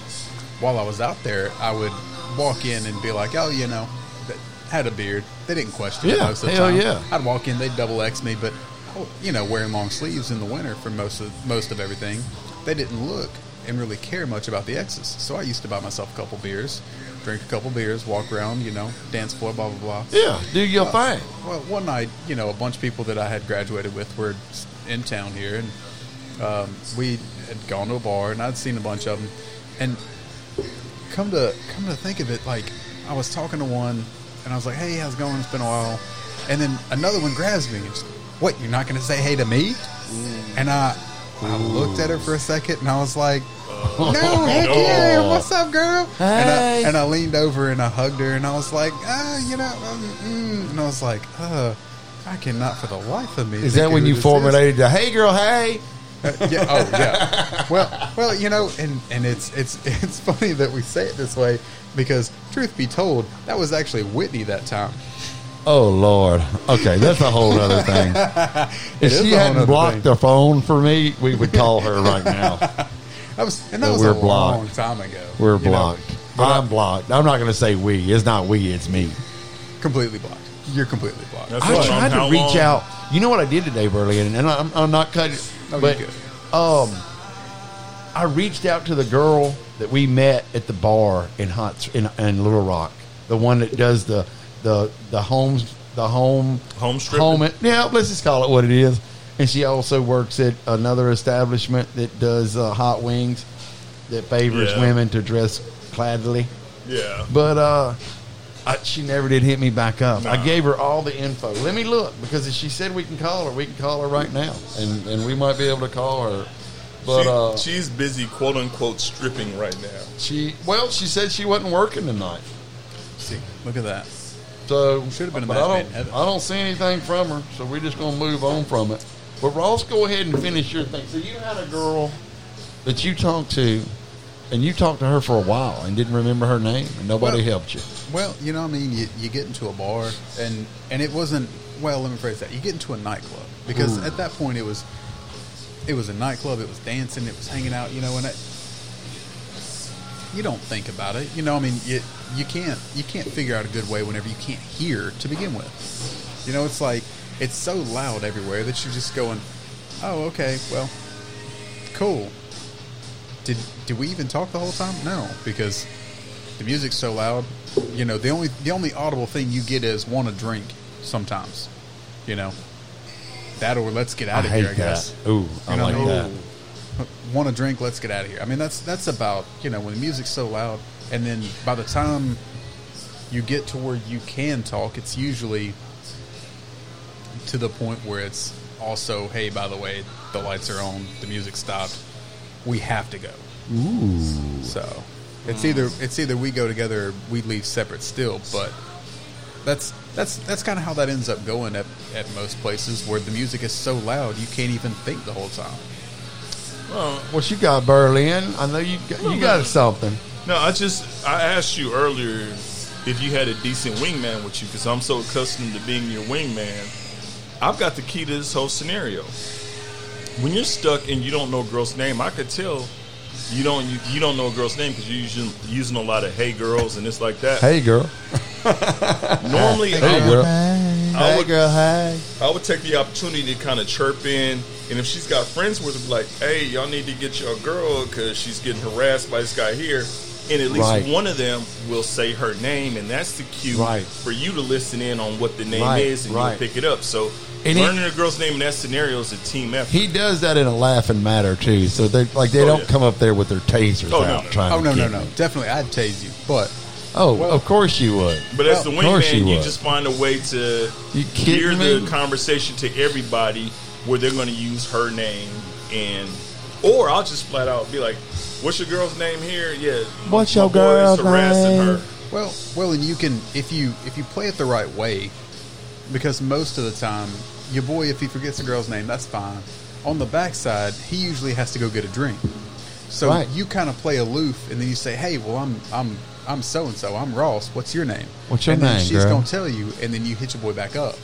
[SPEAKER 6] while I was out there, I would walk in and be like, "Oh, you know, that had a beard." They didn't question it
[SPEAKER 3] Yeah,
[SPEAKER 6] most of the
[SPEAKER 3] hell
[SPEAKER 6] time.
[SPEAKER 3] yeah.
[SPEAKER 6] I'd walk in, they'd double X me, but oh, you know, wearing long sleeves in the winter for most of most of everything, they didn't look and really care much about the X's. So I used to buy myself a couple beers, drink a couple beers, walk around, you know, dance floor, blah blah blah.
[SPEAKER 3] Yeah, Uh, do your thing.
[SPEAKER 6] Uh, Well, one night, you know, a bunch of people that I had graduated with were in town here, and um, we had gone to a bar, and I'd seen a bunch of them. And come to come to think of it, like I was talking to one, and I was like, "Hey, how's it going? It's been a while." And then another one grabs me. and she's, What? You're not going to say hey to me? And I, I looked at her for a second, and I was like, "No, heck yeah, what's up, girl?" And, I,
[SPEAKER 3] Hey.
[SPEAKER 6] and I leaned over and I hugged her, and I was like, "Ah, you know," um, mm, and I was like, "Uh." I cannot for the life of me.
[SPEAKER 3] Is
[SPEAKER 6] think
[SPEAKER 3] that when
[SPEAKER 6] who
[SPEAKER 3] you
[SPEAKER 6] this
[SPEAKER 3] formulated the hey girl, hey?
[SPEAKER 6] uh, yeah. Oh, yeah. Well, well, you know, and and it's it's it's funny that we say it this way because, truth be told, that was actually Whitney that time.
[SPEAKER 3] Oh Lord. Okay, that's a whole other thing.
[SPEAKER 6] It
[SPEAKER 3] If
[SPEAKER 6] is
[SPEAKER 3] she
[SPEAKER 6] a whole
[SPEAKER 3] hadn't
[SPEAKER 6] nother
[SPEAKER 3] blocked
[SPEAKER 6] thing.
[SPEAKER 3] the phone for me, we would call her right now.
[SPEAKER 6] That was and
[SPEAKER 3] But
[SPEAKER 6] that was
[SPEAKER 3] we're
[SPEAKER 6] a
[SPEAKER 3] blocked.
[SPEAKER 6] long time ago.
[SPEAKER 3] We're
[SPEAKER 6] you know,
[SPEAKER 3] blocked. I'm blocked. I'm not going to say we. It's not we. It's me.
[SPEAKER 6] completely blocked. You're completely blocked.
[SPEAKER 4] That's
[SPEAKER 3] I
[SPEAKER 4] what-
[SPEAKER 3] tried
[SPEAKER 4] how
[SPEAKER 3] to reach
[SPEAKER 4] long-
[SPEAKER 3] out. You know what I did today, Burley, and, and I'm, I'm not cutting.
[SPEAKER 6] Oh,
[SPEAKER 3] but
[SPEAKER 6] you're
[SPEAKER 3] um, I reached out to the girl that we met at the bar in Hot in, in Little Rock, the one that does the the the homes the home
[SPEAKER 4] Home stripping?
[SPEAKER 3] home. Yeah, let's just call it what it is. And she also works at another establishment that does uh, hot wings that favors
[SPEAKER 4] Yeah.
[SPEAKER 3] women to dress cladly.
[SPEAKER 4] Yeah.
[SPEAKER 3] But uh, I, she never did hit me back up. I
[SPEAKER 4] Nah.
[SPEAKER 3] gave her all the info. Let me look because if she said we can call her, we can call her right now, and and we might be able to call her. But
[SPEAKER 4] She-
[SPEAKER 3] uh, she,
[SPEAKER 4] she's busy, quote unquote, stripping right now.
[SPEAKER 3] well, she said she wasn't working tonight,
[SPEAKER 6] See, look at that.
[SPEAKER 3] so
[SPEAKER 6] Should've been a
[SPEAKER 3] but I
[SPEAKER 6] match made in
[SPEAKER 3] don't
[SPEAKER 6] heaven.
[SPEAKER 3] I don't see anything from her, so we're just gonna move on from it. But Ross, go ahead and finish your thing. So you had a girl that you talked to, and you talked to her for a while and didn't remember her name, and nobody
[SPEAKER 6] Well-
[SPEAKER 3] helped you.
[SPEAKER 6] Well, you know, what I mean, you, you get into a bar, and and it wasn't. Well, let me phrase that. You get into a nightclub because at that point it was, it was a nightclub. It was dancing. It was hanging out. You know, and it, you don't think about it. You know, I mean, you you can't you can't figure out a good way whenever you can't hear to begin with. You know, it's like it's so loud everywhere that you're just going, oh, okay, well, cool. Did did we even talk the whole time? No, because the music's so loud. You know, the only the only audible thing you get is want to drink sometimes. You know, that or let's get out of here. I guess
[SPEAKER 3] Ooh, I
[SPEAKER 6] You know,
[SPEAKER 3] like
[SPEAKER 6] ooh.
[SPEAKER 3] that.
[SPEAKER 6] want to drink, let's get out of here. I mean, that's that's about you know when the music's so loud, and then by the time you get to where you can talk, it's usually to the point where it's also, hey, by the way, the lights are on, the music stopped, we have to go. Ooh. So it's either it's either we go together, or we leave separate still, but. That's that's that's kind of how that ends up going at, at most places where the music is so loud you can't even think the whole time.
[SPEAKER 3] What you got, Berlin? I know you got, you got something.
[SPEAKER 4] No, I just I asked you earlier if you had a decent wingman with you because I'm so accustomed to being your wingman. I've got the key to this whole scenario. When you're stuck and you don't know a girl's name, I could tell you don't you, you don't know a girl's name because you're using, using a lot of hey girls and it's like that.
[SPEAKER 3] Hey, girl.
[SPEAKER 4] Normally,
[SPEAKER 3] Hey,
[SPEAKER 4] I, would,
[SPEAKER 3] girl.
[SPEAKER 4] Oh, I, would,
[SPEAKER 3] girl. Hey.
[SPEAKER 4] I would take the opportunity to kind of chirp in, and if she's got friends with her, be like, hey, y'all need to get your girl because she's getting harassed by this guy here. And at least
[SPEAKER 3] Right.
[SPEAKER 4] one of them will say her name, and that's the cue
[SPEAKER 3] Right.
[SPEAKER 4] for you to listen in on what the name
[SPEAKER 3] Right,
[SPEAKER 4] is, and
[SPEAKER 3] right.
[SPEAKER 4] you pick it up. So
[SPEAKER 3] And he-
[SPEAKER 4] learning a girl's name in that scenario is a team effort.
[SPEAKER 3] He does that in a laughing matter too. So they like they
[SPEAKER 4] Oh,
[SPEAKER 3] don't
[SPEAKER 4] yeah.
[SPEAKER 3] come up there with their tasers
[SPEAKER 4] Oh, no,
[SPEAKER 3] out
[SPEAKER 4] no, no.
[SPEAKER 3] trying.
[SPEAKER 6] Oh
[SPEAKER 3] to
[SPEAKER 6] no, no,
[SPEAKER 3] get
[SPEAKER 6] no!
[SPEAKER 3] you.
[SPEAKER 6] Definitely, I'd tase you, but
[SPEAKER 3] Oh, of course you would.
[SPEAKER 4] but as the
[SPEAKER 3] Of course
[SPEAKER 4] wingman,
[SPEAKER 3] you
[SPEAKER 4] you
[SPEAKER 3] would.
[SPEAKER 4] just find a way to
[SPEAKER 3] You
[SPEAKER 4] gear
[SPEAKER 3] kidding me?
[SPEAKER 4] the conversation to everybody where they're going to use her name, and or I'll just flat out be like, "What's your girl's name here?" Yeah,
[SPEAKER 3] What's
[SPEAKER 4] my
[SPEAKER 3] your
[SPEAKER 4] boy
[SPEAKER 3] girl's name?
[SPEAKER 6] well, well, and you can if you if you play it the right way, because most of the time, your boy, if he forgets a girl's name, that's fine. On the backside, he usually has to go get a drink. So
[SPEAKER 3] Right.
[SPEAKER 6] you kind of play aloof, and then you say, "Hey, well, I'm I'm I'm so and so. I'm Ross. What's your name?
[SPEAKER 3] What's your
[SPEAKER 6] and then
[SPEAKER 3] name,
[SPEAKER 6] She's
[SPEAKER 3] girl?
[SPEAKER 6] gonna tell you, and then you hit your boy back up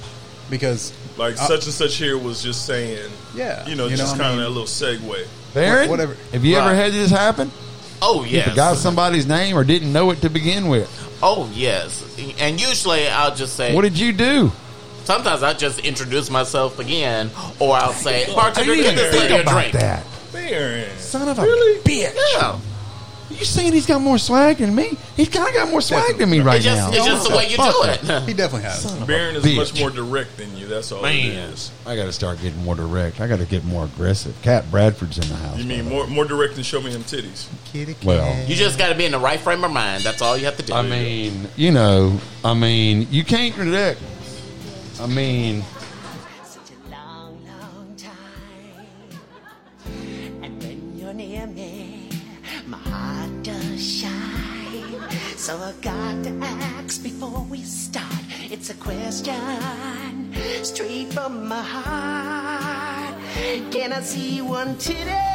[SPEAKER 6] because
[SPEAKER 4] Like
[SPEAKER 6] uh,
[SPEAKER 4] such and such here was just saying,
[SPEAKER 6] Yeah,
[SPEAKER 4] you know,
[SPEAKER 6] you know
[SPEAKER 4] just
[SPEAKER 6] what I
[SPEAKER 4] kind
[SPEAKER 6] mean?
[SPEAKER 4] of a little segue.
[SPEAKER 3] Baron,
[SPEAKER 6] whatever.
[SPEAKER 3] Have you ever
[SPEAKER 7] Right.
[SPEAKER 3] had this happen?
[SPEAKER 7] Oh
[SPEAKER 3] You
[SPEAKER 7] yes,
[SPEAKER 3] forgot somebody's name or didn't know it to begin with.
[SPEAKER 7] oh yes. And usually I'll just say.
[SPEAKER 3] What did you do?
[SPEAKER 7] sometimes I just introduce myself again, or I'll say, "Bartender,
[SPEAKER 3] I didn't
[SPEAKER 7] get
[SPEAKER 3] even
[SPEAKER 7] this
[SPEAKER 3] think
[SPEAKER 7] lady a
[SPEAKER 3] about
[SPEAKER 7] drink."
[SPEAKER 3] that.
[SPEAKER 4] Baron,
[SPEAKER 3] Son of a bitch!
[SPEAKER 7] Yeah.
[SPEAKER 3] You saying he's got more swag than me? He's kind of got more swag than me right
[SPEAKER 7] It's just,
[SPEAKER 3] now.
[SPEAKER 7] it's just the way you do it.
[SPEAKER 6] he definitely has.
[SPEAKER 4] Baron is
[SPEAKER 3] bitch.
[SPEAKER 4] much more direct than you. That's all. it is.
[SPEAKER 3] I got to start getting more direct. I got to get more aggressive. Cat Bradford's in the house.
[SPEAKER 4] You
[SPEAKER 3] by
[SPEAKER 4] mean
[SPEAKER 3] the
[SPEAKER 4] more more direct than show me them titties?
[SPEAKER 6] Kitty,
[SPEAKER 3] way. Well,
[SPEAKER 7] You just got to be in the right frame of mind. That's all you have to do.
[SPEAKER 3] I mean, you know, I mean, you can't direct. I mean,
[SPEAKER 9] such a long, long time. And when you're near me, my heart does shine. So I got to ask before we start. It's a question straight from my heart. Can I see one today?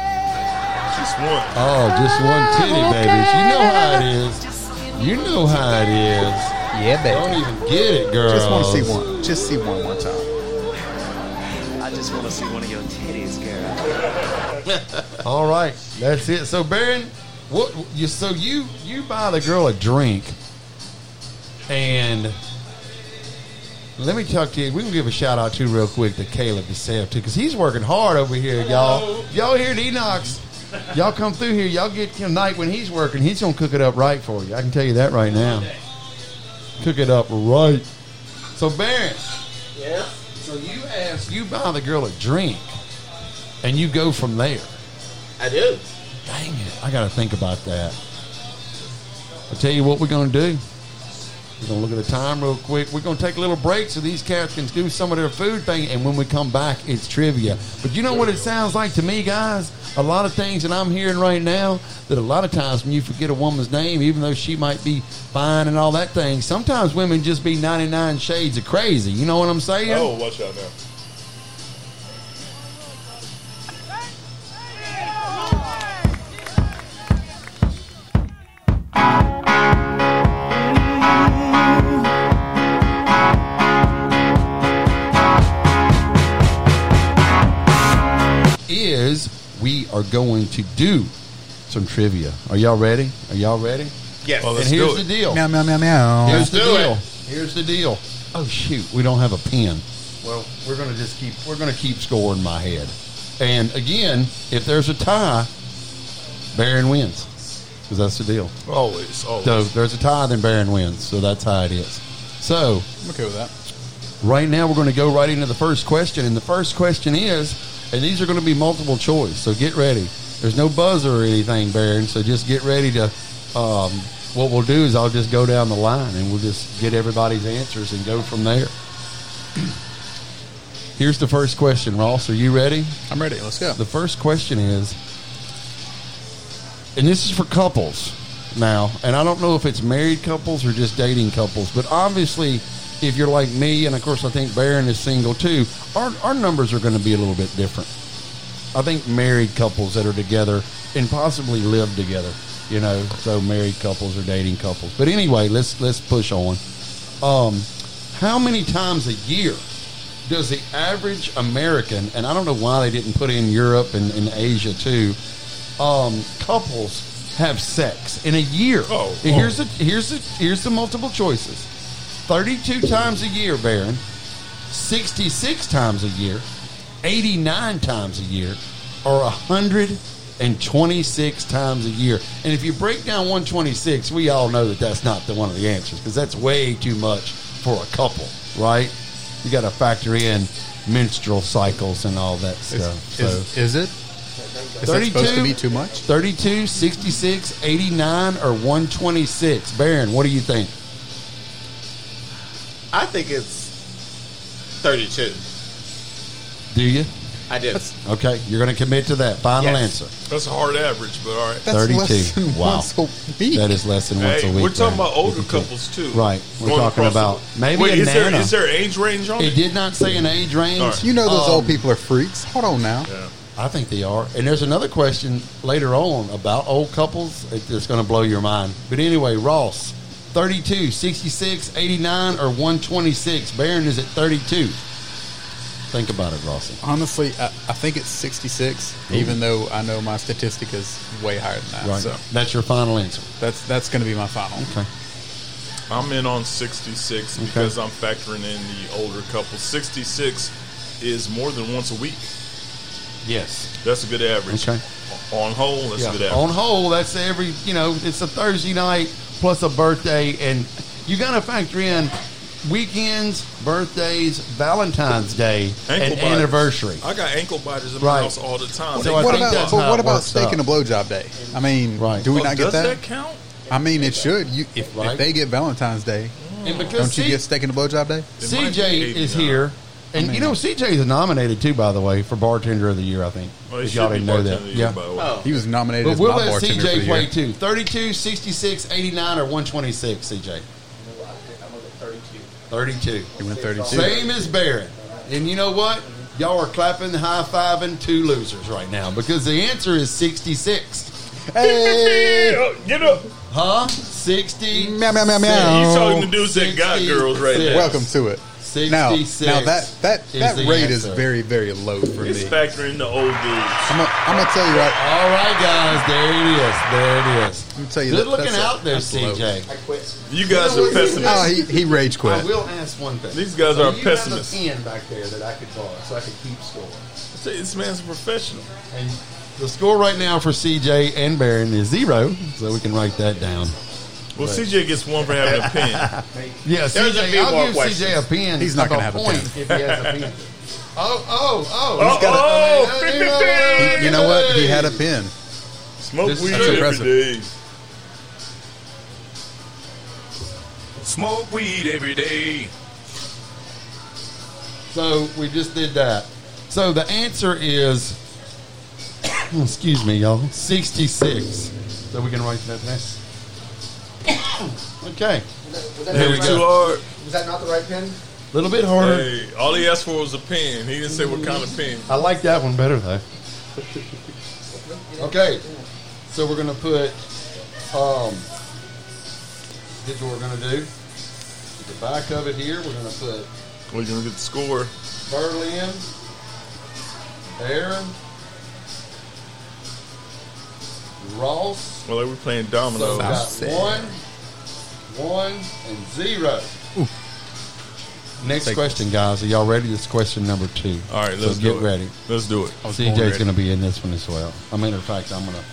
[SPEAKER 4] Just one.
[SPEAKER 3] oh, just one titty, baby. You know how it is. You know how it is.
[SPEAKER 6] yeah,
[SPEAKER 3] Don't
[SPEAKER 6] baby.
[SPEAKER 3] even get it, girl.
[SPEAKER 6] Just want to see one. Just see one more time.
[SPEAKER 10] I just want to see one of your titties, girl.
[SPEAKER 3] All right, that's it. So Baron, what you so you you buy the girl a drink, and let me talk to you. We can give a shout out too real quick to Caleb DeSav too, because he's working hard over here, y'all. Y'all here at Enox. Y'all come through here. Y'all get him night when he's working. He's gonna cook it up right for you. I can tell you that right now. Cook it up right. So Baron,
[SPEAKER 7] yes.
[SPEAKER 3] so you ask you buy the girl a drink, and you go from there.
[SPEAKER 7] I do.
[SPEAKER 3] Dang it. I got to think about that. I'll tell you what we're going to do. We're going to look at the time real quick. We're going to take a little break so these cats can do some of their food thing. And when we come back, it's trivia. But you know what it sounds like to me, guys? A lot of things that I'm hearing right now that a lot of times when you forget a woman's name, even though she might be fine and all that thing, sometimes women just be 99 shades of crazy. You know what I'm saying?
[SPEAKER 4] Oh, watch out now.
[SPEAKER 3] is we are going to do some trivia. Are y'all ready? Are y'all ready?
[SPEAKER 7] Yes.
[SPEAKER 4] Oh,
[SPEAKER 3] and here's the deal.
[SPEAKER 6] Meow, meow, meow, meow.
[SPEAKER 3] Here's the
[SPEAKER 7] do it.
[SPEAKER 3] deal. Here's the deal. Oh shoot, we don't have a pen. Well, we're gonna just keep we're gonna keep score in my head. And again, if there's a tie, Baron wins because that's the deal.
[SPEAKER 4] Always, always.
[SPEAKER 3] So if there's a tie, then Baron wins. So that's how it is. So
[SPEAKER 6] I'm okay with that.
[SPEAKER 3] right now we're going to go right into the first question, and the first question is, and these are going to be multiple choice. So get ready. There's no buzzer or anything, Baron. So just get ready to. Um, what we'll do is I'll just go down the line and we'll just get everybody's answers and go from there. Here's the first question, Ross. Are you ready?
[SPEAKER 6] I'm ready. Let's go.
[SPEAKER 3] The first question is, and this is for couples now, and I don't know if it's married couples or just dating couples, but obviously, if you're like me, and of course, I think Baron is single too, our, our numbers are going to be a little bit different. I think married couples that are together and possibly live together, you know, so married couples or dating couples. But anyway, let's let's push on. Um, how many times a year does the average American, and I don't know why they didn't put in Europe and, and Asia too, um, couples have sex in a year?
[SPEAKER 4] Oh,
[SPEAKER 3] And here's the here's the here's the multiple choices: thirty-two times a year, Baron; sixty-six times a year; eighty-nine times a year; or hundred and twenty-six times a year. And if you break down one twenty-six, we all know that that's not the one of the answers because that's way too much for a couple, right? You got to factor in menstrual cycles and all that stuff. so.
[SPEAKER 6] Is, is it? Is that supposed to be too much?
[SPEAKER 3] 32, 66, 89, or 126. Baron, what do you think?
[SPEAKER 7] I think it's 32.
[SPEAKER 3] Do you?
[SPEAKER 7] I do.
[SPEAKER 3] Okay, you're going to commit to that. Final
[SPEAKER 7] Yes.
[SPEAKER 3] answer.
[SPEAKER 4] That's a hard average, but all right.
[SPEAKER 6] That's
[SPEAKER 3] 32.
[SPEAKER 6] less than
[SPEAKER 3] wow.
[SPEAKER 6] once a week.
[SPEAKER 3] That is less than once a
[SPEAKER 4] Hey,
[SPEAKER 3] week.
[SPEAKER 4] we're talking
[SPEAKER 3] Baron.
[SPEAKER 4] about older
[SPEAKER 3] Look at that.
[SPEAKER 4] couples too.
[SPEAKER 3] Right. We're
[SPEAKER 4] Going
[SPEAKER 3] talking
[SPEAKER 4] across the-
[SPEAKER 3] about maybe
[SPEAKER 4] Wait,
[SPEAKER 3] a
[SPEAKER 4] is there
[SPEAKER 3] nana.
[SPEAKER 4] is there an age range on
[SPEAKER 3] It
[SPEAKER 4] it?
[SPEAKER 3] did not say an age range.
[SPEAKER 4] All right.
[SPEAKER 6] You know those
[SPEAKER 3] Um,
[SPEAKER 6] old people are freaks. Hold on now.
[SPEAKER 4] Yeah.
[SPEAKER 3] I think they are. And there's another question later on about old couples It- It's going to blow your mind. But anyway, Ross, 32, 66, 89, or 126. Baron is at 32. Think about it, Ross.
[SPEAKER 6] Honestly, I, I think it's 66, even though I know my statistic is way higher than that.
[SPEAKER 3] Right.
[SPEAKER 6] So
[SPEAKER 3] That's your final answer.
[SPEAKER 6] that's that's going to be my final.
[SPEAKER 4] I'm in on 66 because I'm factoring in the older couple. 66 is more than once a week.
[SPEAKER 3] Yes.
[SPEAKER 4] That's a good average.
[SPEAKER 3] Okay.
[SPEAKER 4] On whole, that's a good
[SPEAKER 3] On
[SPEAKER 4] average.
[SPEAKER 3] whole, that's every, you know, it's a Thursday night plus a birthday. And you got to factor in weekends, birthdays, Valentine's Day, and
[SPEAKER 4] biters.
[SPEAKER 3] anniversary.
[SPEAKER 4] I got ankle biters in my
[SPEAKER 3] Right.
[SPEAKER 4] house all the time.
[SPEAKER 3] So I
[SPEAKER 6] what
[SPEAKER 3] think
[SPEAKER 6] about
[SPEAKER 3] that's
[SPEAKER 6] but
[SPEAKER 3] how
[SPEAKER 6] what
[SPEAKER 3] it
[SPEAKER 6] about
[SPEAKER 3] works
[SPEAKER 6] steak
[SPEAKER 3] out.
[SPEAKER 6] and a blowjob day? I mean,
[SPEAKER 3] Right.
[SPEAKER 6] do we
[SPEAKER 4] Oh,
[SPEAKER 6] not get
[SPEAKER 4] does
[SPEAKER 6] that?
[SPEAKER 4] that count?
[SPEAKER 6] I mean, it should. You if,
[SPEAKER 3] Right.
[SPEAKER 6] if they get Valentine's Day,
[SPEAKER 3] And because
[SPEAKER 6] Oh. don't you
[SPEAKER 3] C-
[SPEAKER 6] get steak and a blowjob day?
[SPEAKER 4] It might be
[SPEAKER 3] CJ is
[SPEAKER 4] 89.
[SPEAKER 3] here. And you know CJ is nominated too, by the way, for Bartender of the Year. I think
[SPEAKER 4] Well, it
[SPEAKER 3] if
[SPEAKER 4] should
[SPEAKER 3] y'all
[SPEAKER 4] be
[SPEAKER 3] didn't know
[SPEAKER 4] bartender
[SPEAKER 3] that,
[SPEAKER 4] of the year,
[SPEAKER 3] yeah.
[SPEAKER 4] by the way.
[SPEAKER 7] Oh.
[SPEAKER 6] He was nominated
[SPEAKER 3] But
[SPEAKER 6] as
[SPEAKER 3] we'll
[SPEAKER 6] my
[SPEAKER 3] let
[SPEAKER 6] bartender for the
[SPEAKER 3] CJ play
[SPEAKER 6] year.
[SPEAKER 3] too. 32, 66, 89, or 126, CJ? 32.
[SPEAKER 6] He went 32.
[SPEAKER 3] Same as Barron. And you know what? Y'all are clapping, high fiving two losers right now because the answer is 66.
[SPEAKER 6] Hey,
[SPEAKER 4] Yeah, Get up.
[SPEAKER 3] Huh? 60.
[SPEAKER 6] Meow, meow, meow, meow.
[SPEAKER 4] You
[SPEAKER 6] Oh.
[SPEAKER 4] talking to dudes that got
[SPEAKER 3] 66.
[SPEAKER 4] girls right now.
[SPEAKER 6] welcome to it. Now,
[SPEAKER 3] 66
[SPEAKER 6] now that that
[SPEAKER 3] is
[SPEAKER 6] that
[SPEAKER 3] the
[SPEAKER 6] rate is
[SPEAKER 3] answer.
[SPEAKER 6] very very low for
[SPEAKER 4] It's
[SPEAKER 6] me.
[SPEAKER 4] factoring the old dudes.
[SPEAKER 6] I'm gonna I'm gonna tell you right.
[SPEAKER 3] All right, guys. There it is. There it is.
[SPEAKER 6] I'm gonna tell you
[SPEAKER 3] Good
[SPEAKER 6] that-
[SPEAKER 3] looking
[SPEAKER 6] that's a-
[SPEAKER 3] out there,
[SPEAKER 6] that's low.
[SPEAKER 3] CJ.
[SPEAKER 4] You guys are
[SPEAKER 6] Oh,
[SPEAKER 4] pessimists.
[SPEAKER 6] he, he rage
[SPEAKER 3] I
[SPEAKER 6] quit.
[SPEAKER 3] will ask one thing.
[SPEAKER 4] These guys
[SPEAKER 3] Do
[SPEAKER 4] are
[SPEAKER 3] you
[SPEAKER 4] pessimists.
[SPEAKER 3] have a pen back there that I could borrow so I could keep score?
[SPEAKER 4] This man's a professional.
[SPEAKER 3] And the score right now for CJ and Barron is zero, so we can write that down.
[SPEAKER 4] Well, CJ gets one for having a pen.
[SPEAKER 3] Yeah,
[SPEAKER 7] There's a
[SPEAKER 3] CJ,
[SPEAKER 7] few more
[SPEAKER 3] I'll give
[SPEAKER 7] questions.
[SPEAKER 3] CJ a pen.
[SPEAKER 6] He's not
[SPEAKER 3] going
[SPEAKER 6] gonna
[SPEAKER 3] to
[SPEAKER 6] have a
[SPEAKER 3] point
[SPEAKER 6] pen.
[SPEAKER 3] if he has a pen. Oh, oh, oh!
[SPEAKER 4] Oh,
[SPEAKER 3] he's got a-
[SPEAKER 4] oh,
[SPEAKER 3] Hey,
[SPEAKER 4] bing, bing,
[SPEAKER 3] hey,
[SPEAKER 4] bing.
[SPEAKER 6] You know what? He had a pin.
[SPEAKER 4] Smoke
[SPEAKER 3] This-
[SPEAKER 4] weed
[SPEAKER 3] that's
[SPEAKER 4] every
[SPEAKER 6] impressive.
[SPEAKER 4] day.
[SPEAKER 2] Smoke weed every day.
[SPEAKER 3] So we just did that. So the answer is, excuse me, y'all, sixty-six. So we can write that down. okay, Here we
[SPEAKER 4] Every two
[SPEAKER 3] go.
[SPEAKER 4] hard.
[SPEAKER 11] Was that not the right pin?
[SPEAKER 3] a little bit harder.
[SPEAKER 4] Hey, all he asked for was a pen. He didn't say what kind of pen.
[SPEAKER 3] I like that one better though. Okay, so we're gonna put. Um, here's what we're gonna do. At the back of it here, we're gonna put
[SPEAKER 4] We're gonna get the score.
[SPEAKER 3] Berlin, Aaron, Ross.
[SPEAKER 4] Well, they were playing
[SPEAKER 3] So
[SPEAKER 4] dominoes.
[SPEAKER 3] we got one, one, and zero. Next
[SPEAKER 4] Take-
[SPEAKER 3] question, guys. Are y'all ready? This is question number two.
[SPEAKER 4] All right, let's
[SPEAKER 3] so
[SPEAKER 4] do
[SPEAKER 3] get
[SPEAKER 4] it.
[SPEAKER 3] ready.
[SPEAKER 4] Let's do it. I was born
[SPEAKER 3] CJ's
[SPEAKER 4] ready.
[SPEAKER 3] going to be in this one as well. I mean, in fact, I'm going to,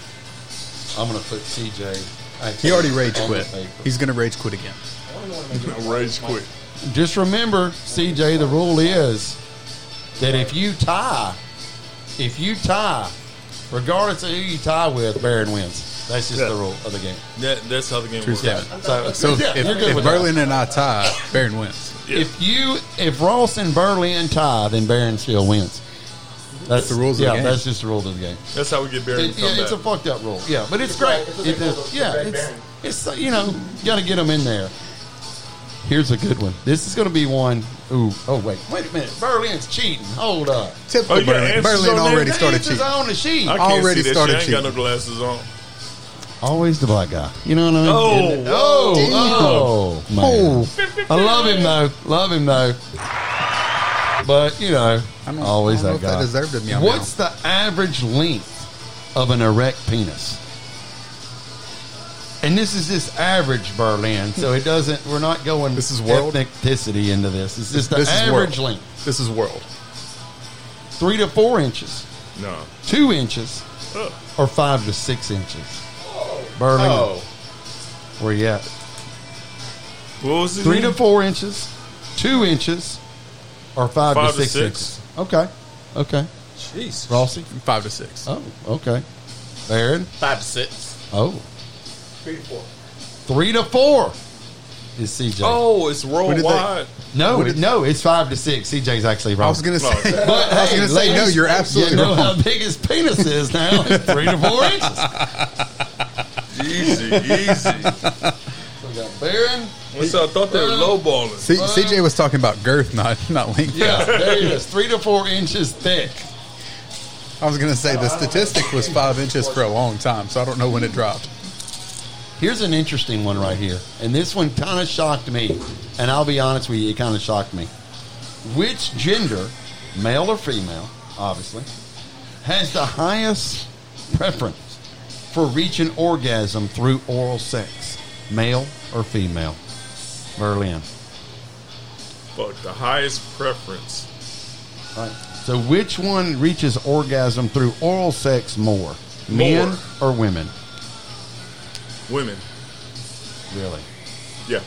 [SPEAKER 3] I'm going to put CJ.
[SPEAKER 6] He already rage
[SPEAKER 3] on the
[SPEAKER 6] quit.
[SPEAKER 3] paper.
[SPEAKER 6] He's going to rage quit again.
[SPEAKER 4] Rage quit.
[SPEAKER 3] Just remember, CJ, the rule is that if you tie, if you tie, regardless of who you tie with, Baron wins. That's just
[SPEAKER 4] Yeah.
[SPEAKER 3] the rule of the game.
[SPEAKER 4] That, that's how the game works.
[SPEAKER 3] Yeah. So,
[SPEAKER 6] So if,
[SPEAKER 3] yeah,
[SPEAKER 6] if,
[SPEAKER 3] you're good
[SPEAKER 6] if
[SPEAKER 3] with that.
[SPEAKER 6] Berlin and I tie, Baron wins.
[SPEAKER 3] If you if Ross and Berlin tie, then Baron still wins. That's
[SPEAKER 6] the rules of the
[SPEAKER 3] Yeah,
[SPEAKER 6] game.
[SPEAKER 3] that's just the rules of the game.
[SPEAKER 4] That's how we get buried.
[SPEAKER 3] It-
[SPEAKER 4] and
[SPEAKER 3] yeah,
[SPEAKER 4] come
[SPEAKER 3] it's a
[SPEAKER 4] back.
[SPEAKER 3] fucked up rule. Yeah, but it's great. It is- yeah, it's, it's uh, you know you got to get them in there. Here's a good one. This is going to be one. Ooh, oh wait, wait a minute. Berlin's cheating. Hold up.
[SPEAKER 6] Typical
[SPEAKER 4] Oh, you got
[SPEAKER 6] Berlin.
[SPEAKER 4] answers
[SPEAKER 6] Berlin
[SPEAKER 4] on there?
[SPEAKER 6] already started
[SPEAKER 3] He's
[SPEAKER 6] cheating.
[SPEAKER 3] on the sheet.
[SPEAKER 4] I can't
[SPEAKER 6] already
[SPEAKER 4] see this
[SPEAKER 6] started
[SPEAKER 4] shit. I ain't got no
[SPEAKER 6] cheating.
[SPEAKER 4] glasses on.
[SPEAKER 3] Always the black guy. You know what I mean?
[SPEAKER 4] Oh,
[SPEAKER 3] Isn't it? oh, oh, man. I love him though. Love him though. But you know,
[SPEAKER 6] I don't-
[SPEAKER 3] always
[SPEAKER 6] I don't know
[SPEAKER 3] that
[SPEAKER 6] if that
[SPEAKER 3] guy.
[SPEAKER 6] deserved a meow
[SPEAKER 3] What's the average length of an erect penis? And this is just average Berlin, so it doesn't. We're not going.
[SPEAKER 6] This is world?
[SPEAKER 3] ethnicity into this. It's just the
[SPEAKER 6] This is world.
[SPEAKER 3] average length,
[SPEAKER 6] This is world.
[SPEAKER 3] three to four inches,
[SPEAKER 4] No.
[SPEAKER 3] two inches,
[SPEAKER 4] Oh.
[SPEAKER 3] or five to six inches. Berlin,
[SPEAKER 6] Oh.
[SPEAKER 3] where you at?
[SPEAKER 4] What was it?
[SPEAKER 3] three to
[SPEAKER 4] again?
[SPEAKER 3] four inches, two inches, or five,
[SPEAKER 4] Five
[SPEAKER 3] to
[SPEAKER 4] to
[SPEAKER 3] six,
[SPEAKER 4] six.
[SPEAKER 3] inches. Okay. Okay.
[SPEAKER 5] Jeez.
[SPEAKER 3] Rossi?
[SPEAKER 6] Five to six.
[SPEAKER 3] Oh, okay. Baron?
[SPEAKER 7] Five to six.
[SPEAKER 3] Oh. Three to four. Three to four is CJ.
[SPEAKER 4] Oh, it's worldwide.
[SPEAKER 3] no, it- no, it's five to six. CJ's actually wrong.
[SPEAKER 6] I was going to
[SPEAKER 4] Oh,
[SPEAKER 6] say.
[SPEAKER 4] okay.
[SPEAKER 3] But,
[SPEAKER 6] I was
[SPEAKER 3] hey,
[SPEAKER 6] going to say no.
[SPEAKER 3] ladies,
[SPEAKER 6] You're absolutely
[SPEAKER 3] you know
[SPEAKER 6] wrong.
[SPEAKER 3] how big his penis is now. It's three to four inches.
[SPEAKER 4] Easy, easy.
[SPEAKER 3] So we got Baron.
[SPEAKER 4] Once I thought they were lowballing.
[SPEAKER 6] C- CJ was talking about girth, not not length.
[SPEAKER 3] Yeah, there it is. Three to four inches thick.
[SPEAKER 6] I was going to say the statistic was five inches for a long time, so I don't know when it dropped.
[SPEAKER 3] Here's an interesting one right here. And this one kind of shocked me. And I'll be honest with you, it kind of shocked me. Which gender, male or female, obviously, has the highest preference for reaching orgasm through oral sex? Male or female? Berlin.
[SPEAKER 4] Fuck, the highest preference.
[SPEAKER 3] Right. So which one reaches orgasm through oral sex more? Men
[SPEAKER 4] More.
[SPEAKER 3] or women?
[SPEAKER 4] Women.
[SPEAKER 3] Really?
[SPEAKER 4] Yeah.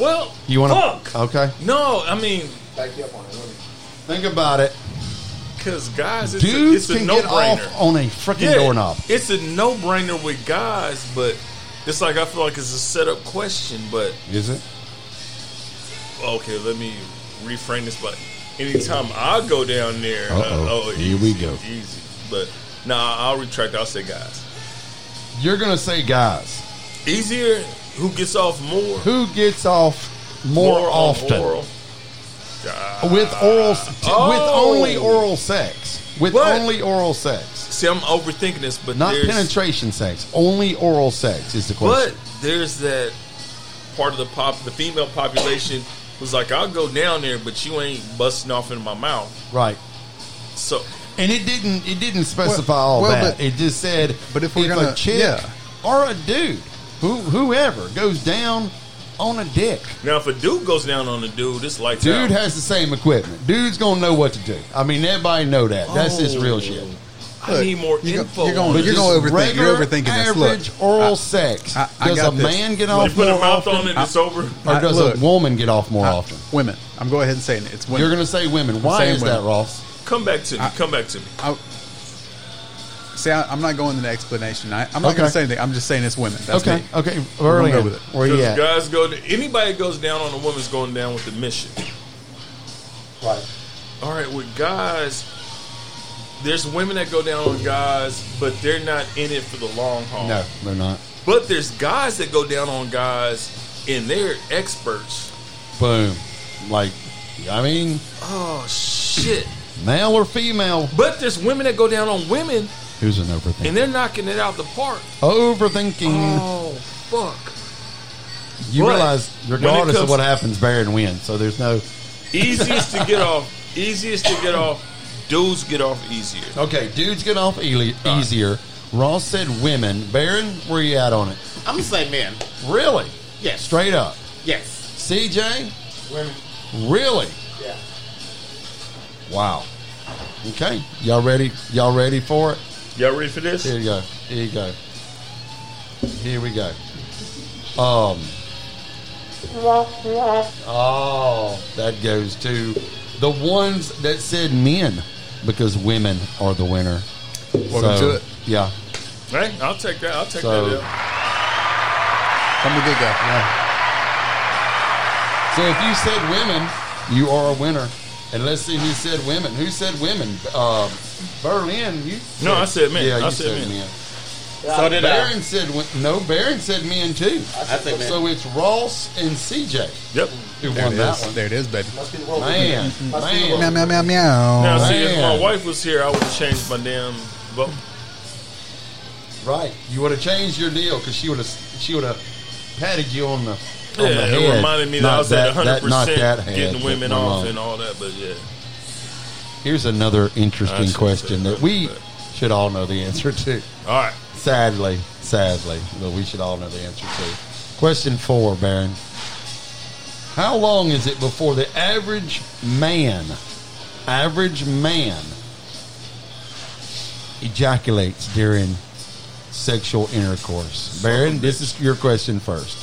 [SPEAKER 4] Well,
[SPEAKER 3] You want
[SPEAKER 4] fuck.
[SPEAKER 3] to? Okay.
[SPEAKER 4] No, I mean,
[SPEAKER 3] Think about it.
[SPEAKER 4] because guys, it's a,
[SPEAKER 3] Dudes
[SPEAKER 4] it's a
[SPEAKER 3] can
[SPEAKER 4] no
[SPEAKER 3] get
[SPEAKER 4] brainer.
[SPEAKER 3] off on a freaking doorknob.
[SPEAKER 4] It's a no brainer with guys, but it's like I feel like it's a setup question. But
[SPEAKER 3] Is it?
[SPEAKER 4] okay, let me reframe this. But anytime I go down there, uh, oh,
[SPEAKER 3] Uh-oh. Here we
[SPEAKER 4] easy,
[SPEAKER 3] go.
[SPEAKER 4] Easy, but nah, I'll retract. I'll say guys.
[SPEAKER 3] You're gonna say guys.
[SPEAKER 4] Easier. Who gets off more?
[SPEAKER 3] Who gets off more,
[SPEAKER 4] on
[SPEAKER 3] often
[SPEAKER 4] oral? God.
[SPEAKER 3] with oral s- t-
[SPEAKER 4] Oh.
[SPEAKER 3] with only oral sex? With
[SPEAKER 4] What?
[SPEAKER 3] only oral sex,
[SPEAKER 4] See, I'm overthinking this, but
[SPEAKER 3] not
[SPEAKER 4] there's,
[SPEAKER 3] penetration sex. Only oral sex is the
[SPEAKER 4] But
[SPEAKER 3] question.
[SPEAKER 4] there's that part of the pop, the female population was like, I'll go down there, but you ain't busting off in my mouth.
[SPEAKER 3] Right.
[SPEAKER 4] So
[SPEAKER 3] And it didn't. It didn't specify all
[SPEAKER 6] well,
[SPEAKER 3] that.
[SPEAKER 6] but-
[SPEAKER 3] it just said.
[SPEAKER 6] but if we're
[SPEAKER 3] a
[SPEAKER 6] gonna-
[SPEAKER 3] chick
[SPEAKER 6] yeah.
[SPEAKER 3] or a dude, who whoever goes down on a dick,
[SPEAKER 4] now, if a dude goes down on a dude, it's like
[SPEAKER 3] dude has the same equipment. Dude's gonna know what to do. I mean, everybody know that. That's just real shit.
[SPEAKER 4] I need more
[SPEAKER 6] you're go-
[SPEAKER 4] info.
[SPEAKER 6] you're going-
[SPEAKER 4] on
[SPEAKER 6] Oh. but you're
[SPEAKER 4] this.
[SPEAKER 6] going-
[SPEAKER 3] Just
[SPEAKER 6] overthink- you're
[SPEAKER 3] regular,
[SPEAKER 6] overthinking this. Look,
[SPEAKER 3] average oral
[SPEAKER 6] I-
[SPEAKER 3] sex.
[SPEAKER 6] I- I
[SPEAKER 3] does
[SPEAKER 6] got
[SPEAKER 3] a
[SPEAKER 6] this.
[SPEAKER 3] man get
[SPEAKER 4] When
[SPEAKER 3] off
[SPEAKER 4] you put a
[SPEAKER 3] more
[SPEAKER 4] mouth
[SPEAKER 3] often,
[SPEAKER 4] on it, it's over.
[SPEAKER 3] or
[SPEAKER 6] I-
[SPEAKER 3] does
[SPEAKER 6] look.
[SPEAKER 3] a woman get off more
[SPEAKER 6] I-
[SPEAKER 3] often?
[SPEAKER 6] Uh, women. I'm going ahead and saying it. It's women.
[SPEAKER 3] You're going to say women. Why
[SPEAKER 6] saying
[SPEAKER 3] is
[SPEAKER 6] women.
[SPEAKER 3] that, Ross?
[SPEAKER 4] Come back to me. Come back to me.
[SPEAKER 6] I, see, I, I'm not going to the explanation. I, I'm not
[SPEAKER 3] Okay.
[SPEAKER 6] going to say anything. I'm just saying it's women. That's
[SPEAKER 3] okay,
[SPEAKER 6] me.
[SPEAKER 3] okay.
[SPEAKER 6] We're gonna
[SPEAKER 3] Earlier,
[SPEAKER 6] go with it.
[SPEAKER 3] where you
[SPEAKER 4] Because
[SPEAKER 3] at?
[SPEAKER 4] guys go, anybody goes down on a woman's going down with the mission.
[SPEAKER 3] Right.
[SPEAKER 4] All right, with guys, there's women that go down on guys, but they're not in it for the long haul.
[SPEAKER 3] No, they're not.
[SPEAKER 4] But there's guys that go down on guys, and they're experts.
[SPEAKER 3] Boom. Like, I mean,
[SPEAKER 4] Oh shit!
[SPEAKER 3] male or female,
[SPEAKER 4] But there's women that go down on women,
[SPEAKER 3] who's an
[SPEAKER 4] and
[SPEAKER 3] overthinker?
[SPEAKER 4] they're knocking it out the park.
[SPEAKER 3] Overthinking.
[SPEAKER 4] Oh fuck!
[SPEAKER 3] you
[SPEAKER 4] but
[SPEAKER 3] realize,
[SPEAKER 4] when it
[SPEAKER 3] regardless of
[SPEAKER 4] comes-
[SPEAKER 3] what happens, Baron wins. So there's no.
[SPEAKER 4] Easiest to get off. Easiest to get off. Dudes get off easier.
[SPEAKER 3] Okay, dudes get off eali- easier. Ross said women. Baron, where you at on it?
[SPEAKER 7] I'm gonna say men.
[SPEAKER 3] Really?
[SPEAKER 7] Yes.
[SPEAKER 3] Straight up.
[SPEAKER 7] Yes.
[SPEAKER 3] CJ?
[SPEAKER 7] Women.
[SPEAKER 3] Really?
[SPEAKER 7] Yeah.
[SPEAKER 3] Wow. Okay. Y'all ready? Y'all ready for it?
[SPEAKER 4] Y'all ready for this?
[SPEAKER 3] Here you go. Here you go. Here we go. Um. Oh, that goes to the ones that said men because women are the winner.
[SPEAKER 6] Welcome to it.
[SPEAKER 3] Yeah.
[SPEAKER 4] Hey, I'll take that. I'll take
[SPEAKER 3] So-
[SPEAKER 4] that. Out.
[SPEAKER 6] I'm a good guy.
[SPEAKER 3] So if you said women, you are a winner. And let's see who said women. Who said women? Uh, Berlin, you?
[SPEAKER 4] No, I said men.
[SPEAKER 3] Yeah,
[SPEAKER 4] I
[SPEAKER 3] you
[SPEAKER 4] said
[SPEAKER 3] said,
[SPEAKER 4] men.
[SPEAKER 3] men.
[SPEAKER 7] So did I.
[SPEAKER 3] Barron said wi- no. Barron said men too.
[SPEAKER 7] I said men.
[SPEAKER 3] So it's Ross and CJ
[SPEAKER 4] Yep.
[SPEAKER 3] who
[SPEAKER 6] There
[SPEAKER 3] won
[SPEAKER 6] it
[SPEAKER 3] that
[SPEAKER 6] is.
[SPEAKER 3] one.
[SPEAKER 6] There it is, baby.
[SPEAKER 4] Oh,
[SPEAKER 3] Man, man.
[SPEAKER 6] Meow, meow, meow, meow.
[SPEAKER 4] Now, see, if
[SPEAKER 3] Oh, man.
[SPEAKER 4] my wife was here, I would have changed my damn vote.
[SPEAKER 3] Right, you would have changed your deal because she would have she would have patted you on the. on
[SPEAKER 4] Yeah,
[SPEAKER 3] the
[SPEAKER 4] it
[SPEAKER 3] head.
[SPEAKER 4] reminded me that
[SPEAKER 3] Not
[SPEAKER 4] I was at
[SPEAKER 3] that- not
[SPEAKER 4] 100%
[SPEAKER 3] that head,
[SPEAKER 4] getting
[SPEAKER 3] but
[SPEAKER 4] women
[SPEAKER 3] my
[SPEAKER 4] off
[SPEAKER 3] mom.
[SPEAKER 4] and all that, but yeah.
[SPEAKER 3] Here's another
[SPEAKER 4] I
[SPEAKER 3] interesting
[SPEAKER 4] should
[SPEAKER 3] question
[SPEAKER 4] say
[SPEAKER 3] that we
[SPEAKER 4] that,
[SPEAKER 3] should all know the answer to.
[SPEAKER 4] All right.
[SPEAKER 3] Sadly, sadly, but we should all know the answer to. Question four, Baron. How long is it before the average man, average man, ejaculates during sexual intercourse? Baron, this is your question first.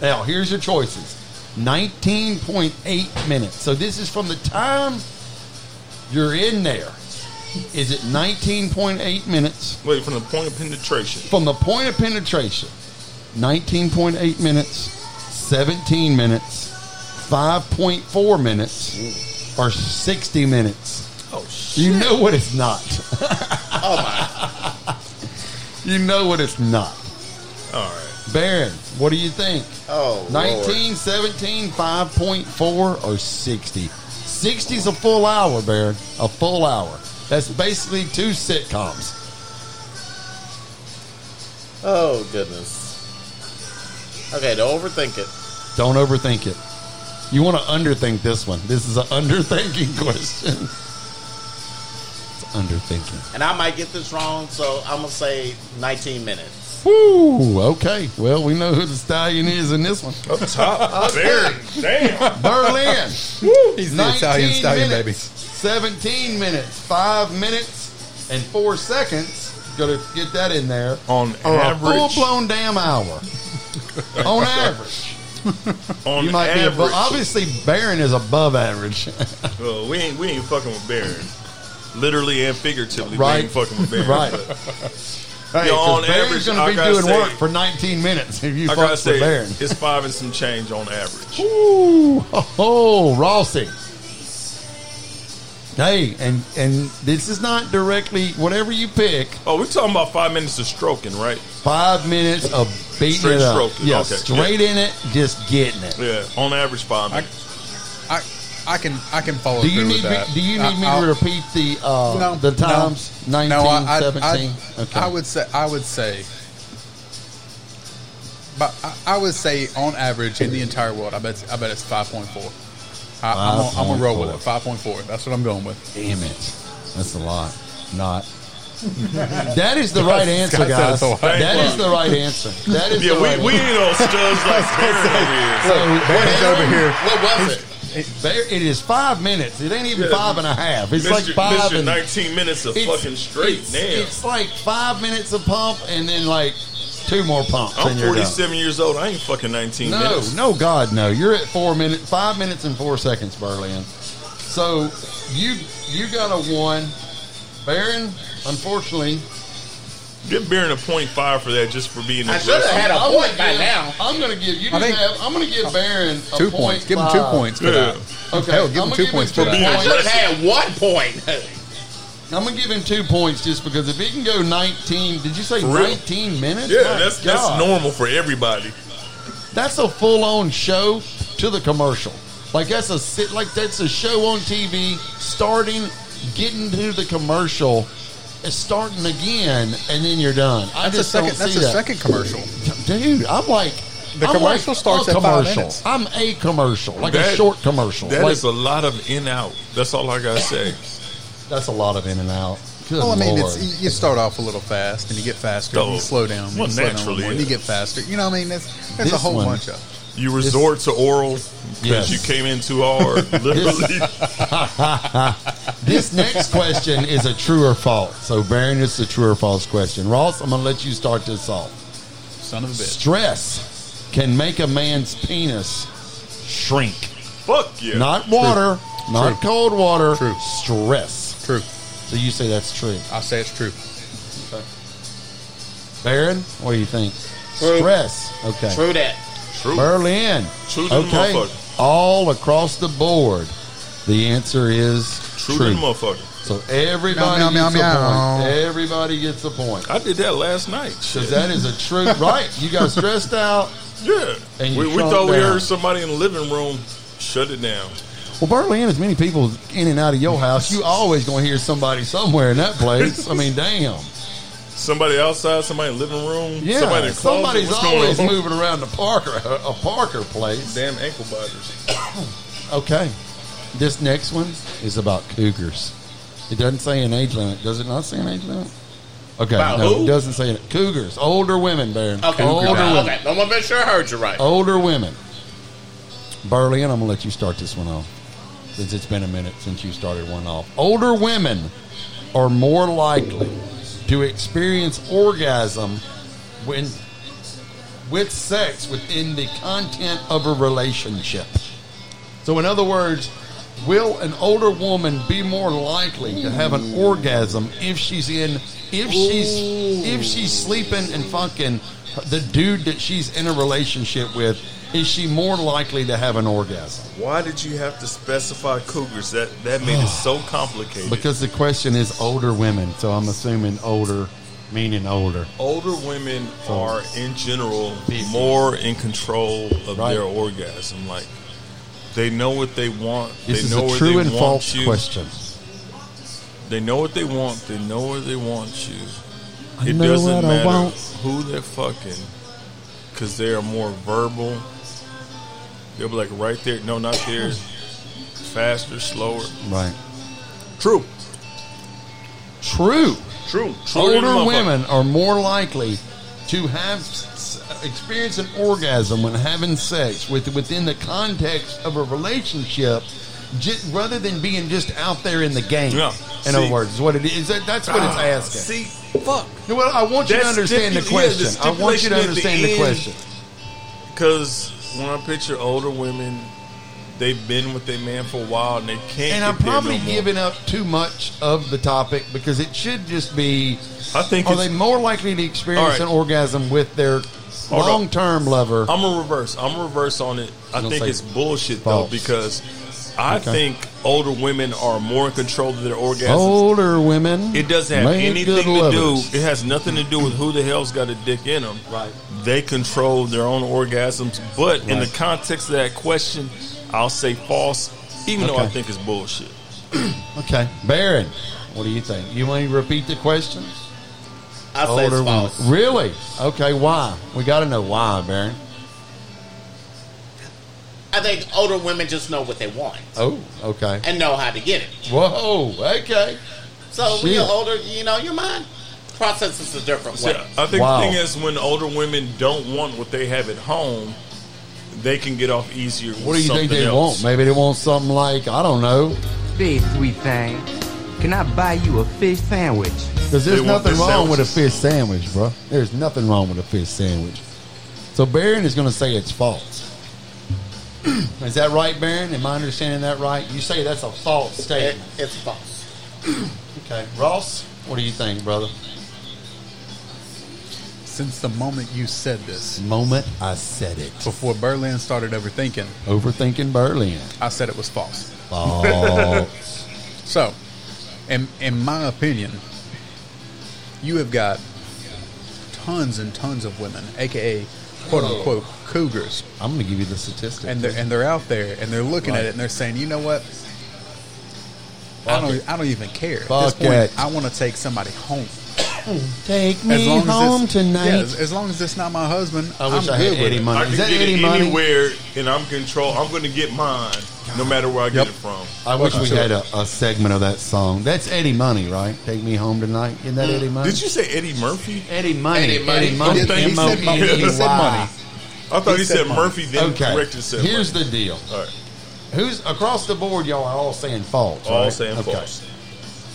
[SPEAKER 3] Now, here's your choices 19.8 minutes. So, this is from the time you're in there. Is it 19.8 minutes?
[SPEAKER 4] Wait, from the point of penetration.
[SPEAKER 3] from the point of penetration 19.8 minutes 17 minutes 5.4 minutes or 60 minutes
[SPEAKER 4] Oh, shit.
[SPEAKER 3] you know what it's not Oh, you know what it's not
[SPEAKER 4] All right.
[SPEAKER 3] baron what do you think
[SPEAKER 7] Oh,
[SPEAKER 3] 19 17 5.4 or 60 60 is a full hour baron a full hour that's basically two sitcoms
[SPEAKER 7] Oh goodness. Okay, don't overthink it.
[SPEAKER 3] Don't overthink it. You want to underthink this one. This is an underthinking question. It's underthinking.
[SPEAKER 7] And I might get this wrong, so I'm gonna say 19 minutes.
[SPEAKER 3] Woo! Okay. Well, we know who the stallion is in this one.
[SPEAKER 4] Up top. Very. Damn.
[SPEAKER 3] Berlin.
[SPEAKER 6] He's the
[SPEAKER 3] 19
[SPEAKER 6] Italian stallion,
[SPEAKER 3] minutes,
[SPEAKER 6] baby.
[SPEAKER 3] 17 minutes, 5 minutes, and 4 seconds. Got to get that in there.
[SPEAKER 4] On
[SPEAKER 3] Or a
[SPEAKER 4] average.
[SPEAKER 3] full blown damn hour. On average.
[SPEAKER 4] On
[SPEAKER 3] You might
[SPEAKER 4] average.
[SPEAKER 3] be above, obviously Baron is above average.
[SPEAKER 4] Well, we ain't we ain't fucking with Baron. Literally and figuratively,
[SPEAKER 3] Right.
[SPEAKER 4] we ain't fucking with Baron.
[SPEAKER 3] Right.
[SPEAKER 4] But
[SPEAKER 3] Hey,
[SPEAKER 4] Yeah,
[SPEAKER 3] 'cause
[SPEAKER 4] on
[SPEAKER 3] Barron's
[SPEAKER 4] average,
[SPEAKER 3] going to
[SPEAKER 4] I
[SPEAKER 3] be
[SPEAKER 4] gotta
[SPEAKER 3] doing
[SPEAKER 4] say-
[SPEAKER 3] work for 19 minutes if you
[SPEAKER 4] I gotta
[SPEAKER 3] fuck
[SPEAKER 4] say,
[SPEAKER 3] with Baron.
[SPEAKER 4] it's five and some change on average.
[SPEAKER 3] Ooh, oh, oh, Rossi. Hey, and and this is not directly whatever you pick.
[SPEAKER 4] Oh, we're talking about five minutes of stroking, right?
[SPEAKER 3] Five minutes of beating
[SPEAKER 4] Straight
[SPEAKER 3] it up,
[SPEAKER 4] stroke it,
[SPEAKER 3] yeah,
[SPEAKER 4] okay.
[SPEAKER 3] straight in it, just getting it.
[SPEAKER 4] Yeah, on average, five minutes.
[SPEAKER 6] I, I can, I can follow
[SPEAKER 3] Do you
[SPEAKER 6] through
[SPEAKER 3] need
[SPEAKER 6] with
[SPEAKER 3] me?
[SPEAKER 6] that.
[SPEAKER 3] Do you need
[SPEAKER 6] I-
[SPEAKER 3] me
[SPEAKER 6] I'll-
[SPEAKER 3] to repeat the uh,
[SPEAKER 6] No,
[SPEAKER 3] the
[SPEAKER 6] no.
[SPEAKER 3] times? Nineteen,
[SPEAKER 6] no, I, I,
[SPEAKER 3] seventeen.
[SPEAKER 6] I,
[SPEAKER 3] okay,
[SPEAKER 6] I would say I would say, but I, I would say on average in the entire world, I bet I bet it's five point four. I, I'm gonna- I'm gonna roll with it. Five point four. That's what I'm going with.
[SPEAKER 3] Damn it, that's a lot. Not. that is the right answer,
[SPEAKER 6] Scott said
[SPEAKER 3] guys.
[SPEAKER 6] it's a lot.
[SPEAKER 3] That is the right answer. That is
[SPEAKER 4] Yeah,
[SPEAKER 3] the right
[SPEAKER 4] we, we
[SPEAKER 3] answer.
[SPEAKER 4] ain't on studs like Baron over here.
[SPEAKER 3] So,
[SPEAKER 6] Baron's
[SPEAKER 3] whatever-
[SPEAKER 6] over here.
[SPEAKER 7] What was it?
[SPEAKER 3] There, it is five minutes. It ain't even
[SPEAKER 4] Yeah.
[SPEAKER 3] five and a half. It's like
[SPEAKER 4] Mr.
[SPEAKER 3] five
[SPEAKER 4] Mr.
[SPEAKER 3] and
[SPEAKER 4] 19 minutes of
[SPEAKER 3] it's-
[SPEAKER 4] fucking straight.
[SPEAKER 3] It's,
[SPEAKER 4] Damn.
[SPEAKER 3] it's like five minutes of pump and then like two more pumps.
[SPEAKER 4] I'm
[SPEAKER 3] and you're done.
[SPEAKER 4] 47 years old. I ain't fucking 19
[SPEAKER 3] No,
[SPEAKER 4] minutes.
[SPEAKER 3] no, God, no. You're at four minutes, five minutes and four seconds, Berlin. So you you got a one, Baron. Unfortunately,
[SPEAKER 4] Give Baron a point five for that just for being
[SPEAKER 7] I should have
[SPEAKER 4] aggressive.
[SPEAKER 7] had a
[SPEAKER 3] I'm gonna
[SPEAKER 7] point by
[SPEAKER 3] give-
[SPEAKER 7] now.
[SPEAKER 3] I'm going to give you.
[SPEAKER 6] I
[SPEAKER 3] didn't
[SPEAKER 6] think-
[SPEAKER 3] have, I'm going to give Baron a
[SPEAKER 6] Two
[SPEAKER 3] point
[SPEAKER 6] points. Give him two
[SPEAKER 3] five.
[SPEAKER 6] points for
[SPEAKER 4] Yeah.
[SPEAKER 6] that.
[SPEAKER 3] Okay,
[SPEAKER 6] Hell, give
[SPEAKER 3] I'm
[SPEAKER 6] him
[SPEAKER 3] gonna
[SPEAKER 6] two
[SPEAKER 3] him
[SPEAKER 6] points
[SPEAKER 3] two
[SPEAKER 6] for that.
[SPEAKER 7] I should have had one point.
[SPEAKER 3] I'm gonna give him two points just because if he can go 19, did you say
[SPEAKER 4] real?
[SPEAKER 3] 19 minutes?
[SPEAKER 4] Yeah,
[SPEAKER 3] My
[SPEAKER 4] that's that's
[SPEAKER 3] God.
[SPEAKER 4] normal for everybody.
[SPEAKER 3] That's a full on show to the commercial. Like that's a sit, like that's a show on TV starting, getting to the commercial, and starting again, and then you're done. I
[SPEAKER 6] That's a
[SPEAKER 3] just
[SPEAKER 6] second.
[SPEAKER 3] don't
[SPEAKER 6] That's
[SPEAKER 3] see
[SPEAKER 6] a
[SPEAKER 3] that.
[SPEAKER 6] second commercial.
[SPEAKER 3] dude. I'm like.
[SPEAKER 6] The
[SPEAKER 3] I'm
[SPEAKER 6] commercial
[SPEAKER 3] like
[SPEAKER 6] starts
[SPEAKER 3] a
[SPEAKER 6] at five
[SPEAKER 3] commercial.
[SPEAKER 6] minutes.
[SPEAKER 3] I'm a commercial, like a
[SPEAKER 4] That-
[SPEAKER 3] short commercial.
[SPEAKER 4] That is
[SPEAKER 3] Like,
[SPEAKER 4] a lot of in out. That's all I gotta say.
[SPEAKER 3] that's a lot of in and out. Good
[SPEAKER 6] well, Oh, I mean,
[SPEAKER 3] Lord.
[SPEAKER 6] it's e- you- you start off a little fast, and you get faster, and you
[SPEAKER 4] Oh,
[SPEAKER 6] slow down, and
[SPEAKER 4] well,
[SPEAKER 6] you slow down a
[SPEAKER 4] naturally,
[SPEAKER 6] little more, and you
[SPEAKER 4] yeah.
[SPEAKER 6] get faster. You know, what I mean, there's, there's a
[SPEAKER 3] This
[SPEAKER 6] whole
[SPEAKER 3] one-
[SPEAKER 6] bunch of.
[SPEAKER 4] You resort to oral because
[SPEAKER 3] Yes.
[SPEAKER 4] you came in too hard. Literally,
[SPEAKER 3] This next question is a true or false. So, Baron, it's a true or false question. Ross, I'm going to let you start this off.
[SPEAKER 6] Son of a bitch.
[SPEAKER 3] Stress can make a man's penis shrink.
[SPEAKER 4] fuck yeah.
[SPEAKER 3] Not water, not cold water.
[SPEAKER 6] True.
[SPEAKER 3] Stress.
[SPEAKER 6] True.
[SPEAKER 3] So you say that's true.
[SPEAKER 6] I say it's true.
[SPEAKER 3] Baron, what do you think?
[SPEAKER 7] True.
[SPEAKER 3] Stress. Okay.
[SPEAKER 7] True that.
[SPEAKER 4] True.
[SPEAKER 3] Berlin.
[SPEAKER 4] True to the
[SPEAKER 3] Okay.
[SPEAKER 4] motherfucker.
[SPEAKER 3] All across the board, the answer is
[SPEAKER 4] True,
[SPEAKER 3] true.
[SPEAKER 4] than motherfucker.
[SPEAKER 3] So everybody
[SPEAKER 6] Meow, meow,
[SPEAKER 3] gets
[SPEAKER 6] meow,
[SPEAKER 3] a point.
[SPEAKER 6] meow.
[SPEAKER 3] Everybody gets a point.
[SPEAKER 4] I did that last night. Shit.
[SPEAKER 3] Because that is a true right. You got stressed out.
[SPEAKER 4] yeah.
[SPEAKER 3] And you
[SPEAKER 4] we we
[SPEAKER 3] shrunk
[SPEAKER 4] thought we
[SPEAKER 3] down.
[SPEAKER 4] heard somebody in the living room. Shut it down.
[SPEAKER 3] Well, Berlin, as many people in and out of your house, you always gonna hear somebody somewhere in that place. I mean, damn.
[SPEAKER 4] Somebody outside. Somebody in the living room.
[SPEAKER 3] Yeah,
[SPEAKER 4] Somebody in the closet.
[SPEAKER 3] somebody's
[SPEAKER 4] What's
[SPEAKER 3] always
[SPEAKER 4] going on?
[SPEAKER 3] moving around the Parker a Parker place.
[SPEAKER 4] Damn ankle biters.
[SPEAKER 3] Okay, this next one is about cougars. It doesn't say an age limit, does it? Not say an age limit. Okay,
[SPEAKER 7] About
[SPEAKER 3] no,
[SPEAKER 7] who?
[SPEAKER 3] it doesn't say it. Cougars, older women, Baron.
[SPEAKER 7] Okay.
[SPEAKER 3] older
[SPEAKER 7] Okay.
[SPEAKER 3] women,
[SPEAKER 7] okay. I want to make sure I heard you right.
[SPEAKER 3] older women. Berlin, I'm gonna let you start this one off since it's been a minute since you started one off. Older women are more likely to experience orgasm when with sex within the content of a relationship. So in other words, will an older woman be more likely to have an orgasm if she's in if she's if she's sleeping and fucking the dude that she's in a relationship with is she more likely to have an orgasm?
[SPEAKER 4] Why did you have to specify cougars? That that made it so complicated.
[SPEAKER 3] Because the question is older women, so I'm assuming older meaning older.
[SPEAKER 4] older women
[SPEAKER 3] Oh.
[SPEAKER 4] are in general more in control of
[SPEAKER 3] Right.
[SPEAKER 4] their orgasm. Like they know what they want.
[SPEAKER 3] This
[SPEAKER 4] they
[SPEAKER 3] is
[SPEAKER 4] know
[SPEAKER 3] a
[SPEAKER 4] where
[SPEAKER 3] true
[SPEAKER 4] they
[SPEAKER 3] and
[SPEAKER 4] want
[SPEAKER 3] false
[SPEAKER 4] you.
[SPEAKER 3] question.
[SPEAKER 4] They know what they want. They know where they want you.
[SPEAKER 3] I
[SPEAKER 4] it
[SPEAKER 3] know
[SPEAKER 4] doesn't
[SPEAKER 3] what I
[SPEAKER 4] matter
[SPEAKER 3] want.
[SPEAKER 4] who they're fucking because they are more verbal. They'll be like right there. No, not there. Faster, slower.
[SPEAKER 3] Right.
[SPEAKER 4] True.
[SPEAKER 3] True.
[SPEAKER 4] True. True than
[SPEAKER 3] Older
[SPEAKER 4] a motherfucker.
[SPEAKER 3] women are more likely to have s- experience an orgasm when having sex with within the context of a relationship. j rather than being just out there in the game,
[SPEAKER 4] Yeah.
[SPEAKER 3] in other
[SPEAKER 4] See-
[SPEAKER 3] words, is what it is. That- That's what it's
[SPEAKER 4] Ah,
[SPEAKER 3] asking.
[SPEAKER 4] See, fuck.
[SPEAKER 3] well, I want you to
[SPEAKER 4] That
[SPEAKER 3] understand the
[SPEAKER 4] stipu- yeah, the
[SPEAKER 3] question. I want you
[SPEAKER 4] stipulation
[SPEAKER 3] to
[SPEAKER 4] at the
[SPEAKER 3] understand the
[SPEAKER 4] end-
[SPEAKER 3] question.
[SPEAKER 4] Because when I picture older women, they've been with their man for a while and they can't.
[SPEAKER 3] And
[SPEAKER 4] get
[SPEAKER 3] I'm probably
[SPEAKER 4] there no more.
[SPEAKER 3] giving up too much of the topic because it should just be.
[SPEAKER 4] I think
[SPEAKER 3] Are
[SPEAKER 4] it's-
[SPEAKER 3] they more likely to experience
[SPEAKER 4] All right.
[SPEAKER 3] an orgasm with their
[SPEAKER 4] Hold on.
[SPEAKER 3] long-term lover?
[SPEAKER 4] I'm a reverse. I'm a reverse on it. I
[SPEAKER 3] don't
[SPEAKER 4] think
[SPEAKER 3] say
[SPEAKER 4] it's bullshit
[SPEAKER 3] false.
[SPEAKER 4] though because I
[SPEAKER 3] Okay.
[SPEAKER 4] think older women are more in control of their orgasms.
[SPEAKER 3] Older women.
[SPEAKER 4] It doesn't have
[SPEAKER 3] Oh, make
[SPEAKER 4] anything
[SPEAKER 3] good
[SPEAKER 4] to
[SPEAKER 3] lovers.
[SPEAKER 4] do. It has nothing to do with who the hell's got a dick in them.
[SPEAKER 3] Right.
[SPEAKER 4] They control their own orgasms, but in the context of that question, I'll say false, even though I
[SPEAKER 3] Okay.
[SPEAKER 4] think it's bullshit.
[SPEAKER 3] Okay, Baron, what do you think? You want to repeat the question?
[SPEAKER 7] I say it's false.
[SPEAKER 3] women. Really? Okay, why? We got to know why, Baron.
[SPEAKER 7] I think older women just know what they want
[SPEAKER 3] Oh, okay.
[SPEAKER 7] and know how to get it.
[SPEAKER 3] Whoa, okay.
[SPEAKER 7] So when you're
[SPEAKER 3] Shit.
[SPEAKER 7] older, you know, your mind processes a different
[SPEAKER 4] So
[SPEAKER 7] way.
[SPEAKER 4] I think
[SPEAKER 3] Wow.
[SPEAKER 4] the thing is when older women don't want what they have at home, they can get off easier. With
[SPEAKER 3] What do you think
[SPEAKER 4] something
[SPEAKER 3] they
[SPEAKER 4] else.
[SPEAKER 3] want? Maybe they want something like I don't know.
[SPEAKER 11] Hey, sweet thing, can I buy you a fish sandwich?
[SPEAKER 3] Because there's
[SPEAKER 4] They want
[SPEAKER 3] nothing
[SPEAKER 4] their
[SPEAKER 3] wrong with a
[SPEAKER 4] sandwiches.
[SPEAKER 3] fish sandwich, bro. There's nothing wrong with a fish sandwich. So Baron is going to say it's false. is that right, Baron? Am I understanding that right? You say that's a false
[SPEAKER 7] It-
[SPEAKER 3] statement.
[SPEAKER 7] it's false.
[SPEAKER 3] Okay, Ross, what do you think, brother?
[SPEAKER 6] Since the moment you said this,
[SPEAKER 3] Moment I said it.
[SPEAKER 6] before Berlin started overthinking,
[SPEAKER 3] Overthinking Berlin.
[SPEAKER 6] I said it was false.
[SPEAKER 3] False.
[SPEAKER 6] So, in, in my opinion, you have got tons and tons of women, aka quote unquote cougars,
[SPEAKER 3] I'm going to give you the statistic.
[SPEAKER 6] and they're and they're out there and they're looking at it and they're saying, you know what? I don't I don't even care.
[SPEAKER 3] Fuck
[SPEAKER 6] at this
[SPEAKER 3] it.
[SPEAKER 6] point, I want to take somebody home.
[SPEAKER 3] Take
[SPEAKER 6] As
[SPEAKER 3] me
[SPEAKER 6] long as
[SPEAKER 3] home
[SPEAKER 6] it's, yeah,
[SPEAKER 3] tonight.
[SPEAKER 6] as, as long as it's not my husband,
[SPEAKER 3] I wish
[SPEAKER 6] I'm
[SPEAKER 3] I
[SPEAKER 6] good
[SPEAKER 3] had
[SPEAKER 6] with
[SPEAKER 3] Eddie
[SPEAKER 6] it.
[SPEAKER 3] money.
[SPEAKER 4] I
[SPEAKER 3] Is
[SPEAKER 4] can
[SPEAKER 3] that
[SPEAKER 4] get
[SPEAKER 3] Eddie
[SPEAKER 4] it
[SPEAKER 3] money?
[SPEAKER 4] anywhere, and I'm control. I'm going to get mine, no matter where I get
[SPEAKER 6] Yep.
[SPEAKER 4] it from.
[SPEAKER 3] I wish we had a, a segment of that song. That's Eddie Money, right? Take me home tonight. Isn't that Eddie Money?
[SPEAKER 4] Did you say Eddie Murphy?
[SPEAKER 3] Eddie Money?
[SPEAKER 4] Eddie Money.
[SPEAKER 3] Eddie Money.
[SPEAKER 4] I
[SPEAKER 3] M-O-N-E-Y.
[SPEAKER 4] thought he said- he said Money. I thought he said Murphy, then
[SPEAKER 3] okay.
[SPEAKER 4] corrected said
[SPEAKER 3] Here's the deal.
[SPEAKER 4] All right.
[SPEAKER 3] Who's across the board? Y'all are all saying false.
[SPEAKER 4] All
[SPEAKER 3] right?
[SPEAKER 4] saying
[SPEAKER 3] Okay.
[SPEAKER 4] false.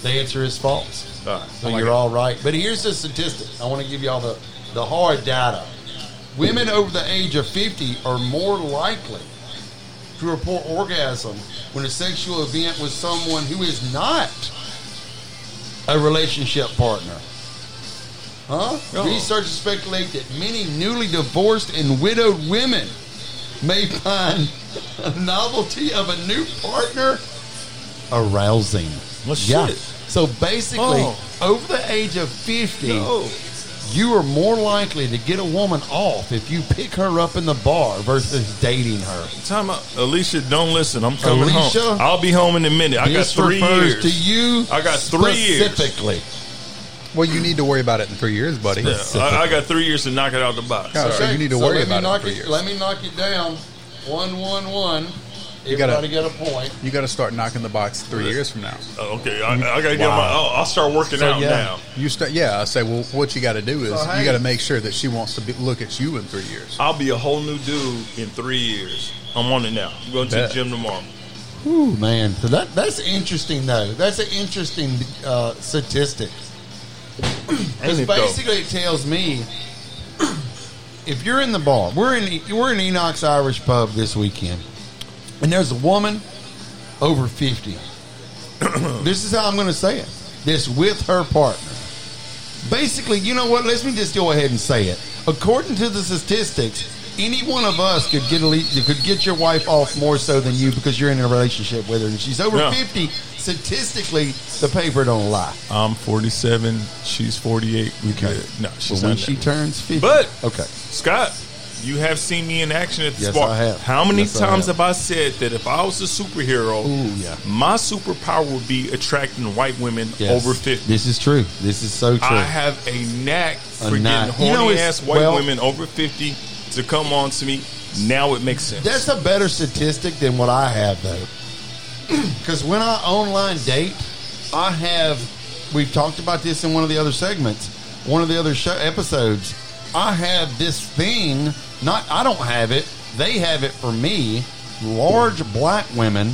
[SPEAKER 3] The answer is false.
[SPEAKER 4] All right.
[SPEAKER 3] So you're all right. But here's the statistic. I want to give y'all the, the hard data. Women over the age of 50 are more likely to report orgasm when a sexual event with someone who is not a relationship partner. Huh?
[SPEAKER 4] Oh.
[SPEAKER 3] Researchers speculate that many newly divorced and widowed women may find the novelty of a new partner arousing.
[SPEAKER 4] Well, shit.
[SPEAKER 3] So basically,
[SPEAKER 4] Oh.
[SPEAKER 3] over the age of 50,
[SPEAKER 4] No.
[SPEAKER 3] you are more likely to get a woman off if you pick her up in the bar versus dating her.
[SPEAKER 4] Time out. Alicia, don't listen. I'm coming
[SPEAKER 3] Alicia?
[SPEAKER 4] home. I'll be home in a minute. I got
[SPEAKER 3] This
[SPEAKER 4] three
[SPEAKER 3] refers
[SPEAKER 4] years.
[SPEAKER 3] to you
[SPEAKER 4] I got three years.
[SPEAKER 3] specifically.
[SPEAKER 6] Well, you need to worry about it in three years, buddy.
[SPEAKER 4] Yeah, I, I got three years to knock it out the box.
[SPEAKER 6] Yeah,
[SPEAKER 4] Sorry.
[SPEAKER 6] so you need to
[SPEAKER 3] so
[SPEAKER 6] worry
[SPEAKER 3] let
[SPEAKER 6] about it
[SPEAKER 3] me
[SPEAKER 6] in
[SPEAKER 3] knock
[SPEAKER 6] three
[SPEAKER 3] it.
[SPEAKER 6] years.
[SPEAKER 3] Let me knock it down. One, one, one.
[SPEAKER 6] You gotta-
[SPEAKER 3] Everybody got a point.
[SPEAKER 6] You got to start knocking the box three years from now.
[SPEAKER 4] Oh, okay, I, I got to get my. I'll, I'll start working
[SPEAKER 3] So,
[SPEAKER 4] out
[SPEAKER 3] yeah.
[SPEAKER 4] now.
[SPEAKER 6] You start, yeah. I say, well, what you got to do is
[SPEAKER 3] So, hey.
[SPEAKER 6] you got to make sure that she wants to be, look at you in three years.
[SPEAKER 4] I'll be a whole new dude in three years. I'm on it now. I'm going to the
[SPEAKER 6] Bet.
[SPEAKER 4] gym tomorrow.
[SPEAKER 3] Ooh, man. So that that's interesting though. That's an interesting uh, statistic. Because
[SPEAKER 4] it, though?
[SPEAKER 3] basically, it tells me if you're in the bar, we're in E- we're in Enoch's Irish Pub this weekend, and there's a woman over fifty. this is how I'm going to say it. This with her partner. Basically, you know what? Let me just go ahead and say it. According to the statistics, any one of us could get a le- you could get your wife off more so than you because you're in a relationship with her, and she's over
[SPEAKER 4] Yeah.
[SPEAKER 3] fifty. Statistically, the paper don't lie.
[SPEAKER 4] I'm 47. She's 48. We good. No, she's
[SPEAKER 3] But when
[SPEAKER 4] not
[SPEAKER 3] she
[SPEAKER 4] that.
[SPEAKER 3] turns 50.
[SPEAKER 4] But
[SPEAKER 3] okay.
[SPEAKER 4] Scott, you have seen me in action at the
[SPEAKER 3] Yes,
[SPEAKER 4] bar.
[SPEAKER 3] I have.
[SPEAKER 4] How many
[SPEAKER 3] Yes, I
[SPEAKER 4] times
[SPEAKER 3] have.
[SPEAKER 4] have I said that if I was a superhero,
[SPEAKER 3] Ooh, yeah.
[SPEAKER 4] my superpower would be attracting white women over 50?
[SPEAKER 3] This is true. This is so true.
[SPEAKER 4] I have a knack
[SPEAKER 3] A
[SPEAKER 4] for
[SPEAKER 3] knack.
[SPEAKER 4] getting horny
[SPEAKER 3] You know, it's-
[SPEAKER 4] ass white
[SPEAKER 3] well-
[SPEAKER 4] women over 50 to come on to me. Now it makes sense.
[SPEAKER 3] That's a better statistic than what I have, though. Because when I online date, I have, we've talked about this in one of the other segments, one of the other show episodes. I have this thing, not, I don't have it, they have it for me, large black women.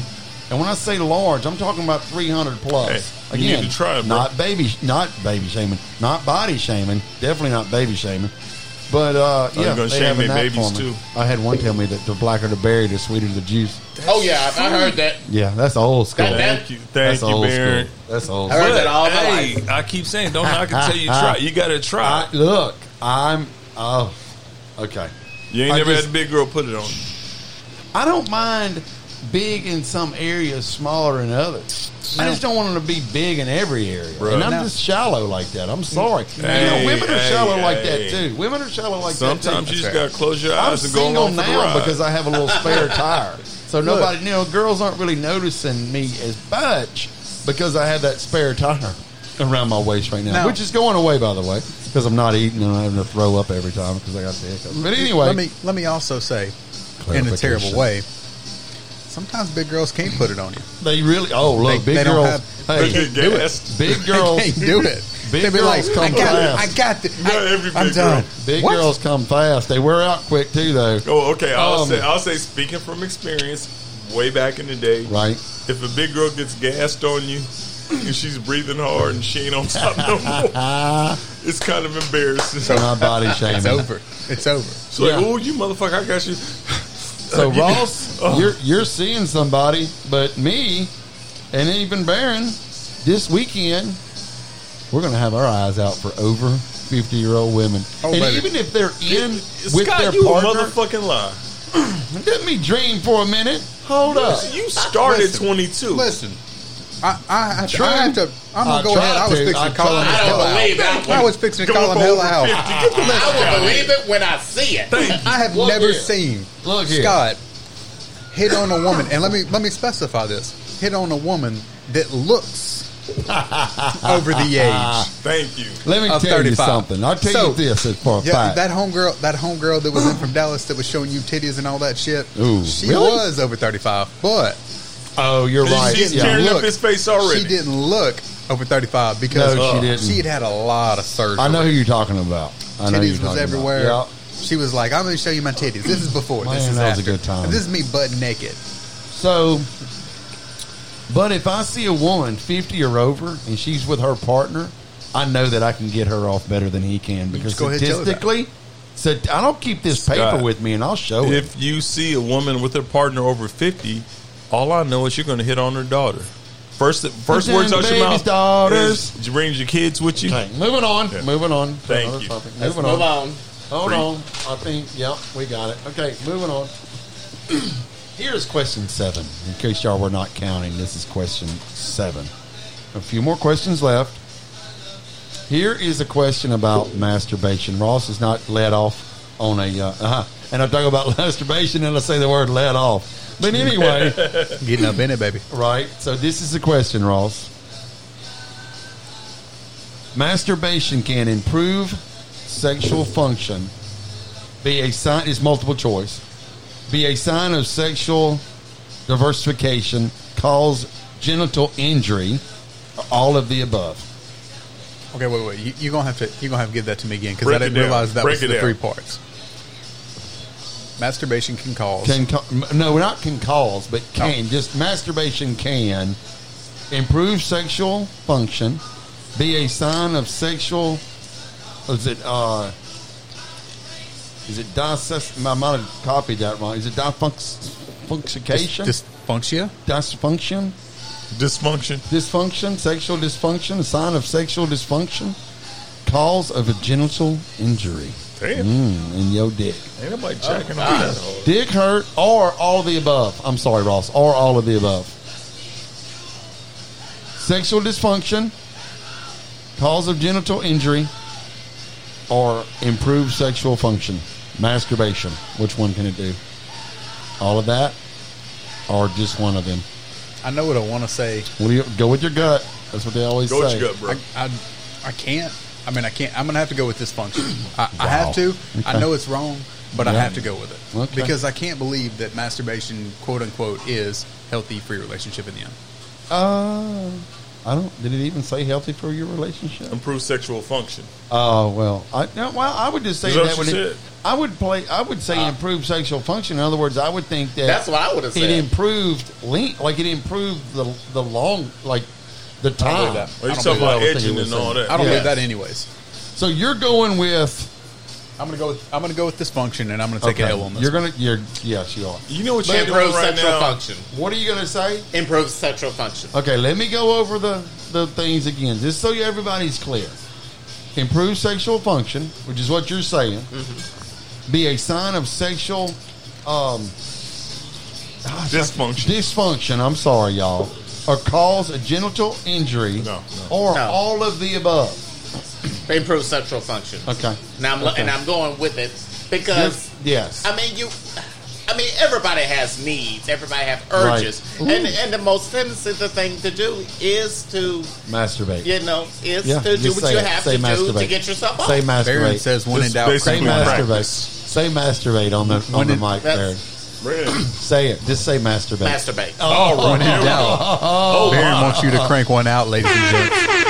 [SPEAKER 3] And when I say large, I'm talking about 300 plus.
[SPEAKER 4] Hey, you need to try it, bro.
[SPEAKER 3] not baby, not baby shaming, not body shaming, definitely not baby shaming. But uh,
[SPEAKER 4] you
[SPEAKER 3] yeah,
[SPEAKER 4] Oh,
[SPEAKER 3] they
[SPEAKER 4] gonna shame
[SPEAKER 3] have a
[SPEAKER 4] their
[SPEAKER 3] knack
[SPEAKER 4] babies,
[SPEAKER 3] for me.
[SPEAKER 4] too.
[SPEAKER 3] I had one tell me that the blacker the berry, the sweeter the juice.
[SPEAKER 7] Oh yeah, I I heard that.
[SPEAKER 3] Yeah, that's old school.
[SPEAKER 7] That- that-
[SPEAKER 4] Thank you. Thank
[SPEAKER 3] that's
[SPEAKER 4] you,
[SPEAKER 3] old
[SPEAKER 4] Baron.
[SPEAKER 3] school. That's old.
[SPEAKER 7] I
[SPEAKER 3] School.
[SPEAKER 7] heard that all my
[SPEAKER 4] hey,
[SPEAKER 7] life.
[SPEAKER 4] I keep saying, don't knock it till you try. You got to try.
[SPEAKER 3] I, look, I'm. Oh, okay.
[SPEAKER 4] you ain't
[SPEAKER 3] I
[SPEAKER 4] never
[SPEAKER 3] just-
[SPEAKER 4] had a big girl put it on you.
[SPEAKER 3] I don't mind big in some areas, smaller in others. I just don't want them to be big in every area.
[SPEAKER 4] Right.
[SPEAKER 3] And I'm
[SPEAKER 4] Now-
[SPEAKER 3] just shallow like that. I'm sorry. you
[SPEAKER 4] Hey,
[SPEAKER 3] know, women are
[SPEAKER 4] hey,
[SPEAKER 3] shallow like
[SPEAKER 4] hey.
[SPEAKER 3] that too. Women are shallow like that
[SPEAKER 4] Sometimes
[SPEAKER 3] too.
[SPEAKER 4] you just got to close your
[SPEAKER 3] I'm
[SPEAKER 4] eyes and go
[SPEAKER 3] single
[SPEAKER 4] along for the
[SPEAKER 3] now
[SPEAKER 4] ride.
[SPEAKER 3] because I have a little spare tire. So nobody, you know, girls aren't really noticing me as much because I have that spare tire around my waist right now,
[SPEAKER 6] Now-
[SPEAKER 3] which is going away, by the way, because I'm not eating and I'm having to throw up every time because I got the hiccups. But anyway,
[SPEAKER 6] let me let me also say, in a terrible
[SPEAKER 3] Clarification.
[SPEAKER 6] way, sometimes big girls can't put it on you.
[SPEAKER 3] they really, oh, look,
[SPEAKER 6] They-
[SPEAKER 3] big
[SPEAKER 6] they don't
[SPEAKER 3] girls,
[SPEAKER 6] have-
[SPEAKER 3] hey,
[SPEAKER 4] They get
[SPEAKER 3] do it.
[SPEAKER 4] gassed.
[SPEAKER 3] Big girls,
[SPEAKER 6] They can't do it.
[SPEAKER 3] Big
[SPEAKER 6] They be
[SPEAKER 3] girls
[SPEAKER 6] like,
[SPEAKER 3] come
[SPEAKER 6] I got, it. I
[SPEAKER 3] fast.
[SPEAKER 6] got it.
[SPEAKER 4] Not every
[SPEAKER 6] I, am
[SPEAKER 4] big
[SPEAKER 6] done.
[SPEAKER 4] girl.
[SPEAKER 3] big
[SPEAKER 6] What?
[SPEAKER 3] girls come fast. They wear out quick too, though.
[SPEAKER 4] Oh, okay. I'll
[SPEAKER 3] Um,
[SPEAKER 4] say I'll say speaking from experience, way back in the day,
[SPEAKER 3] Right.
[SPEAKER 4] If a big girl gets gassed on you and she's breathing hard and she ain't on top no more,
[SPEAKER 3] Ah,
[SPEAKER 4] it's kind of embarrassing.
[SPEAKER 3] so not body shaming.
[SPEAKER 6] It's over. It's over.
[SPEAKER 4] it's like,
[SPEAKER 3] yeah.
[SPEAKER 4] oh, you motherfucker, I got you.
[SPEAKER 3] So
[SPEAKER 4] Yeah.
[SPEAKER 3] Ross,
[SPEAKER 4] Oh.
[SPEAKER 3] you're you're seeing somebody, but me and even Baron this weekend, we're gonna have our eyes out for over fifty year old women,
[SPEAKER 6] Oh,
[SPEAKER 3] and
[SPEAKER 6] baby.
[SPEAKER 3] even if they're in with
[SPEAKER 4] Scott,
[SPEAKER 3] their
[SPEAKER 4] you a
[SPEAKER 3] partner,
[SPEAKER 4] motherfucking lie.
[SPEAKER 3] let me dream for a minute. Hold up,
[SPEAKER 4] You started
[SPEAKER 6] Listen.
[SPEAKER 4] twenty two.
[SPEAKER 6] Listen, I, I, have to, I
[SPEAKER 3] True.
[SPEAKER 6] have to. I'm gonna
[SPEAKER 3] I
[SPEAKER 6] go
[SPEAKER 3] tried
[SPEAKER 6] ahead. I was
[SPEAKER 3] to.
[SPEAKER 6] fixing
[SPEAKER 3] I
[SPEAKER 6] to call him
[SPEAKER 3] tried.
[SPEAKER 7] I
[SPEAKER 6] hell
[SPEAKER 7] don't believe
[SPEAKER 6] out.
[SPEAKER 7] that one.
[SPEAKER 6] I was fixing to
[SPEAKER 4] Go
[SPEAKER 6] call him
[SPEAKER 4] for
[SPEAKER 6] hell
[SPEAKER 4] over
[SPEAKER 6] out.
[SPEAKER 4] 50. Get the
[SPEAKER 7] I
[SPEAKER 4] fuck
[SPEAKER 7] will
[SPEAKER 4] out of here.
[SPEAKER 7] believe it when I see it.
[SPEAKER 6] I have
[SPEAKER 3] Look
[SPEAKER 6] never
[SPEAKER 3] here.
[SPEAKER 6] seen
[SPEAKER 3] Look here.
[SPEAKER 6] Scott hit on a woman, and let me let me specify this: hit on a woman that looks over the age.
[SPEAKER 4] Thank you.
[SPEAKER 3] let me tell
[SPEAKER 6] Of
[SPEAKER 3] you
[SPEAKER 6] 35.
[SPEAKER 3] something. I'll tell
[SPEAKER 6] So-
[SPEAKER 3] you this as for a
[SPEAKER 6] Yeah,
[SPEAKER 3] fact.
[SPEAKER 6] that homegirl, that homegirl that was in from Dallas that was showing you titties and all that shit.
[SPEAKER 3] Ooh,
[SPEAKER 6] she
[SPEAKER 3] really?
[SPEAKER 6] was over thirty five, but
[SPEAKER 3] Oh, you're
[SPEAKER 4] She's
[SPEAKER 3] right.
[SPEAKER 4] She's
[SPEAKER 3] Yeah.
[SPEAKER 4] tearing up
[SPEAKER 3] Look,
[SPEAKER 4] his face already.
[SPEAKER 6] She didn't look over 35 because
[SPEAKER 3] No, she
[SPEAKER 6] uh,
[SPEAKER 3] didn't.
[SPEAKER 6] had had a lot of surgery.
[SPEAKER 3] I know who you're talking about. I know who you're
[SPEAKER 6] titties
[SPEAKER 3] talking about.
[SPEAKER 6] was everywhere.
[SPEAKER 3] Yeah.
[SPEAKER 6] She was like, "I'm going to show you my titties. This is before. this
[SPEAKER 3] Man,
[SPEAKER 6] is
[SPEAKER 3] that was
[SPEAKER 6] after.
[SPEAKER 3] a good time.
[SPEAKER 6] This is me butt naked."
[SPEAKER 3] So, but if I see a woman 50 or over and she's with her partner, I know that I can get her off better than he can because
[SPEAKER 6] go ahead and tell her that.
[SPEAKER 3] statistically, so I don't keep this paper
[SPEAKER 4] Scott.
[SPEAKER 3] with me and I'll show it.
[SPEAKER 4] If you see a woman with her partner over fifty, all I know is you're going to hit on her daughter. First, first
[SPEAKER 3] Who's
[SPEAKER 4] words
[SPEAKER 3] in
[SPEAKER 4] out your
[SPEAKER 3] baby's
[SPEAKER 4] mouth.
[SPEAKER 3] daughters?
[SPEAKER 4] is, Did you bring your kids with you?
[SPEAKER 3] Okay, moving on.
[SPEAKER 4] Yeah.
[SPEAKER 3] Moving on. to
[SPEAKER 4] Thank
[SPEAKER 3] another
[SPEAKER 4] you.
[SPEAKER 3] topic.
[SPEAKER 7] Let's
[SPEAKER 3] Moving
[SPEAKER 7] move
[SPEAKER 3] on.
[SPEAKER 7] on.
[SPEAKER 3] Hold
[SPEAKER 4] Free.
[SPEAKER 3] on. I think, yep, we got it. Okay, moving on. Here's question seven. In case y'all were not counting, this is question seven. A few more questions left. Here is a question about masturbation. Ross is not let off on a, uh, uh and I'm talking about masturbation, and I say the word let off. But anyway,
[SPEAKER 6] Getting up in it, baby.
[SPEAKER 3] Right. So this is the question, Ross. Masturbation can improve sexual function. Be a sign. It's multiple choice. Be a sign of sexual diversification. Cause genital injury. All of the above.
[SPEAKER 6] Okay, wait, wait. You, you're gonna have to you gonna have to give that to me again because I
[SPEAKER 4] Break it
[SPEAKER 6] didn't
[SPEAKER 4] down.
[SPEAKER 6] realize that
[SPEAKER 4] Break
[SPEAKER 6] was
[SPEAKER 4] it
[SPEAKER 6] the
[SPEAKER 4] down.
[SPEAKER 6] three parts. Masturbation can cause
[SPEAKER 3] Can ca- no, not can cause, but can just masturbation can improve sexual function, be a sign of sexual. Is it uh? Is it disess? I might have copied that wrong. Is it difunction?
[SPEAKER 6] Dys- dysfunction.
[SPEAKER 3] dysfunction,
[SPEAKER 4] Dysfunction.
[SPEAKER 3] dysfunction, sexual dysfunction, a sign of sexual dysfunction, cause of a genital injury
[SPEAKER 4] Damn,
[SPEAKER 3] mm, in your dick.
[SPEAKER 4] ain't nobody checking on that.
[SPEAKER 3] Dick hurt or all of the above. I'm sorry, Ross. Or all of the above. Sexual dysfunction, cause of genital injury, or improved sexual function. Masturbation. Which one can it do? All of that, or just one of them?
[SPEAKER 6] I know what I want to say.
[SPEAKER 3] What do you, go with your gut. That's what they always
[SPEAKER 4] Go with
[SPEAKER 3] say.
[SPEAKER 4] your gut, bro.
[SPEAKER 6] I, I I can't. I mean, I can't. I'm gonna have to go with dysfunction. I, I have to.
[SPEAKER 3] Okay.
[SPEAKER 6] I know it's wrong, but I
[SPEAKER 3] Yeah.
[SPEAKER 6] have to go with it
[SPEAKER 3] Okay.
[SPEAKER 6] because I can't believe that masturbation, quote unquote, is healthy for your relationship in the end.
[SPEAKER 3] Uh, I don't. Did it even say healthy for your relationship?
[SPEAKER 4] Improve sexual function.
[SPEAKER 3] Oh well, I no, well I would just say
[SPEAKER 4] Is that
[SPEAKER 3] that
[SPEAKER 4] what
[SPEAKER 3] would
[SPEAKER 4] you
[SPEAKER 3] it-
[SPEAKER 4] said? Uh,
[SPEAKER 3] I would play. I would say improved sexual function. In other words, I would think that
[SPEAKER 7] That's what I would've
[SPEAKER 3] It
[SPEAKER 7] said.
[SPEAKER 3] improved length, like it improved the the long, like the time.
[SPEAKER 6] that.
[SPEAKER 4] Are you
[SPEAKER 6] I don't
[SPEAKER 4] talking
[SPEAKER 6] believe
[SPEAKER 3] that. I don't
[SPEAKER 4] about
[SPEAKER 3] think
[SPEAKER 4] edging
[SPEAKER 3] it was
[SPEAKER 4] and all
[SPEAKER 3] saying-
[SPEAKER 4] that?
[SPEAKER 6] I don't
[SPEAKER 3] Yes.
[SPEAKER 6] need that anyways.
[SPEAKER 3] So you're going with
[SPEAKER 6] I'm gonna go. With, I'm gonna go with dysfunction, and I'm gonna take
[SPEAKER 3] okay,
[SPEAKER 6] an L on this.
[SPEAKER 3] You're gonna. You're yes, you are.
[SPEAKER 4] You know what you're doing
[SPEAKER 7] Improves
[SPEAKER 4] right
[SPEAKER 7] sexual
[SPEAKER 4] now?
[SPEAKER 7] function.
[SPEAKER 3] What are you gonna say?
[SPEAKER 7] Improves sexual function.
[SPEAKER 3] Okay, let me go over the, the things again, just so everybody's clear. Improve sexual function, which is what you're saying,
[SPEAKER 4] Mm-hmm.
[SPEAKER 3] be a sign of sexual um,
[SPEAKER 4] Dysfunction.
[SPEAKER 3] dysfunction. I'm sorry, y'all, or cause a genital injury,
[SPEAKER 4] No, no.
[SPEAKER 3] or
[SPEAKER 7] No.
[SPEAKER 3] all of the above.
[SPEAKER 7] Improves sexual function.
[SPEAKER 3] Okay,
[SPEAKER 7] Now I'm lo- and I'm going with it because
[SPEAKER 3] yes,
[SPEAKER 7] I mean you. I mean everybody has needs. Everybody have
[SPEAKER 3] Right.
[SPEAKER 7] urges,
[SPEAKER 3] Ooh.
[SPEAKER 7] and and the most sensitive thing to do is to
[SPEAKER 3] masturbate.
[SPEAKER 7] you know is
[SPEAKER 3] Yeah,
[SPEAKER 7] to do
[SPEAKER 3] just
[SPEAKER 7] what
[SPEAKER 3] say
[SPEAKER 7] you
[SPEAKER 3] it.
[SPEAKER 7] have
[SPEAKER 3] Say
[SPEAKER 7] to do to
[SPEAKER 3] masturbate.
[SPEAKER 7] get yourself off.
[SPEAKER 3] Say masturbate.
[SPEAKER 6] Barron says when in
[SPEAKER 4] Just
[SPEAKER 6] doubt,
[SPEAKER 3] say
[SPEAKER 4] basically
[SPEAKER 6] crack one out.
[SPEAKER 3] masturbate.
[SPEAKER 4] practice.
[SPEAKER 3] Say masturbate on the on the
[SPEAKER 6] When it-
[SPEAKER 3] mic,
[SPEAKER 7] That's-
[SPEAKER 3] Barron.
[SPEAKER 4] Man.
[SPEAKER 3] Say it. Just say masturbate.
[SPEAKER 7] masturbate.
[SPEAKER 4] All
[SPEAKER 6] When in
[SPEAKER 4] right.
[SPEAKER 6] doubt,
[SPEAKER 4] Oh,
[SPEAKER 6] Baron wants you to crank one out, ladies and gentlemen.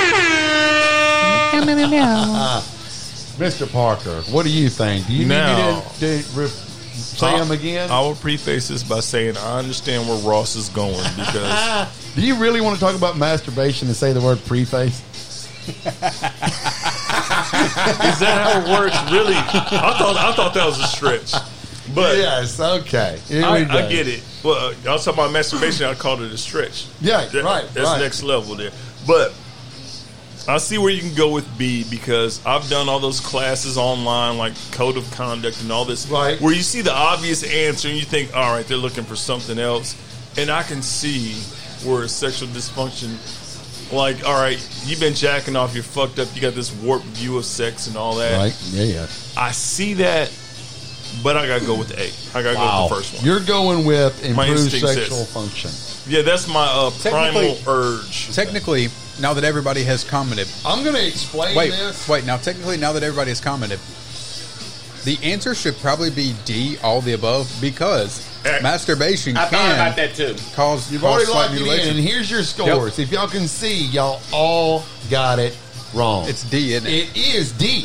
[SPEAKER 3] Mr. Parker, what do you think? Do you
[SPEAKER 4] Now-
[SPEAKER 3] need me to, to re- say them again?
[SPEAKER 4] I will preface this by saying I understand where Ross is going because
[SPEAKER 3] do you really want to talk about masturbation and say the word preface?
[SPEAKER 4] is that how it works? Really, I thought I thought that was a stretch, but
[SPEAKER 3] yes, okay. Here
[SPEAKER 4] I,
[SPEAKER 3] we go.
[SPEAKER 4] I get it. Well, I was talking about masturbation. I called it a stretch.
[SPEAKER 3] Yeah,
[SPEAKER 4] That-
[SPEAKER 3] right,
[SPEAKER 4] That's
[SPEAKER 3] right.
[SPEAKER 4] next level there. But I see where you can go with B because I've done all those classes online, like code of conduct and all this,
[SPEAKER 3] Right.
[SPEAKER 4] Where you see the obvious answer and you think, all right, they're looking for something else, and I can see where sexual dysfunction. Like, all right, you've been jacking off, you're fucked up, you got this warped view of sex and all that.
[SPEAKER 3] Right? Yeah, yeah.
[SPEAKER 4] I see that, but I gotta go with A. I gotta go with the first one.
[SPEAKER 3] You're going with improved
[SPEAKER 4] instinct says-
[SPEAKER 3] sexual function.
[SPEAKER 4] Yeah, that's my uh, primal
[SPEAKER 6] Technically-
[SPEAKER 4] urge.
[SPEAKER 6] Technically, now that everybody has commented,
[SPEAKER 3] I'm going to explain
[SPEAKER 6] wait,
[SPEAKER 3] this.
[SPEAKER 6] wait. Now, technically, now that everybody has commented, the answer should probably be D, all the above, because Masturbation
[SPEAKER 7] I
[SPEAKER 6] can
[SPEAKER 7] thought about that too.
[SPEAKER 6] cause
[SPEAKER 3] You've
[SPEAKER 6] cause
[SPEAKER 3] already
[SPEAKER 6] slight
[SPEAKER 3] locked it in,
[SPEAKER 6] mutilation.
[SPEAKER 3] and here's your scores. If y'all can see, y'all all got it wrong.
[SPEAKER 6] It's D, isn't it?
[SPEAKER 3] It is D.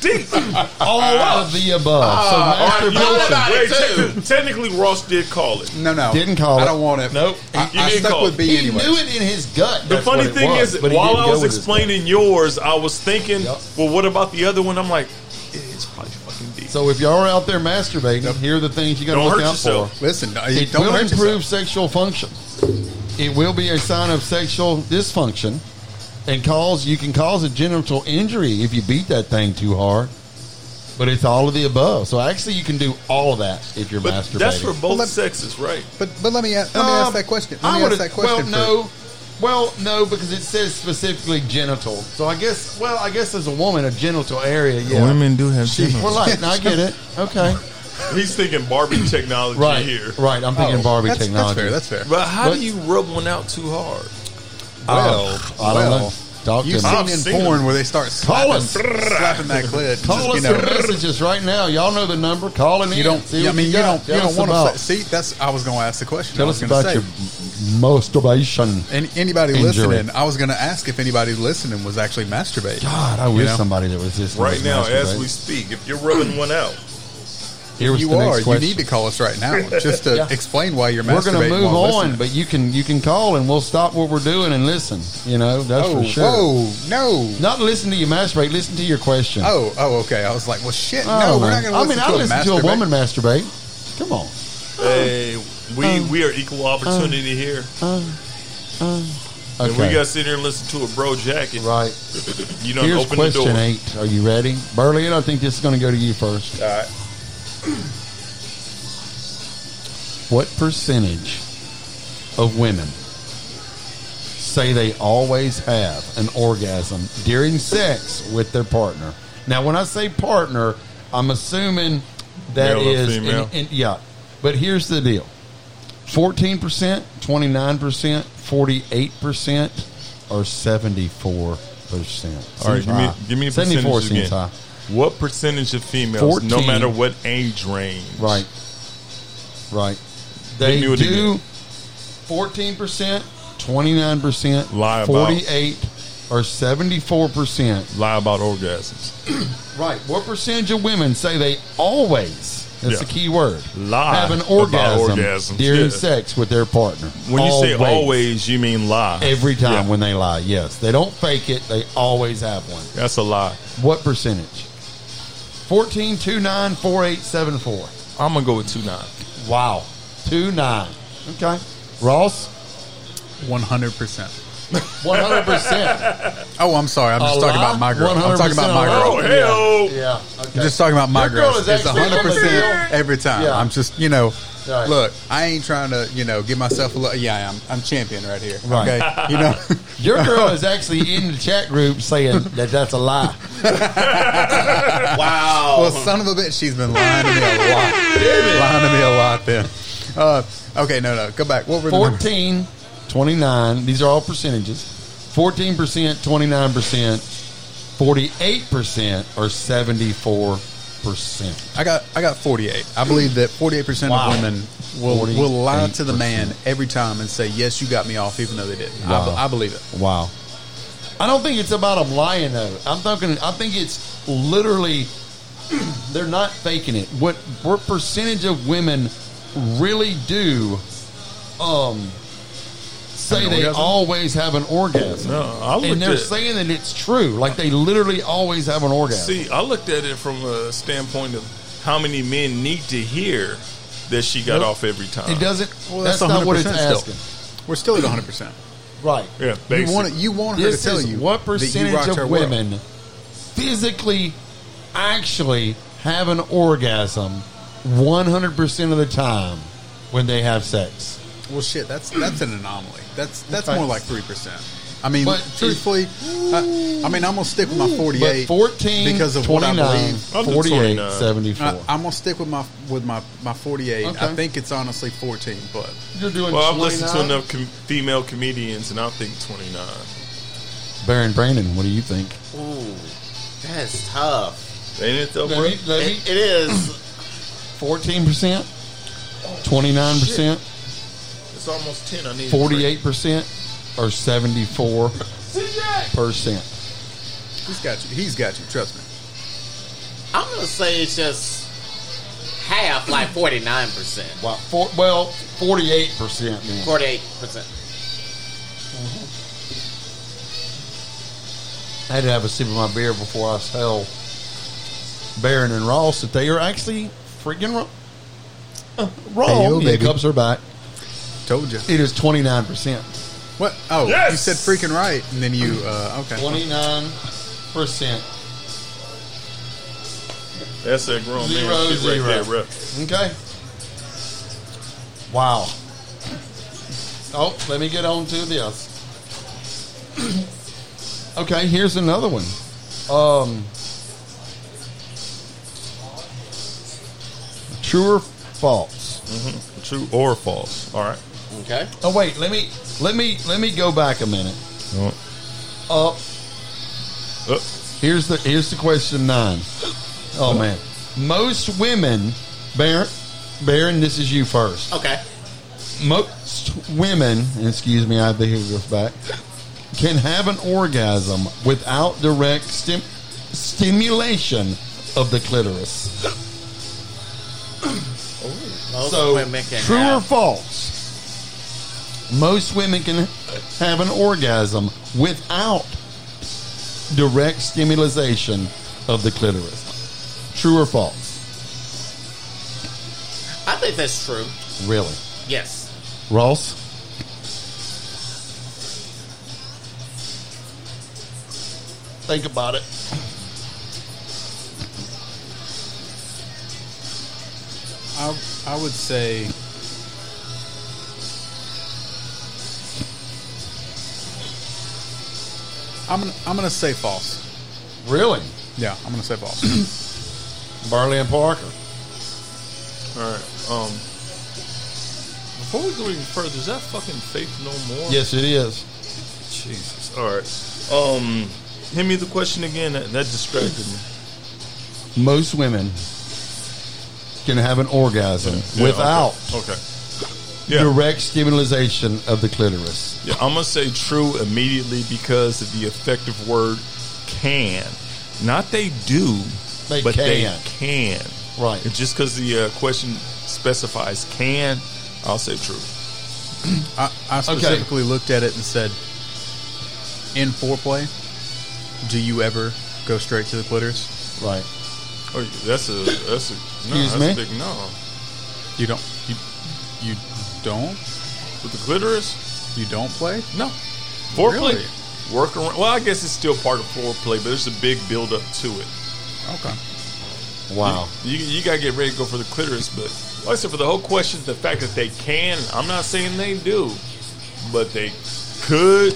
[SPEAKER 4] D.
[SPEAKER 3] All of the above. so
[SPEAKER 4] You know what?
[SPEAKER 3] masturbation.
[SPEAKER 4] Wait, technically, technically, Ross did call it.
[SPEAKER 6] No, no,
[SPEAKER 3] Didn't call
[SPEAKER 6] I
[SPEAKER 3] it.
[SPEAKER 6] don't want it.
[SPEAKER 4] Nope.
[SPEAKER 6] I,
[SPEAKER 4] You
[SPEAKER 6] I
[SPEAKER 4] didn't
[SPEAKER 6] stuck
[SPEAKER 4] call
[SPEAKER 6] with
[SPEAKER 4] it.
[SPEAKER 6] B
[SPEAKER 3] He
[SPEAKER 6] anyway.
[SPEAKER 3] knew it in his gut.
[SPEAKER 4] The
[SPEAKER 3] that's
[SPEAKER 4] funny
[SPEAKER 3] what it
[SPEAKER 4] thing
[SPEAKER 3] was,
[SPEAKER 4] is,
[SPEAKER 3] but he
[SPEAKER 4] while
[SPEAKER 3] didn't
[SPEAKER 4] I
[SPEAKER 3] go
[SPEAKER 4] was
[SPEAKER 3] with his
[SPEAKER 4] explaining yours, I was thinking,
[SPEAKER 3] Yep.
[SPEAKER 4] well, what about the other one? I'm like, it's probably fucking D.
[SPEAKER 3] gut. So if y'all are out there masturbating, here are the things you got to
[SPEAKER 4] Don't
[SPEAKER 3] look
[SPEAKER 4] hurt
[SPEAKER 3] out
[SPEAKER 4] yourself.
[SPEAKER 3] for.
[SPEAKER 6] Listen, no, you
[SPEAKER 3] It
[SPEAKER 6] don't
[SPEAKER 3] will
[SPEAKER 6] hurt
[SPEAKER 3] improve
[SPEAKER 6] yourself.
[SPEAKER 3] sexual function. It will be a sign of sexual dysfunction, and cause you can cause a genital injury if you beat that thing too hard. But it's all of the above. So actually, you can do all of that if you're
[SPEAKER 4] but
[SPEAKER 3] masturbating.
[SPEAKER 4] that's for both
[SPEAKER 6] Well, let-
[SPEAKER 4] sexes, right?
[SPEAKER 6] But but let me ask, let me
[SPEAKER 3] Um,
[SPEAKER 6] ask that question. Let
[SPEAKER 3] I
[SPEAKER 6] me ask
[SPEAKER 3] would've-
[SPEAKER 6] that question.
[SPEAKER 3] Well,
[SPEAKER 6] for-
[SPEAKER 3] no. Well, no, because it says specifically genital. So I guess, well, I guess as a woman, a genital area, yeah.
[SPEAKER 12] Women do have
[SPEAKER 3] She,
[SPEAKER 12] genitals.
[SPEAKER 3] well, like, I get it. Okay.
[SPEAKER 4] He's thinking Barbie technology
[SPEAKER 3] Right.
[SPEAKER 4] here.
[SPEAKER 3] Right. I'm thinking
[SPEAKER 6] Oh,
[SPEAKER 3] Barbie
[SPEAKER 6] that's,
[SPEAKER 3] technology.
[SPEAKER 6] That's fair. That's fair.
[SPEAKER 4] But how
[SPEAKER 3] But-
[SPEAKER 4] do you rub one out too hard?
[SPEAKER 3] well, Oh, I don't know. Talk
[SPEAKER 6] You've
[SPEAKER 3] to me.
[SPEAKER 4] I've
[SPEAKER 6] seen
[SPEAKER 4] seen
[SPEAKER 6] in porn
[SPEAKER 4] them.
[SPEAKER 6] where they start
[SPEAKER 3] Call
[SPEAKER 6] slapping,
[SPEAKER 3] us.
[SPEAKER 6] slapping that clit.
[SPEAKER 3] Call
[SPEAKER 6] just,
[SPEAKER 3] us
[SPEAKER 6] you know,
[SPEAKER 3] for messages right now. Y'all know the number. Call it in.
[SPEAKER 6] You don't.
[SPEAKER 3] See
[SPEAKER 6] I
[SPEAKER 3] what
[SPEAKER 6] mean, you,
[SPEAKER 3] got.
[SPEAKER 6] don't. You
[SPEAKER 3] Tell
[SPEAKER 6] don't
[SPEAKER 3] us
[SPEAKER 6] want
[SPEAKER 3] about-
[SPEAKER 6] to see. That's. I was going to ask the question.
[SPEAKER 3] Tell
[SPEAKER 6] I was
[SPEAKER 3] us
[SPEAKER 6] gonna
[SPEAKER 3] about
[SPEAKER 6] say.
[SPEAKER 3] your masturbation.
[SPEAKER 6] Any, anybody
[SPEAKER 3] injury.
[SPEAKER 6] listening? I was going to ask if anybody listening was actually masturbating.
[SPEAKER 3] God, I
[SPEAKER 6] You
[SPEAKER 3] wish
[SPEAKER 6] know?
[SPEAKER 3] somebody that was just
[SPEAKER 4] Right now, as we speak, if you're rubbing one out,
[SPEAKER 3] Here was
[SPEAKER 6] you
[SPEAKER 3] the
[SPEAKER 6] are.
[SPEAKER 3] next
[SPEAKER 6] You
[SPEAKER 3] question.
[SPEAKER 6] need to call us right now just to
[SPEAKER 3] Yeah.
[SPEAKER 6] explain why you're
[SPEAKER 3] we're
[SPEAKER 6] masturbating.
[SPEAKER 3] going to move
[SPEAKER 6] while
[SPEAKER 3] on,
[SPEAKER 6] listening.
[SPEAKER 3] but you can you can call and we'll stop what we're doing and listen. You know, that's
[SPEAKER 6] oh,
[SPEAKER 3] for sure.
[SPEAKER 6] whoa, no.
[SPEAKER 3] Not listen to you masturbate. Listen to your question.
[SPEAKER 6] Oh, oh, okay. I was like, well, shit.
[SPEAKER 3] I
[SPEAKER 6] no,
[SPEAKER 3] don't know.
[SPEAKER 6] we're not going to.
[SPEAKER 3] Oh, I mean, I listen to a
[SPEAKER 6] masturbate.
[SPEAKER 3] woman masturbate. Come on.
[SPEAKER 4] hey, we
[SPEAKER 3] um,
[SPEAKER 4] we are equal opportunity here,
[SPEAKER 3] Okay.
[SPEAKER 4] and we got to sit here and listen to a bro jacket.
[SPEAKER 3] right.
[SPEAKER 4] You don't
[SPEAKER 3] Here's
[SPEAKER 4] open the door.
[SPEAKER 3] question eight. Are you ready, Burley? I think this is going to go to you first.
[SPEAKER 4] All right.
[SPEAKER 3] What percentage of women say they always have an orgasm during sex with their partner? Now, when I say partner, I'm assuming that
[SPEAKER 4] Male or
[SPEAKER 3] is in-
[SPEAKER 4] female?
[SPEAKER 3] in- yeah. But here's the deal: fourteen percent, twenty nine percent, forty eight percent, or seventy four percent.
[SPEAKER 4] All right, give me, give me a
[SPEAKER 3] seventy
[SPEAKER 4] percentage
[SPEAKER 3] four
[SPEAKER 4] again.
[SPEAKER 3] seems high.
[SPEAKER 4] What percentage of females,
[SPEAKER 3] 14.
[SPEAKER 4] no matter what age range,
[SPEAKER 3] Right. Right.
[SPEAKER 4] Hit
[SPEAKER 3] They
[SPEAKER 4] me with it
[SPEAKER 3] do
[SPEAKER 4] again.
[SPEAKER 3] fourteen percent, twenty nine percent,
[SPEAKER 4] Lie about.
[SPEAKER 3] forty eight or seventy four percent.
[SPEAKER 4] lie about orgasms?
[SPEAKER 3] Right. What percentage of women say they always that's
[SPEAKER 4] Yeah.
[SPEAKER 3] the key word.
[SPEAKER 4] Lie
[SPEAKER 3] have an
[SPEAKER 4] about
[SPEAKER 3] orgasm
[SPEAKER 4] orgasms,
[SPEAKER 3] during
[SPEAKER 4] yeah.
[SPEAKER 3] sex with their partner.
[SPEAKER 4] When you say always, you mean lie.
[SPEAKER 3] every time
[SPEAKER 4] Yeah,
[SPEAKER 3] when they lie, yes. They don't fake it, they always have one.
[SPEAKER 4] that's a lie.
[SPEAKER 3] What percentage? Fourteen two nine four eight seven four.
[SPEAKER 4] I'm gonna go with two nine.
[SPEAKER 3] Wow. Two nine. Okay. Ross?
[SPEAKER 6] One hundred percent.
[SPEAKER 3] One hundred percent.
[SPEAKER 6] Oh, I'm sorry. I'm just
[SPEAKER 3] A
[SPEAKER 6] talking
[SPEAKER 3] lie?
[SPEAKER 6] about my girl. I'm talking about
[SPEAKER 3] 100%
[SPEAKER 6] my
[SPEAKER 3] a
[SPEAKER 6] girl.
[SPEAKER 4] Oh
[SPEAKER 3] Yeah.
[SPEAKER 4] hell!
[SPEAKER 3] Yeah. Okay.
[SPEAKER 6] I'm just talking about my
[SPEAKER 3] Your
[SPEAKER 6] girl.
[SPEAKER 3] girl is
[SPEAKER 6] It's
[SPEAKER 3] actually
[SPEAKER 6] 100
[SPEAKER 3] coming
[SPEAKER 6] percent
[SPEAKER 3] through.
[SPEAKER 6] every time.
[SPEAKER 3] Yeah.
[SPEAKER 6] I'm just, you know,
[SPEAKER 3] Right.
[SPEAKER 6] look, I ain't trying to, you know, give myself a look. Yeah, I am. I'm champion right here.
[SPEAKER 3] Right.
[SPEAKER 6] Okay, you know,
[SPEAKER 3] Your girl is actually in the chat group saying that that's a lie.
[SPEAKER 7] Wow.
[SPEAKER 6] well, son of a bitch, she's been lying to me a lot. Lying to me a lot. Then, uh, okay, no, no, go back. What were the numbers?
[SPEAKER 3] 14, 29, these are all percentages. 14%, 29%, 48%, or 74%.
[SPEAKER 6] I got, I got 48. I believe that 48 percent
[SPEAKER 3] Wow.
[SPEAKER 6] of women will will lie to the
[SPEAKER 3] 48%.
[SPEAKER 6] man every time and say, "Yes, you got me off," even though they didn't. I,
[SPEAKER 3] Wow.
[SPEAKER 6] be- I believe it.
[SPEAKER 3] Wow. I don't think it's about them lying though. I'm thinking. I think it's literally they're not faking it. What what percentage of women really do um say
[SPEAKER 6] An
[SPEAKER 3] they
[SPEAKER 6] orgasm?
[SPEAKER 3] always have an orgasm?
[SPEAKER 4] No, I looked
[SPEAKER 3] and they're
[SPEAKER 4] at-
[SPEAKER 3] saying that it's true. Like they literally always have an orgasm.
[SPEAKER 4] See, I looked at it from a standpoint of how many men need to hear that she got
[SPEAKER 3] Nope.
[SPEAKER 4] off every time.
[SPEAKER 3] it doesn't. that's not what it's asking.
[SPEAKER 6] Still. We're still at 100 percent.
[SPEAKER 3] Right.
[SPEAKER 4] Yeah,
[SPEAKER 6] You
[SPEAKER 4] basically.
[SPEAKER 6] want you want her
[SPEAKER 3] This
[SPEAKER 6] to tell
[SPEAKER 3] is
[SPEAKER 6] you
[SPEAKER 3] what
[SPEAKER 6] that you
[SPEAKER 3] percentage
[SPEAKER 6] rocked
[SPEAKER 3] of
[SPEAKER 6] her world.
[SPEAKER 3] women physically actually have an orgasm 100% of the time when they have sex.
[SPEAKER 6] Well, shit, that's that's an anomaly. That's that's
[SPEAKER 3] Okay.
[SPEAKER 6] more like three percent. I mean,
[SPEAKER 3] But-
[SPEAKER 6] truthfully, I, I mean, I'm gonna stick with my 48
[SPEAKER 3] But 14,
[SPEAKER 6] because of
[SPEAKER 3] 29,
[SPEAKER 6] what I believe.
[SPEAKER 4] Up to
[SPEAKER 3] 48,
[SPEAKER 4] 29.
[SPEAKER 3] 74.
[SPEAKER 6] I, I'm gonna stick with my with my my 48.
[SPEAKER 3] Okay.
[SPEAKER 6] I think it's honestly 14, but
[SPEAKER 3] You're doing
[SPEAKER 4] well, I've listened to
[SPEAKER 3] 29?
[SPEAKER 4] enough com- female comedians, and I think twenty nine.
[SPEAKER 3] Baron Brandon, what do you think?
[SPEAKER 7] Ooh, that's tough.
[SPEAKER 4] Ain't it though, bro?
[SPEAKER 3] Maybe, maybe
[SPEAKER 7] It, it is.
[SPEAKER 3] 14%? 29 percent,
[SPEAKER 4] It's almost 10. I need a drink.
[SPEAKER 3] 48 percent, or 74 percent.
[SPEAKER 6] He's got you. He's got you. Trust me.
[SPEAKER 7] I'm gonna say it's just half, like forty nine percent,
[SPEAKER 3] Well, for, well, 48 percent.
[SPEAKER 7] forty eight percent.
[SPEAKER 3] I had to have a sip of my beer before I tell Barron and Ross that they are actually freaking wrong. Uh, Wrong.
[SPEAKER 6] Hey, yo,
[SPEAKER 3] Yeah,
[SPEAKER 6] baby.
[SPEAKER 3] Cubs are back.
[SPEAKER 6] Told you.
[SPEAKER 3] It is 29 percent.
[SPEAKER 6] What? Oh, you
[SPEAKER 4] Yes!
[SPEAKER 6] said freaking right, and then you. Uh, okay.
[SPEAKER 3] 29 percent.
[SPEAKER 4] That's that grown
[SPEAKER 3] Zero,
[SPEAKER 4] man shit
[SPEAKER 3] zero.
[SPEAKER 4] right there, bro.
[SPEAKER 3] Okay. Wow. Oh, let me get on to this. okay, here's another one. Um, true or false?
[SPEAKER 4] True or false? All right.
[SPEAKER 7] Okay.
[SPEAKER 3] Oh wait, let me let me let me go back a minute.
[SPEAKER 4] Oh.
[SPEAKER 3] Up.
[SPEAKER 4] Uh,
[SPEAKER 3] Here's the here's the question nine. Oh man, most women, Baron, Baron, this is you first.
[SPEAKER 7] Okay.
[SPEAKER 3] Most women, and excuse me, I have the hiccups back, can have an orgasm without direct stim- stimulation of the clitoris.
[SPEAKER 7] Most
[SPEAKER 3] so,
[SPEAKER 7] women can
[SPEAKER 3] true or
[SPEAKER 7] have-
[SPEAKER 3] false? Most women can have an orgasm without direct stimulation of the clitoris. True or false?
[SPEAKER 7] I think that's true.
[SPEAKER 3] Really,
[SPEAKER 7] Yes.
[SPEAKER 3] Ross? Think about it.
[SPEAKER 6] I, I would say. I'm gonna, I'm gonna say false.
[SPEAKER 3] Really?
[SPEAKER 6] Yeah, I'm gonna say false.
[SPEAKER 3] Barley and Parker.
[SPEAKER 4] all right. Um, before we go any further, is that fucking faith no more?
[SPEAKER 3] Yes, it is.
[SPEAKER 4] Jesus. All right. Um, hit me the question again. That, that distracted me.
[SPEAKER 3] Most women can have an orgasm
[SPEAKER 4] Yeah,
[SPEAKER 3] without
[SPEAKER 4] Okay. okay. Yeah.
[SPEAKER 3] direct stimulation of the clitoris.
[SPEAKER 4] Yeah, I'm gonna say true immediately because of the effective word can. Not they do,
[SPEAKER 3] They
[SPEAKER 4] but they
[SPEAKER 3] can.
[SPEAKER 4] can.
[SPEAKER 3] Right.
[SPEAKER 4] And just because the uh, question specifies can, I'll say true.
[SPEAKER 6] I, I specifically looked at it and said, in foreplay, do you ever go straight to the clitoris?
[SPEAKER 3] Right.
[SPEAKER 4] Oh, yeah, that's a that's a no.
[SPEAKER 3] Excuse
[SPEAKER 4] that's a
[SPEAKER 3] me?
[SPEAKER 4] big no.
[SPEAKER 6] You don't. You, you don't.
[SPEAKER 4] With the clitoris,
[SPEAKER 6] You don't play.
[SPEAKER 4] no. Foreplay,
[SPEAKER 6] Really?
[SPEAKER 4] work around. Well, I guess it's still part of foreplay, but there's a big build up to it.
[SPEAKER 6] Okay.
[SPEAKER 3] Wow.
[SPEAKER 4] You, you gotta get ready to go for the clitoris, but like I said, for the whole question, the fact that they can, I'm not saying they do, but they could.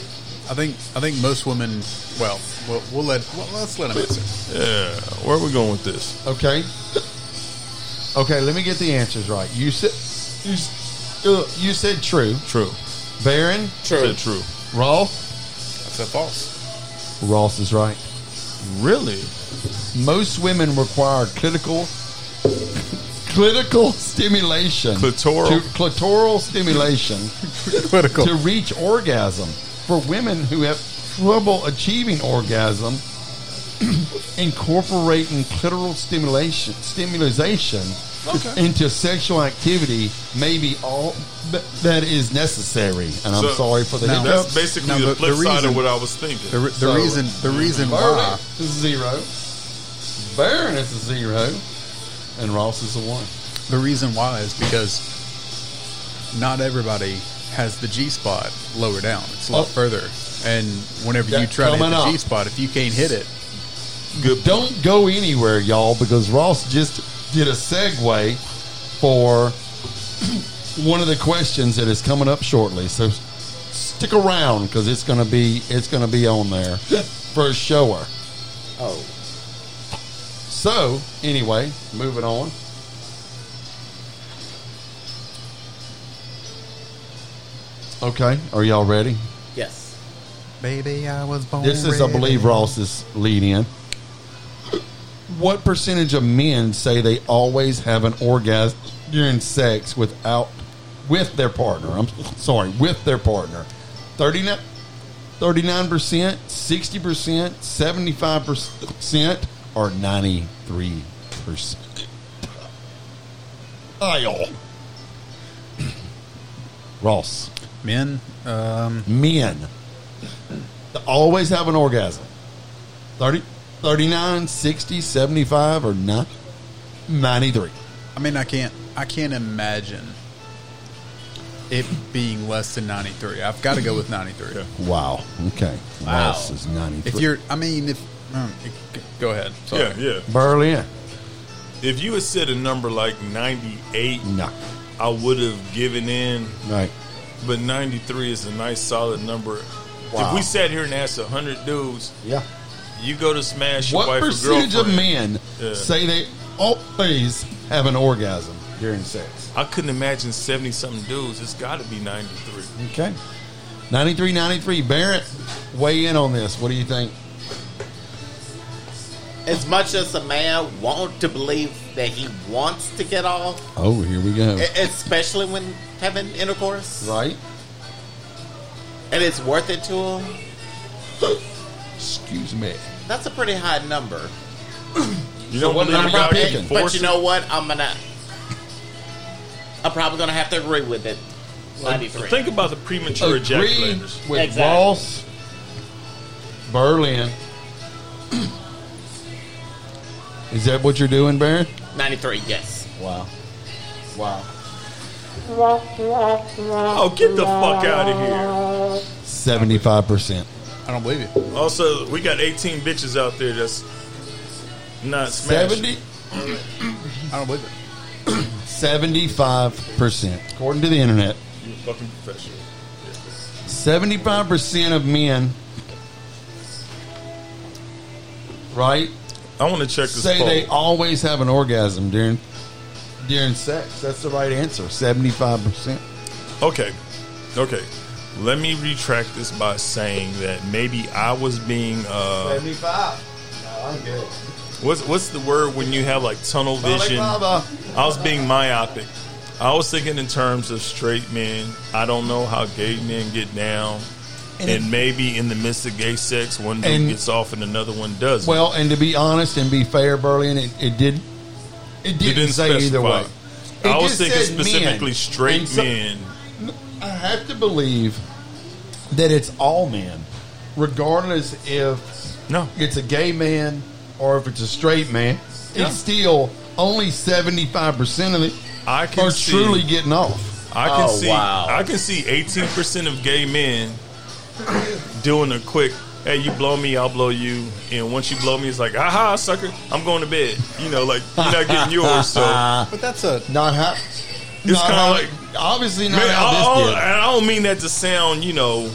[SPEAKER 6] I think I think most women. Well, we'll, we'll let well, let's let them answer.
[SPEAKER 4] Yeah, where are we going with this?
[SPEAKER 3] Okay. Okay, let me get the answers right. You said you, s- uh, you said true.
[SPEAKER 4] True.
[SPEAKER 3] Baron,
[SPEAKER 4] True. true.
[SPEAKER 3] Ross,
[SPEAKER 6] I said false.
[SPEAKER 3] Ross is right.
[SPEAKER 4] Really?
[SPEAKER 3] Most women require clinical clinical stimulation.
[SPEAKER 4] Clitoral.
[SPEAKER 3] To, clitoral stimulation.
[SPEAKER 6] Critical.
[SPEAKER 3] to reach orgasm. For women who have trouble achieving orgasm, incorporating clitoral stimulation stimulation into sexual activity may be all th- that is necessary. And I'm
[SPEAKER 4] So-
[SPEAKER 3] sorry for the
[SPEAKER 6] No.
[SPEAKER 4] That's
[SPEAKER 3] hiccups.
[SPEAKER 4] basically
[SPEAKER 6] No,
[SPEAKER 4] the
[SPEAKER 6] but
[SPEAKER 4] flip
[SPEAKER 6] the
[SPEAKER 4] side
[SPEAKER 6] reason-
[SPEAKER 4] of what I was thinking.
[SPEAKER 6] The, re- the
[SPEAKER 3] So-
[SPEAKER 6] reason the reason why
[SPEAKER 3] Barnett is zero. Baron is a zero. And Ross is a one.
[SPEAKER 6] the reason why is because not everybody has the G spot lower down. It's a lot
[SPEAKER 3] Oh.
[SPEAKER 6] further, and whenever
[SPEAKER 3] Yeah,
[SPEAKER 6] you try to hit
[SPEAKER 3] coming
[SPEAKER 6] the
[SPEAKER 3] up.
[SPEAKER 6] G spot, if you can't hit it,
[SPEAKER 4] Good.
[SPEAKER 3] Don't go anywhere, y'all, because Ross just did a segue for one of the questions that is coming up shortly. So stick around because it's gonna be it's gonna be on there for a shower.
[SPEAKER 7] Oh.
[SPEAKER 3] So anyway, moving on. Okay, are y'all ready?
[SPEAKER 7] Yes.
[SPEAKER 6] baby, I was born.
[SPEAKER 3] This is, I
[SPEAKER 6] ready.
[SPEAKER 3] believe, Ross's lead in. What percentage of men say they always have an orgasm during sex without with their partner. I'm sorry, with their partner. 39 percent, sixty percent, seventy five percent, or ninety three percent. Aisle. Ross.
[SPEAKER 6] Men. Um,
[SPEAKER 3] Men. They always have an orgasm. 30, 39, 60, 75, or nine, 93.
[SPEAKER 6] I mean, I can't. I can't imagine it being less than ninety three. I've got to go with ninety three.
[SPEAKER 3] Wow. Okay.
[SPEAKER 6] Wow.
[SPEAKER 3] Ross is 93.
[SPEAKER 6] If you're, I mean, if um, g- go ahead. Sorry.
[SPEAKER 4] Yeah, yeah.
[SPEAKER 3] Berlin.
[SPEAKER 4] If you had said a number like 98,
[SPEAKER 3] No.
[SPEAKER 4] I would have given in.
[SPEAKER 3] Right.
[SPEAKER 4] But 93 is a nice solid number.
[SPEAKER 3] Wow.
[SPEAKER 4] If we sat here and asked 100 dudes,
[SPEAKER 3] Yeah.
[SPEAKER 4] you go to smash your
[SPEAKER 3] What
[SPEAKER 4] wife
[SPEAKER 3] percentage
[SPEAKER 4] or
[SPEAKER 3] of
[SPEAKER 4] girlfriend.
[SPEAKER 3] men
[SPEAKER 4] Yeah.
[SPEAKER 3] say they always have an orgasm during sex?
[SPEAKER 4] I couldn't imagine 70 something dudes. It's got to be 93.
[SPEAKER 3] Okay. 93 93. Barrett, weigh in on this. What do you think?
[SPEAKER 7] As much as a man want to believe that he wants to get off,
[SPEAKER 3] Oh, here we go.
[SPEAKER 7] e- especially when having intercourse,
[SPEAKER 3] Right?
[SPEAKER 7] and it's worth it to him,
[SPEAKER 3] Excuse me.
[SPEAKER 7] that's a pretty high number.
[SPEAKER 4] You don't
[SPEAKER 3] what
[SPEAKER 4] believe
[SPEAKER 3] number
[SPEAKER 4] a guy
[SPEAKER 3] I'm
[SPEAKER 4] can
[SPEAKER 3] picking?
[SPEAKER 4] force
[SPEAKER 7] But you
[SPEAKER 4] it?
[SPEAKER 7] know what? I'm gonna. I'm probably gonna have to agree with it. Ninety three.
[SPEAKER 4] Think about the premature
[SPEAKER 3] Agree
[SPEAKER 4] ejaculators.
[SPEAKER 3] with
[SPEAKER 7] Exactly.
[SPEAKER 3] Ross, Berlin. Is that what you're doing, Barrett?
[SPEAKER 7] Ninety three. Yes.
[SPEAKER 3] Wow. Wow.
[SPEAKER 4] Oh, get the fuck out of
[SPEAKER 3] 75%.
[SPEAKER 6] I don't believe it.
[SPEAKER 4] here. Also, we got 18 bitches out there that's not smashing.
[SPEAKER 3] 70,
[SPEAKER 6] I don't believe it.
[SPEAKER 3] 75%. According to the internet,
[SPEAKER 4] You fucking professional.
[SPEAKER 3] 75% of men, right,
[SPEAKER 4] I want to check this
[SPEAKER 3] say
[SPEAKER 4] poll.
[SPEAKER 3] they always have an orgasm during during sex. That's the right answer. 75%.
[SPEAKER 4] Okay. Okay. Let me retract this by saying that maybe I was being uh
[SPEAKER 3] 75. Ah, I'm good.
[SPEAKER 4] what's what's the word when you have like tunnel vision?
[SPEAKER 3] Alibaba.
[SPEAKER 4] I was being myopic. I was thinking in terms of straight men. I don't know how gay men get down. And, maybe in the midst of gay sex, one dude
[SPEAKER 3] And-
[SPEAKER 4] gets off and another one doesn't.
[SPEAKER 3] Well, and to be honest and be fair, Berlin, it, it did it didn't,
[SPEAKER 4] It didn't
[SPEAKER 3] say either
[SPEAKER 4] specify.
[SPEAKER 3] way. It
[SPEAKER 4] I was
[SPEAKER 3] just
[SPEAKER 4] thinking
[SPEAKER 3] said men.
[SPEAKER 4] specifically straight
[SPEAKER 3] And so-
[SPEAKER 4] men.
[SPEAKER 3] I have to believe that it's all men, regardless if
[SPEAKER 4] No.
[SPEAKER 3] it's a gay man or if it's a straight man.
[SPEAKER 4] Yeah.
[SPEAKER 3] It's still only seventy five percent of it
[SPEAKER 4] I can
[SPEAKER 3] are
[SPEAKER 4] see
[SPEAKER 3] truly getting off.
[SPEAKER 4] I can
[SPEAKER 7] Oh,
[SPEAKER 4] see
[SPEAKER 7] wow.
[SPEAKER 4] I can see eighteen percent of gay men doing a quick hey you blow me, I'll blow you and once you blow me it's like aha sucker, I'm going to bed. You know, like you're not getting yours, so man,
[SPEAKER 6] But that's a
[SPEAKER 3] Not how.
[SPEAKER 4] It's
[SPEAKER 3] not
[SPEAKER 4] kinda
[SPEAKER 3] how-
[SPEAKER 4] like-
[SPEAKER 3] obviously not how
[SPEAKER 4] I,
[SPEAKER 3] this
[SPEAKER 4] don't-
[SPEAKER 3] did.
[SPEAKER 4] and I don't mean that to sound, you know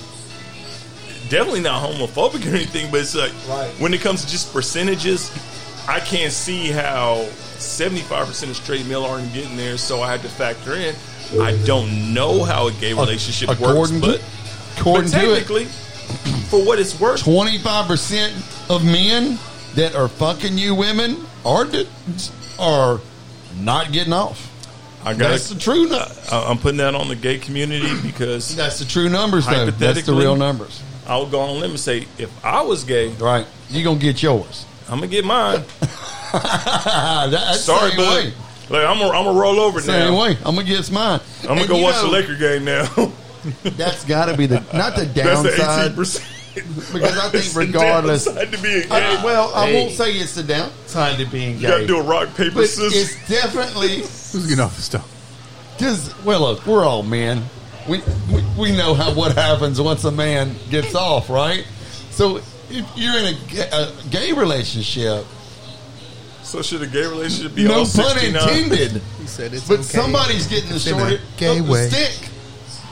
[SPEAKER 4] definitely not homophobic or anything, but it's like
[SPEAKER 3] Right.
[SPEAKER 4] when it comes to just percentages, I can't see how seventy five percent of straight male aren't getting there, so I had to factor in. I don't know how a gay relationship works,
[SPEAKER 3] According
[SPEAKER 4] but
[SPEAKER 3] to, according
[SPEAKER 4] but
[SPEAKER 3] to it,
[SPEAKER 4] technically, for what it's worth,
[SPEAKER 3] twenty five percent of men that are fucking you women are d- are not getting off.
[SPEAKER 4] I got.
[SPEAKER 3] That's the true. nu-
[SPEAKER 4] I'm putting that on the gay community because
[SPEAKER 3] That's the true numbers, though. That's the
[SPEAKER 4] Hypothetically-
[SPEAKER 3] real numbers,
[SPEAKER 4] I'll go on a limb and say if I was gay,
[SPEAKER 3] right? You gonna get yours.
[SPEAKER 4] I'm gonna get mine.
[SPEAKER 3] Ah, that's
[SPEAKER 4] Sorry,
[SPEAKER 3] same
[SPEAKER 4] bud.
[SPEAKER 3] way.
[SPEAKER 4] Like I'm gonna I'm gonna roll over
[SPEAKER 3] Same
[SPEAKER 4] now.
[SPEAKER 3] way. I'm gonna get mine.
[SPEAKER 4] I'm gonna
[SPEAKER 3] And
[SPEAKER 4] go
[SPEAKER 3] you
[SPEAKER 4] watch the
[SPEAKER 3] know,
[SPEAKER 4] Laker game now.
[SPEAKER 3] That's got to be the not the
[SPEAKER 4] That's the
[SPEAKER 3] downside
[SPEAKER 4] 18 percent.
[SPEAKER 3] because I think regardless.
[SPEAKER 4] to be a gay,
[SPEAKER 3] I- well, I
[SPEAKER 7] Hey.
[SPEAKER 3] won't say it's the downside to being
[SPEAKER 4] you gotta
[SPEAKER 3] gay,
[SPEAKER 4] do a rock paper
[SPEAKER 3] but
[SPEAKER 4] scissors.
[SPEAKER 3] it's definitely
[SPEAKER 6] who's getting off this stuff.
[SPEAKER 3] Because well, look, we're all men. We, we we know how what happens once a man gets off, right? So if you're in a, ga- a gay relationship,
[SPEAKER 4] So should a gay relationship be
[SPEAKER 3] no
[SPEAKER 4] all
[SPEAKER 3] pun
[SPEAKER 4] 69?
[SPEAKER 3] intended,
[SPEAKER 6] He said it's
[SPEAKER 3] but
[SPEAKER 6] okay.
[SPEAKER 3] somebody's getting the
[SPEAKER 6] It's in a
[SPEAKER 3] short
[SPEAKER 6] gay
[SPEAKER 3] of the
[SPEAKER 6] way.
[SPEAKER 3] stick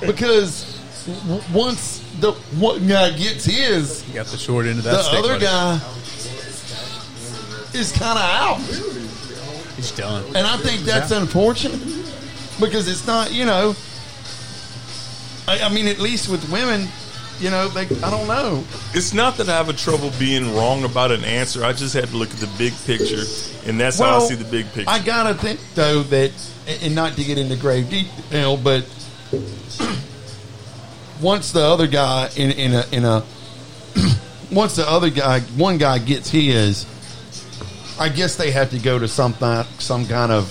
[SPEAKER 3] because w- once the one guy gets his,
[SPEAKER 6] He got the short end of that.
[SPEAKER 3] the
[SPEAKER 6] stick,
[SPEAKER 3] other
[SPEAKER 6] buddy.
[SPEAKER 3] guy is kind of out.
[SPEAKER 6] he's done.
[SPEAKER 3] And I think that's unfortunate because it's not, you know, I, I mean, at least with women, you know, they, I don't know.
[SPEAKER 4] It's not that I have a trouble being wrong about an answer. I just had to look at the big picture, and that's how I
[SPEAKER 3] Well,
[SPEAKER 4] see the big picture.
[SPEAKER 3] I gotta think though that, and- and not to get into grave detail, but once the other guy in in a in a once the other guy one guy gets his, I guess they have to go to some some kind of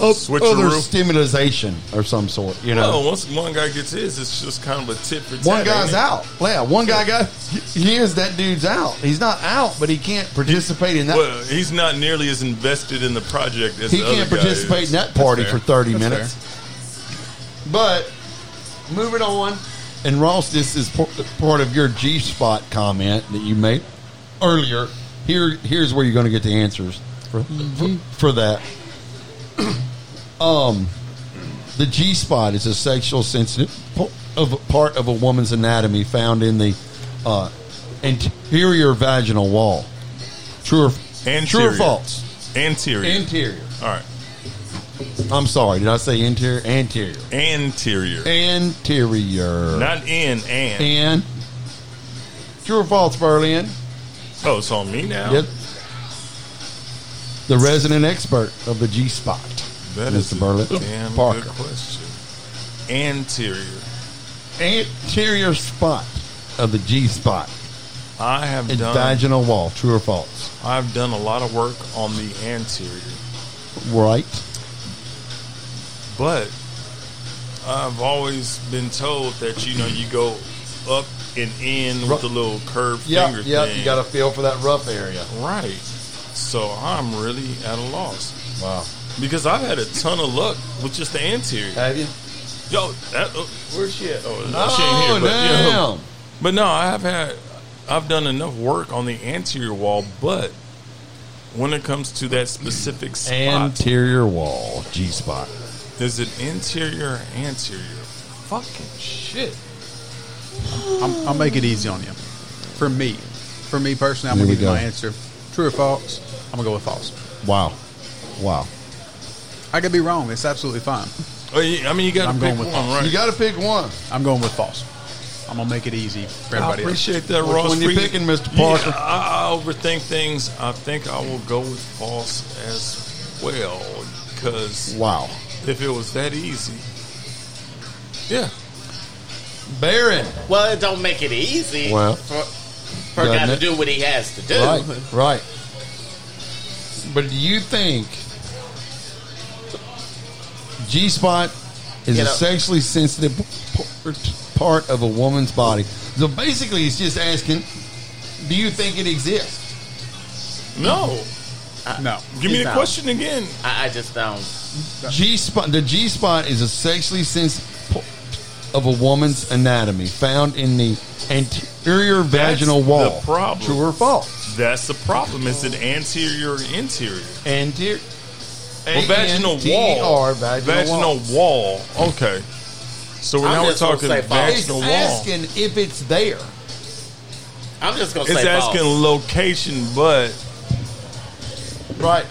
[SPEAKER 3] up- other
[SPEAKER 4] Switcheroo. Oh,
[SPEAKER 3] stimulation or some sort. You know,
[SPEAKER 4] Well, once one guy gets his, it's just kind of a tip for
[SPEAKER 3] one
[SPEAKER 4] tat, ain't
[SPEAKER 3] guy's
[SPEAKER 4] it?
[SPEAKER 3] out. Yeah, one guy got he is that dude's out. He's not out, but he can't participate in that.
[SPEAKER 4] Well, he's not nearly as invested in the project as
[SPEAKER 3] he
[SPEAKER 4] the
[SPEAKER 3] can't
[SPEAKER 4] other guy
[SPEAKER 3] participate
[SPEAKER 4] is.
[SPEAKER 3] in that party
[SPEAKER 4] That's
[SPEAKER 3] for
[SPEAKER 4] fair.
[SPEAKER 3] 30
[SPEAKER 4] That's
[SPEAKER 3] minutes.
[SPEAKER 4] fair.
[SPEAKER 3] But moving on, and Ross, this is por- part of your G spot comment that you made earlier. Here, here's where you're going to get the answers for, for, for that. um, the G spot is a sexual sensitive po- of part of a woman's anatomy found in the uh, interior vaginal wall. True or, true or
[SPEAKER 4] Anterior.
[SPEAKER 3] false?
[SPEAKER 4] Anterior.
[SPEAKER 3] Interior.
[SPEAKER 4] All right.
[SPEAKER 3] I'm sorry. Did I say interior? Anterior.
[SPEAKER 4] Anterior.
[SPEAKER 3] Anterior.
[SPEAKER 4] Not in and.
[SPEAKER 3] And true or false, Berlin?
[SPEAKER 4] Oh, it's on me now?
[SPEAKER 3] Yep. The resident expert of the G spot,
[SPEAKER 4] That is
[SPEAKER 3] Mr.
[SPEAKER 4] a
[SPEAKER 3] Berlin
[SPEAKER 4] damn
[SPEAKER 3] Parker.
[SPEAKER 4] good question. Anterior.
[SPEAKER 3] Anterior spot of the G spot,
[SPEAKER 4] I have
[SPEAKER 3] and
[SPEAKER 4] done.
[SPEAKER 3] vaginal wall. True or false?
[SPEAKER 4] I've done a lot of work on the anterior,
[SPEAKER 3] Right.
[SPEAKER 4] but I've always been told that you know you go up and in with the little curved
[SPEAKER 3] Yeah.
[SPEAKER 4] finger
[SPEAKER 3] Yeah.
[SPEAKER 4] thing.
[SPEAKER 3] You got to feel for that rough area.
[SPEAKER 4] Right. So I'm really at a loss
[SPEAKER 3] Wow.
[SPEAKER 4] because I've had a ton of luck with just the anterior.
[SPEAKER 3] Have you?
[SPEAKER 4] Yo, that oh, where's she at? Oh, she
[SPEAKER 3] Oh,
[SPEAKER 4] ain't here. But, you know,
[SPEAKER 3] damn.
[SPEAKER 4] but no, I've had I've done enough work on the anterior wall, but when it comes to that specific spot,
[SPEAKER 3] Anterior wall, G spot.
[SPEAKER 4] Is it interior or anterior? Fucking shit.
[SPEAKER 6] I'm, I'll make it easy on you. For me, for me personally, I'm
[SPEAKER 3] Here
[SPEAKER 6] going
[SPEAKER 3] we
[SPEAKER 6] to give you
[SPEAKER 3] go.
[SPEAKER 6] my answer. True or false? I'm going to go with false.
[SPEAKER 3] Wow. Wow.
[SPEAKER 6] I could be wrong. It's absolutely fine.
[SPEAKER 4] Oh, yeah, I mean, you got to
[SPEAKER 6] I'm
[SPEAKER 4] pick
[SPEAKER 6] going
[SPEAKER 4] one,
[SPEAKER 6] with
[SPEAKER 4] right?
[SPEAKER 3] You got to pick one.
[SPEAKER 6] I'm going with false. I'm going to make it easy for
[SPEAKER 4] I
[SPEAKER 6] everybody else.
[SPEAKER 4] appreciate that,
[SPEAKER 3] Which
[SPEAKER 4] Ross.
[SPEAKER 3] one you
[SPEAKER 4] Free-
[SPEAKER 3] picking, Mr. Parker?
[SPEAKER 4] Yeah, I, I overthink things. I think I will go with false as well because
[SPEAKER 3] Wow.
[SPEAKER 4] if it was that easy, yeah.
[SPEAKER 3] Baron.
[SPEAKER 7] Well, it don't make it easy.
[SPEAKER 3] Well,
[SPEAKER 7] for, for a
[SPEAKER 3] doesn't
[SPEAKER 7] guy to
[SPEAKER 3] it?
[SPEAKER 7] do what he has to do.
[SPEAKER 3] Right, right. But do you think G spot is
[SPEAKER 7] You
[SPEAKER 3] a
[SPEAKER 7] know-
[SPEAKER 3] sexually sensitive part- part of a woman's body? So basically, it's just asking, do you think it exists?
[SPEAKER 4] No.
[SPEAKER 6] No.
[SPEAKER 4] Give me the
[SPEAKER 7] No.
[SPEAKER 4] question again.
[SPEAKER 7] I, I just don't.
[SPEAKER 3] G spot. The G spot is a sexually sensitive part of a woman's anatomy, found in the anterior vaginal
[SPEAKER 4] the
[SPEAKER 3] wall.
[SPEAKER 4] problem.
[SPEAKER 3] True or false?
[SPEAKER 4] That's the problem. Is it anterior or interior?
[SPEAKER 3] Anterior.
[SPEAKER 4] Well, vaginal
[SPEAKER 3] A-N-T-E-R,
[SPEAKER 4] wall.
[SPEAKER 3] Vaginal, wall.
[SPEAKER 4] wall. Okay. So we're,
[SPEAKER 7] I'm
[SPEAKER 4] now we're
[SPEAKER 7] just gonna
[SPEAKER 4] talking
[SPEAKER 7] say false.
[SPEAKER 3] It's
[SPEAKER 4] vaginal wall.
[SPEAKER 3] asking if it's there.
[SPEAKER 7] I'm just gonna
[SPEAKER 4] It's
[SPEAKER 7] say
[SPEAKER 4] asking
[SPEAKER 7] false.
[SPEAKER 4] location, but
[SPEAKER 3] Right.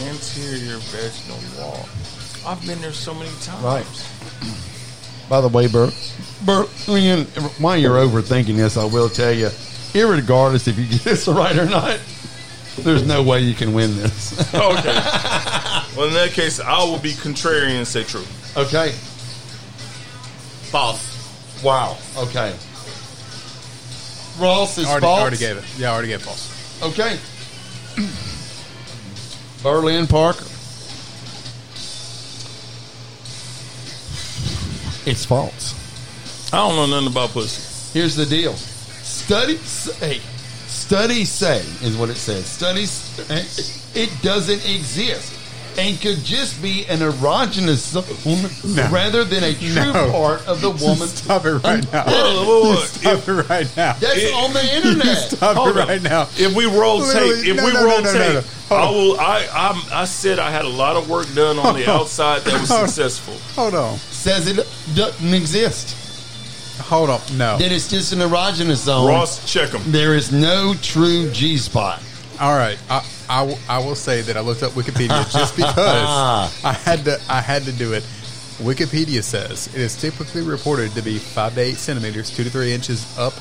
[SPEAKER 4] interior vaginal wall. I've been there so many times.
[SPEAKER 3] Right. By the way, Bert, Bert, when- while you're overthinking this, I will tell you, irregardless if you get this right or not, there's no way you can win this.
[SPEAKER 4] Okay. well, in that case, I will be contrarian and say true.
[SPEAKER 3] okay.
[SPEAKER 7] false.
[SPEAKER 3] Wow. Okay. Ross is
[SPEAKER 6] Already,
[SPEAKER 3] false.
[SPEAKER 6] already gave it. Yeah, I already gave false.
[SPEAKER 3] Okay. Berlin Parker. It's false.
[SPEAKER 4] I don't know nothing about pussy.
[SPEAKER 3] Here's the deal. Studies say, studies say is what it says. Studies, say it doesn't exist and could just be an erogenous zone
[SPEAKER 6] No.
[SPEAKER 3] rather than a true
[SPEAKER 6] No.
[SPEAKER 3] part of the woman's.
[SPEAKER 6] Stop it right now.
[SPEAKER 4] Whoa, whoa, whoa.
[SPEAKER 6] Stop it right now.
[SPEAKER 3] That's
[SPEAKER 4] It-
[SPEAKER 3] on the internet.
[SPEAKER 6] Stop
[SPEAKER 4] Hold
[SPEAKER 6] it
[SPEAKER 4] on.
[SPEAKER 6] right now.
[SPEAKER 4] If we roll tape,
[SPEAKER 6] Literally-
[SPEAKER 4] if
[SPEAKER 6] no,
[SPEAKER 4] we
[SPEAKER 6] no, no,
[SPEAKER 4] roll
[SPEAKER 6] no, no,
[SPEAKER 4] tape,
[SPEAKER 6] no. Hold
[SPEAKER 4] I
[SPEAKER 6] on.
[SPEAKER 4] will. I I'm, I said I had a lot of work done on the outside that was
[SPEAKER 6] Hold on.
[SPEAKER 4] successful.
[SPEAKER 6] Hold on.
[SPEAKER 3] Says it doesn't exist.
[SPEAKER 6] Hold on. No.
[SPEAKER 3] That it's just an erogenous zone.
[SPEAKER 4] Ross, check them.
[SPEAKER 3] There is no true G spot.
[SPEAKER 6] All right, I, I
[SPEAKER 3] Ah.
[SPEAKER 6] w- I will say that I looked up Wikipedia just because I had to I had to do it, Wikipedia says it is typically reported to be five to eight centimeters, two to three inches up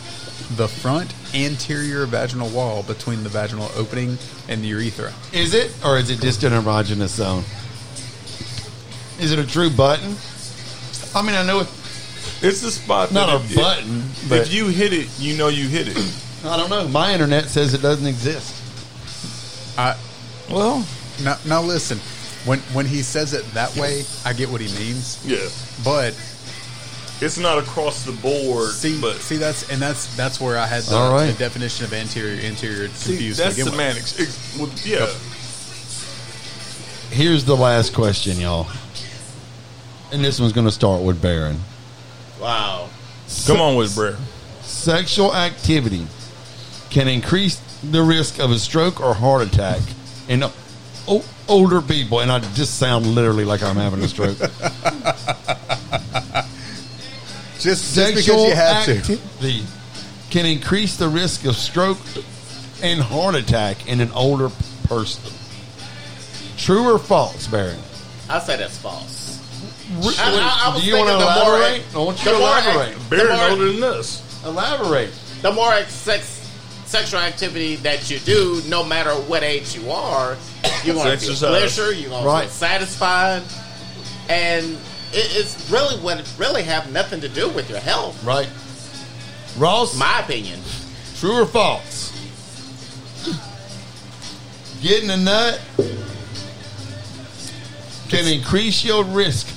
[SPEAKER 6] the front anterior vaginal wall between the vaginal opening and the urethra.
[SPEAKER 3] Is it, or is it just an erogenous zone? Is it a true button? I mean, I know it.
[SPEAKER 4] It's the spot.
[SPEAKER 3] Not
[SPEAKER 4] that
[SPEAKER 3] a
[SPEAKER 4] if-
[SPEAKER 3] button,
[SPEAKER 4] If,
[SPEAKER 3] but-
[SPEAKER 4] if you hit it, you know you hit it.
[SPEAKER 3] I don't know. My internet says it doesn't exist.
[SPEAKER 6] I,
[SPEAKER 4] well,
[SPEAKER 6] now, now listen. When when he says it that way, I get what he means.
[SPEAKER 4] Yeah.
[SPEAKER 6] But
[SPEAKER 4] It's not across the board.
[SPEAKER 6] see,
[SPEAKER 4] but
[SPEAKER 6] see that's and that's that's where I had the,
[SPEAKER 3] All right.
[SPEAKER 6] the definition of anterior interior
[SPEAKER 4] see,
[SPEAKER 6] confused. to
[SPEAKER 4] that's
[SPEAKER 6] begin with.
[SPEAKER 4] semantics. It, well, yeah.
[SPEAKER 3] Here's the last question, y'all. And this one's going to start with Baron.
[SPEAKER 7] Wow.
[SPEAKER 4] Come on with Brer.
[SPEAKER 3] Sexual activity can increase the risk of a stroke or heart attack in o- older people. And I just sound literally like I'm having a stroke.
[SPEAKER 6] Just, just because
[SPEAKER 3] Sexual
[SPEAKER 6] you have to.
[SPEAKER 3] activity can increase the risk of stroke and heart attack in an older person. True or false, Baron?
[SPEAKER 7] I say that's false.
[SPEAKER 3] Re-
[SPEAKER 7] I- I- I was
[SPEAKER 3] Do you want to
[SPEAKER 7] thinking the more-
[SPEAKER 3] elaborate? I want you
[SPEAKER 7] the
[SPEAKER 3] to
[SPEAKER 7] more-
[SPEAKER 3] elaborate.
[SPEAKER 4] Brer
[SPEAKER 7] The more-
[SPEAKER 4] older than us.
[SPEAKER 3] Elaborate.
[SPEAKER 7] The more sex, sexual activity that you do, no matter what age you are, you're going to feel
[SPEAKER 4] exercise.
[SPEAKER 7] pleasure. You're going to
[SPEAKER 3] Right.
[SPEAKER 7] feel satisfied, and it, it's really what it really have nothing to do with your health.
[SPEAKER 3] Right. Ross,
[SPEAKER 7] My opinion.
[SPEAKER 3] true or false? Getting a nut can increase your risk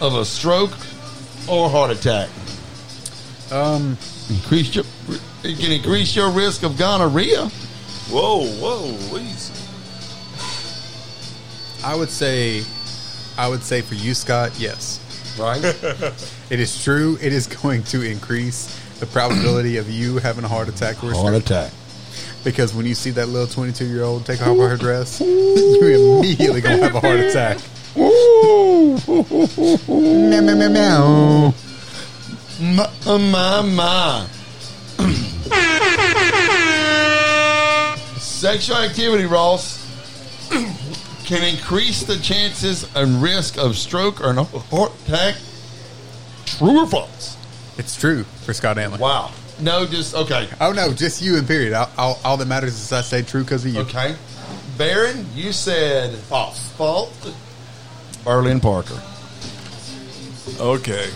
[SPEAKER 3] of a stroke or heart attack.
[SPEAKER 6] Um,
[SPEAKER 3] Increase your, it can increase your risk of gonorrhea.
[SPEAKER 4] Whoa, whoa, please.
[SPEAKER 6] I would say, I would say for you, Scott, yes.
[SPEAKER 3] Right.
[SPEAKER 6] It is true. It is going to increase the probability of you having a heart attack or a
[SPEAKER 3] heart
[SPEAKER 6] stroke.
[SPEAKER 3] attack.
[SPEAKER 6] because when you see that little twenty-two-year-old take off her dress, you immediately gonna have a heart attack. Meow, meow, meow, meow.
[SPEAKER 3] My, uh, my, my. Sexual activity, Ross, can increase the chances and risk of stroke or an heart attack. True or false?
[SPEAKER 6] It's true for Scott Allen.
[SPEAKER 3] Wow. No, just okay.
[SPEAKER 6] Oh no, just you and period. All, all, all that matters is I say true because of you.
[SPEAKER 3] Okay. Baron, you said
[SPEAKER 7] False.
[SPEAKER 3] false. Berlin Parker.
[SPEAKER 4] Okay.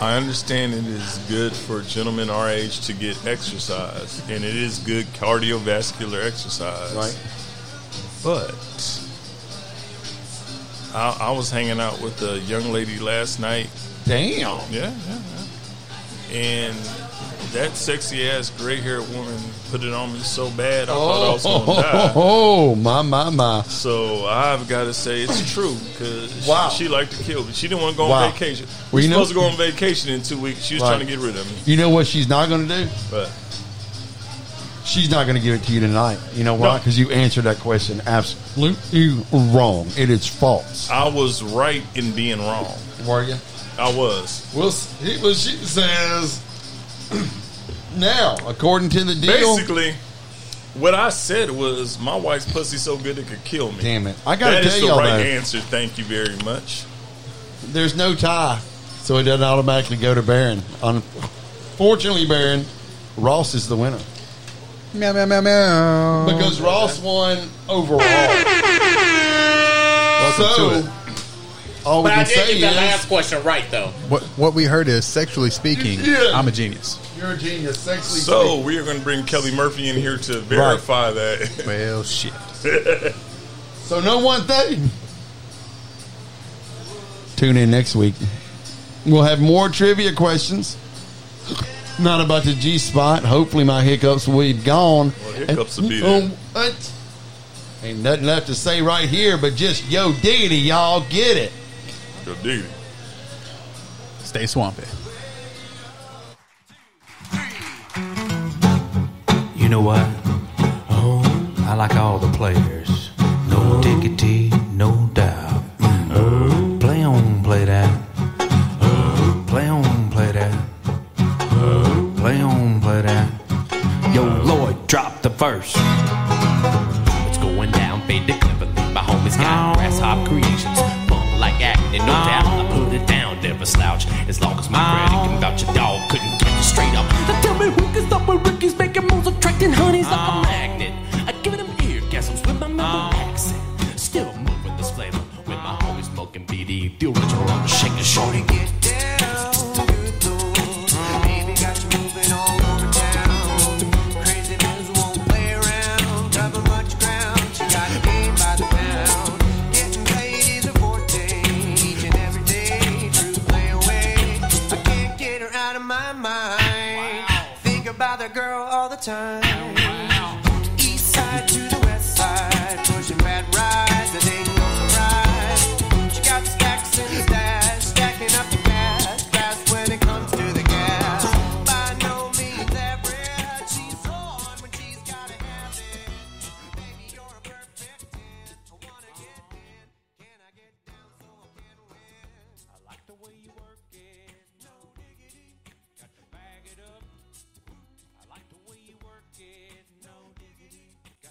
[SPEAKER 4] I understand it is good for gentlemen our age to get exercise, and it is good cardiovascular exercise.
[SPEAKER 3] Right.
[SPEAKER 4] But I, I was hanging out with a young lady last night
[SPEAKER 3] Damn.
[SPEAKER 4] Yeah, yeah, yeah. And that sexy ass gray haired woman put it on me so bad I thought I was gonna die.
[SPEAKER 3] oh, my, my, my.
[SPEAKER 4] So I've got to say it's true because
[SPEAKER 3] Wow.
[SPEAKER 4] she, liked to kill me. She didn't want to go on
[SPEAKER 3] Wow.
[SPEAKER 4] vacation.
[SPEAKER 3] Well,
[SPEAKER 4] We
[SPEAKER 3] you know-
[SPEAKER 4] supposed to go on vacation in two weeks. She was
[SPEAKER 3] Right.
[SPEAKER 4] trying to get rid of me,
[SPEAKER 3] You know what she's not going to do?
[SPEAKER 4] but
[SPEAKER 3] She's not going to give it to you tonight. You know why?
[SPEAKER 4] No.
[SPEAKER 3] Because you answered that question absolutely wrong. It is false.
[SPEAKER 4] I was right in being wrong.
[SPEAKER 3] Were you?
[SPEAKER 4] I was
[SPEAKER 3] Well, s- it was, she says. now, according to the deal,
[SPEAKER 4] basically what I said was my wife's pussy so good it could kill me.
[SPEAKER 3] damn it! I got
[SPEAKER 4] That
[SPEAKER 3] to
[SPEAKER 4] is
[SPEAKER 3] tell
[SPEAKER 4] the
[SPEAKER 3] y'all
[SPEAKER 4] right
[SPEAKER 3] though,
[SPEAKER 4] answer. Thank you very much.
[SPEAKER 3] there's no tie, so it doesn't automatically go to Baron. Unfortunately, Baron Ross is the winner
[SPEAKER 6] Meow meow meow meow.
[SPEAKER 3] because Ross won overall. so, all we
[SPEAKER 7] But I
[SPEAKER 3] can
[SPEAKER 7] did
[SPEAKER 3] say
[SPEAKER 7] get the
[SPEAKER 3] is
[SPEAKER 7] last question right, though.
[SPEAKER 6] what what we heard is sexually speaking,
[SPEAKER 3] Yeah.
[SPEAKER 6] I'm a genius.
[SPEAKER 3] you're a genius. Sexually
[SPEAKER 4] So we are going to bring Kelly Murphy in here to verify that.
[SPEAKER 6] Well, shit.
[SPEAKER 3] So no one thing. Tune in next week. We'll have more trivia questions. Not about the G spot. Hopefully my hiccups will be gone.
[SPEAKER 4] Well, hiccups will be
[SPEAKER 3] Oh,
[SPEAKER 4] there.
[SPEAKER 3] what? Ain't nothing left to say right here, but just yo diggity, y'all get it.
[SPEAKER 4] Go dig it.
[SPEAKER 6] Stay swampy.
[SPEAKER 11] You know what? Oh, I like all the players. No diggity, no doubt. Oh, play on, play that. Oh, play on, play that. Oh, play on, play that. Yo, Lloyd, drop the verse.
[SPEAKER 12] It's going down, fade to Cleveland. My homies got grasshop creations. Bump like act, and no doubt I put it down, never slouch. As long as my credit can vouch, your dog couldn't catch you straight up. Now tell me who can stop with rookies making moves, attracting honeys like a magnet. I give them ear gasms with my mellow accent. Still moving this flavor with my homies smoking BD. Deal with your own shaking shorty.
[SPEAKER 13] Think about the girl all the time.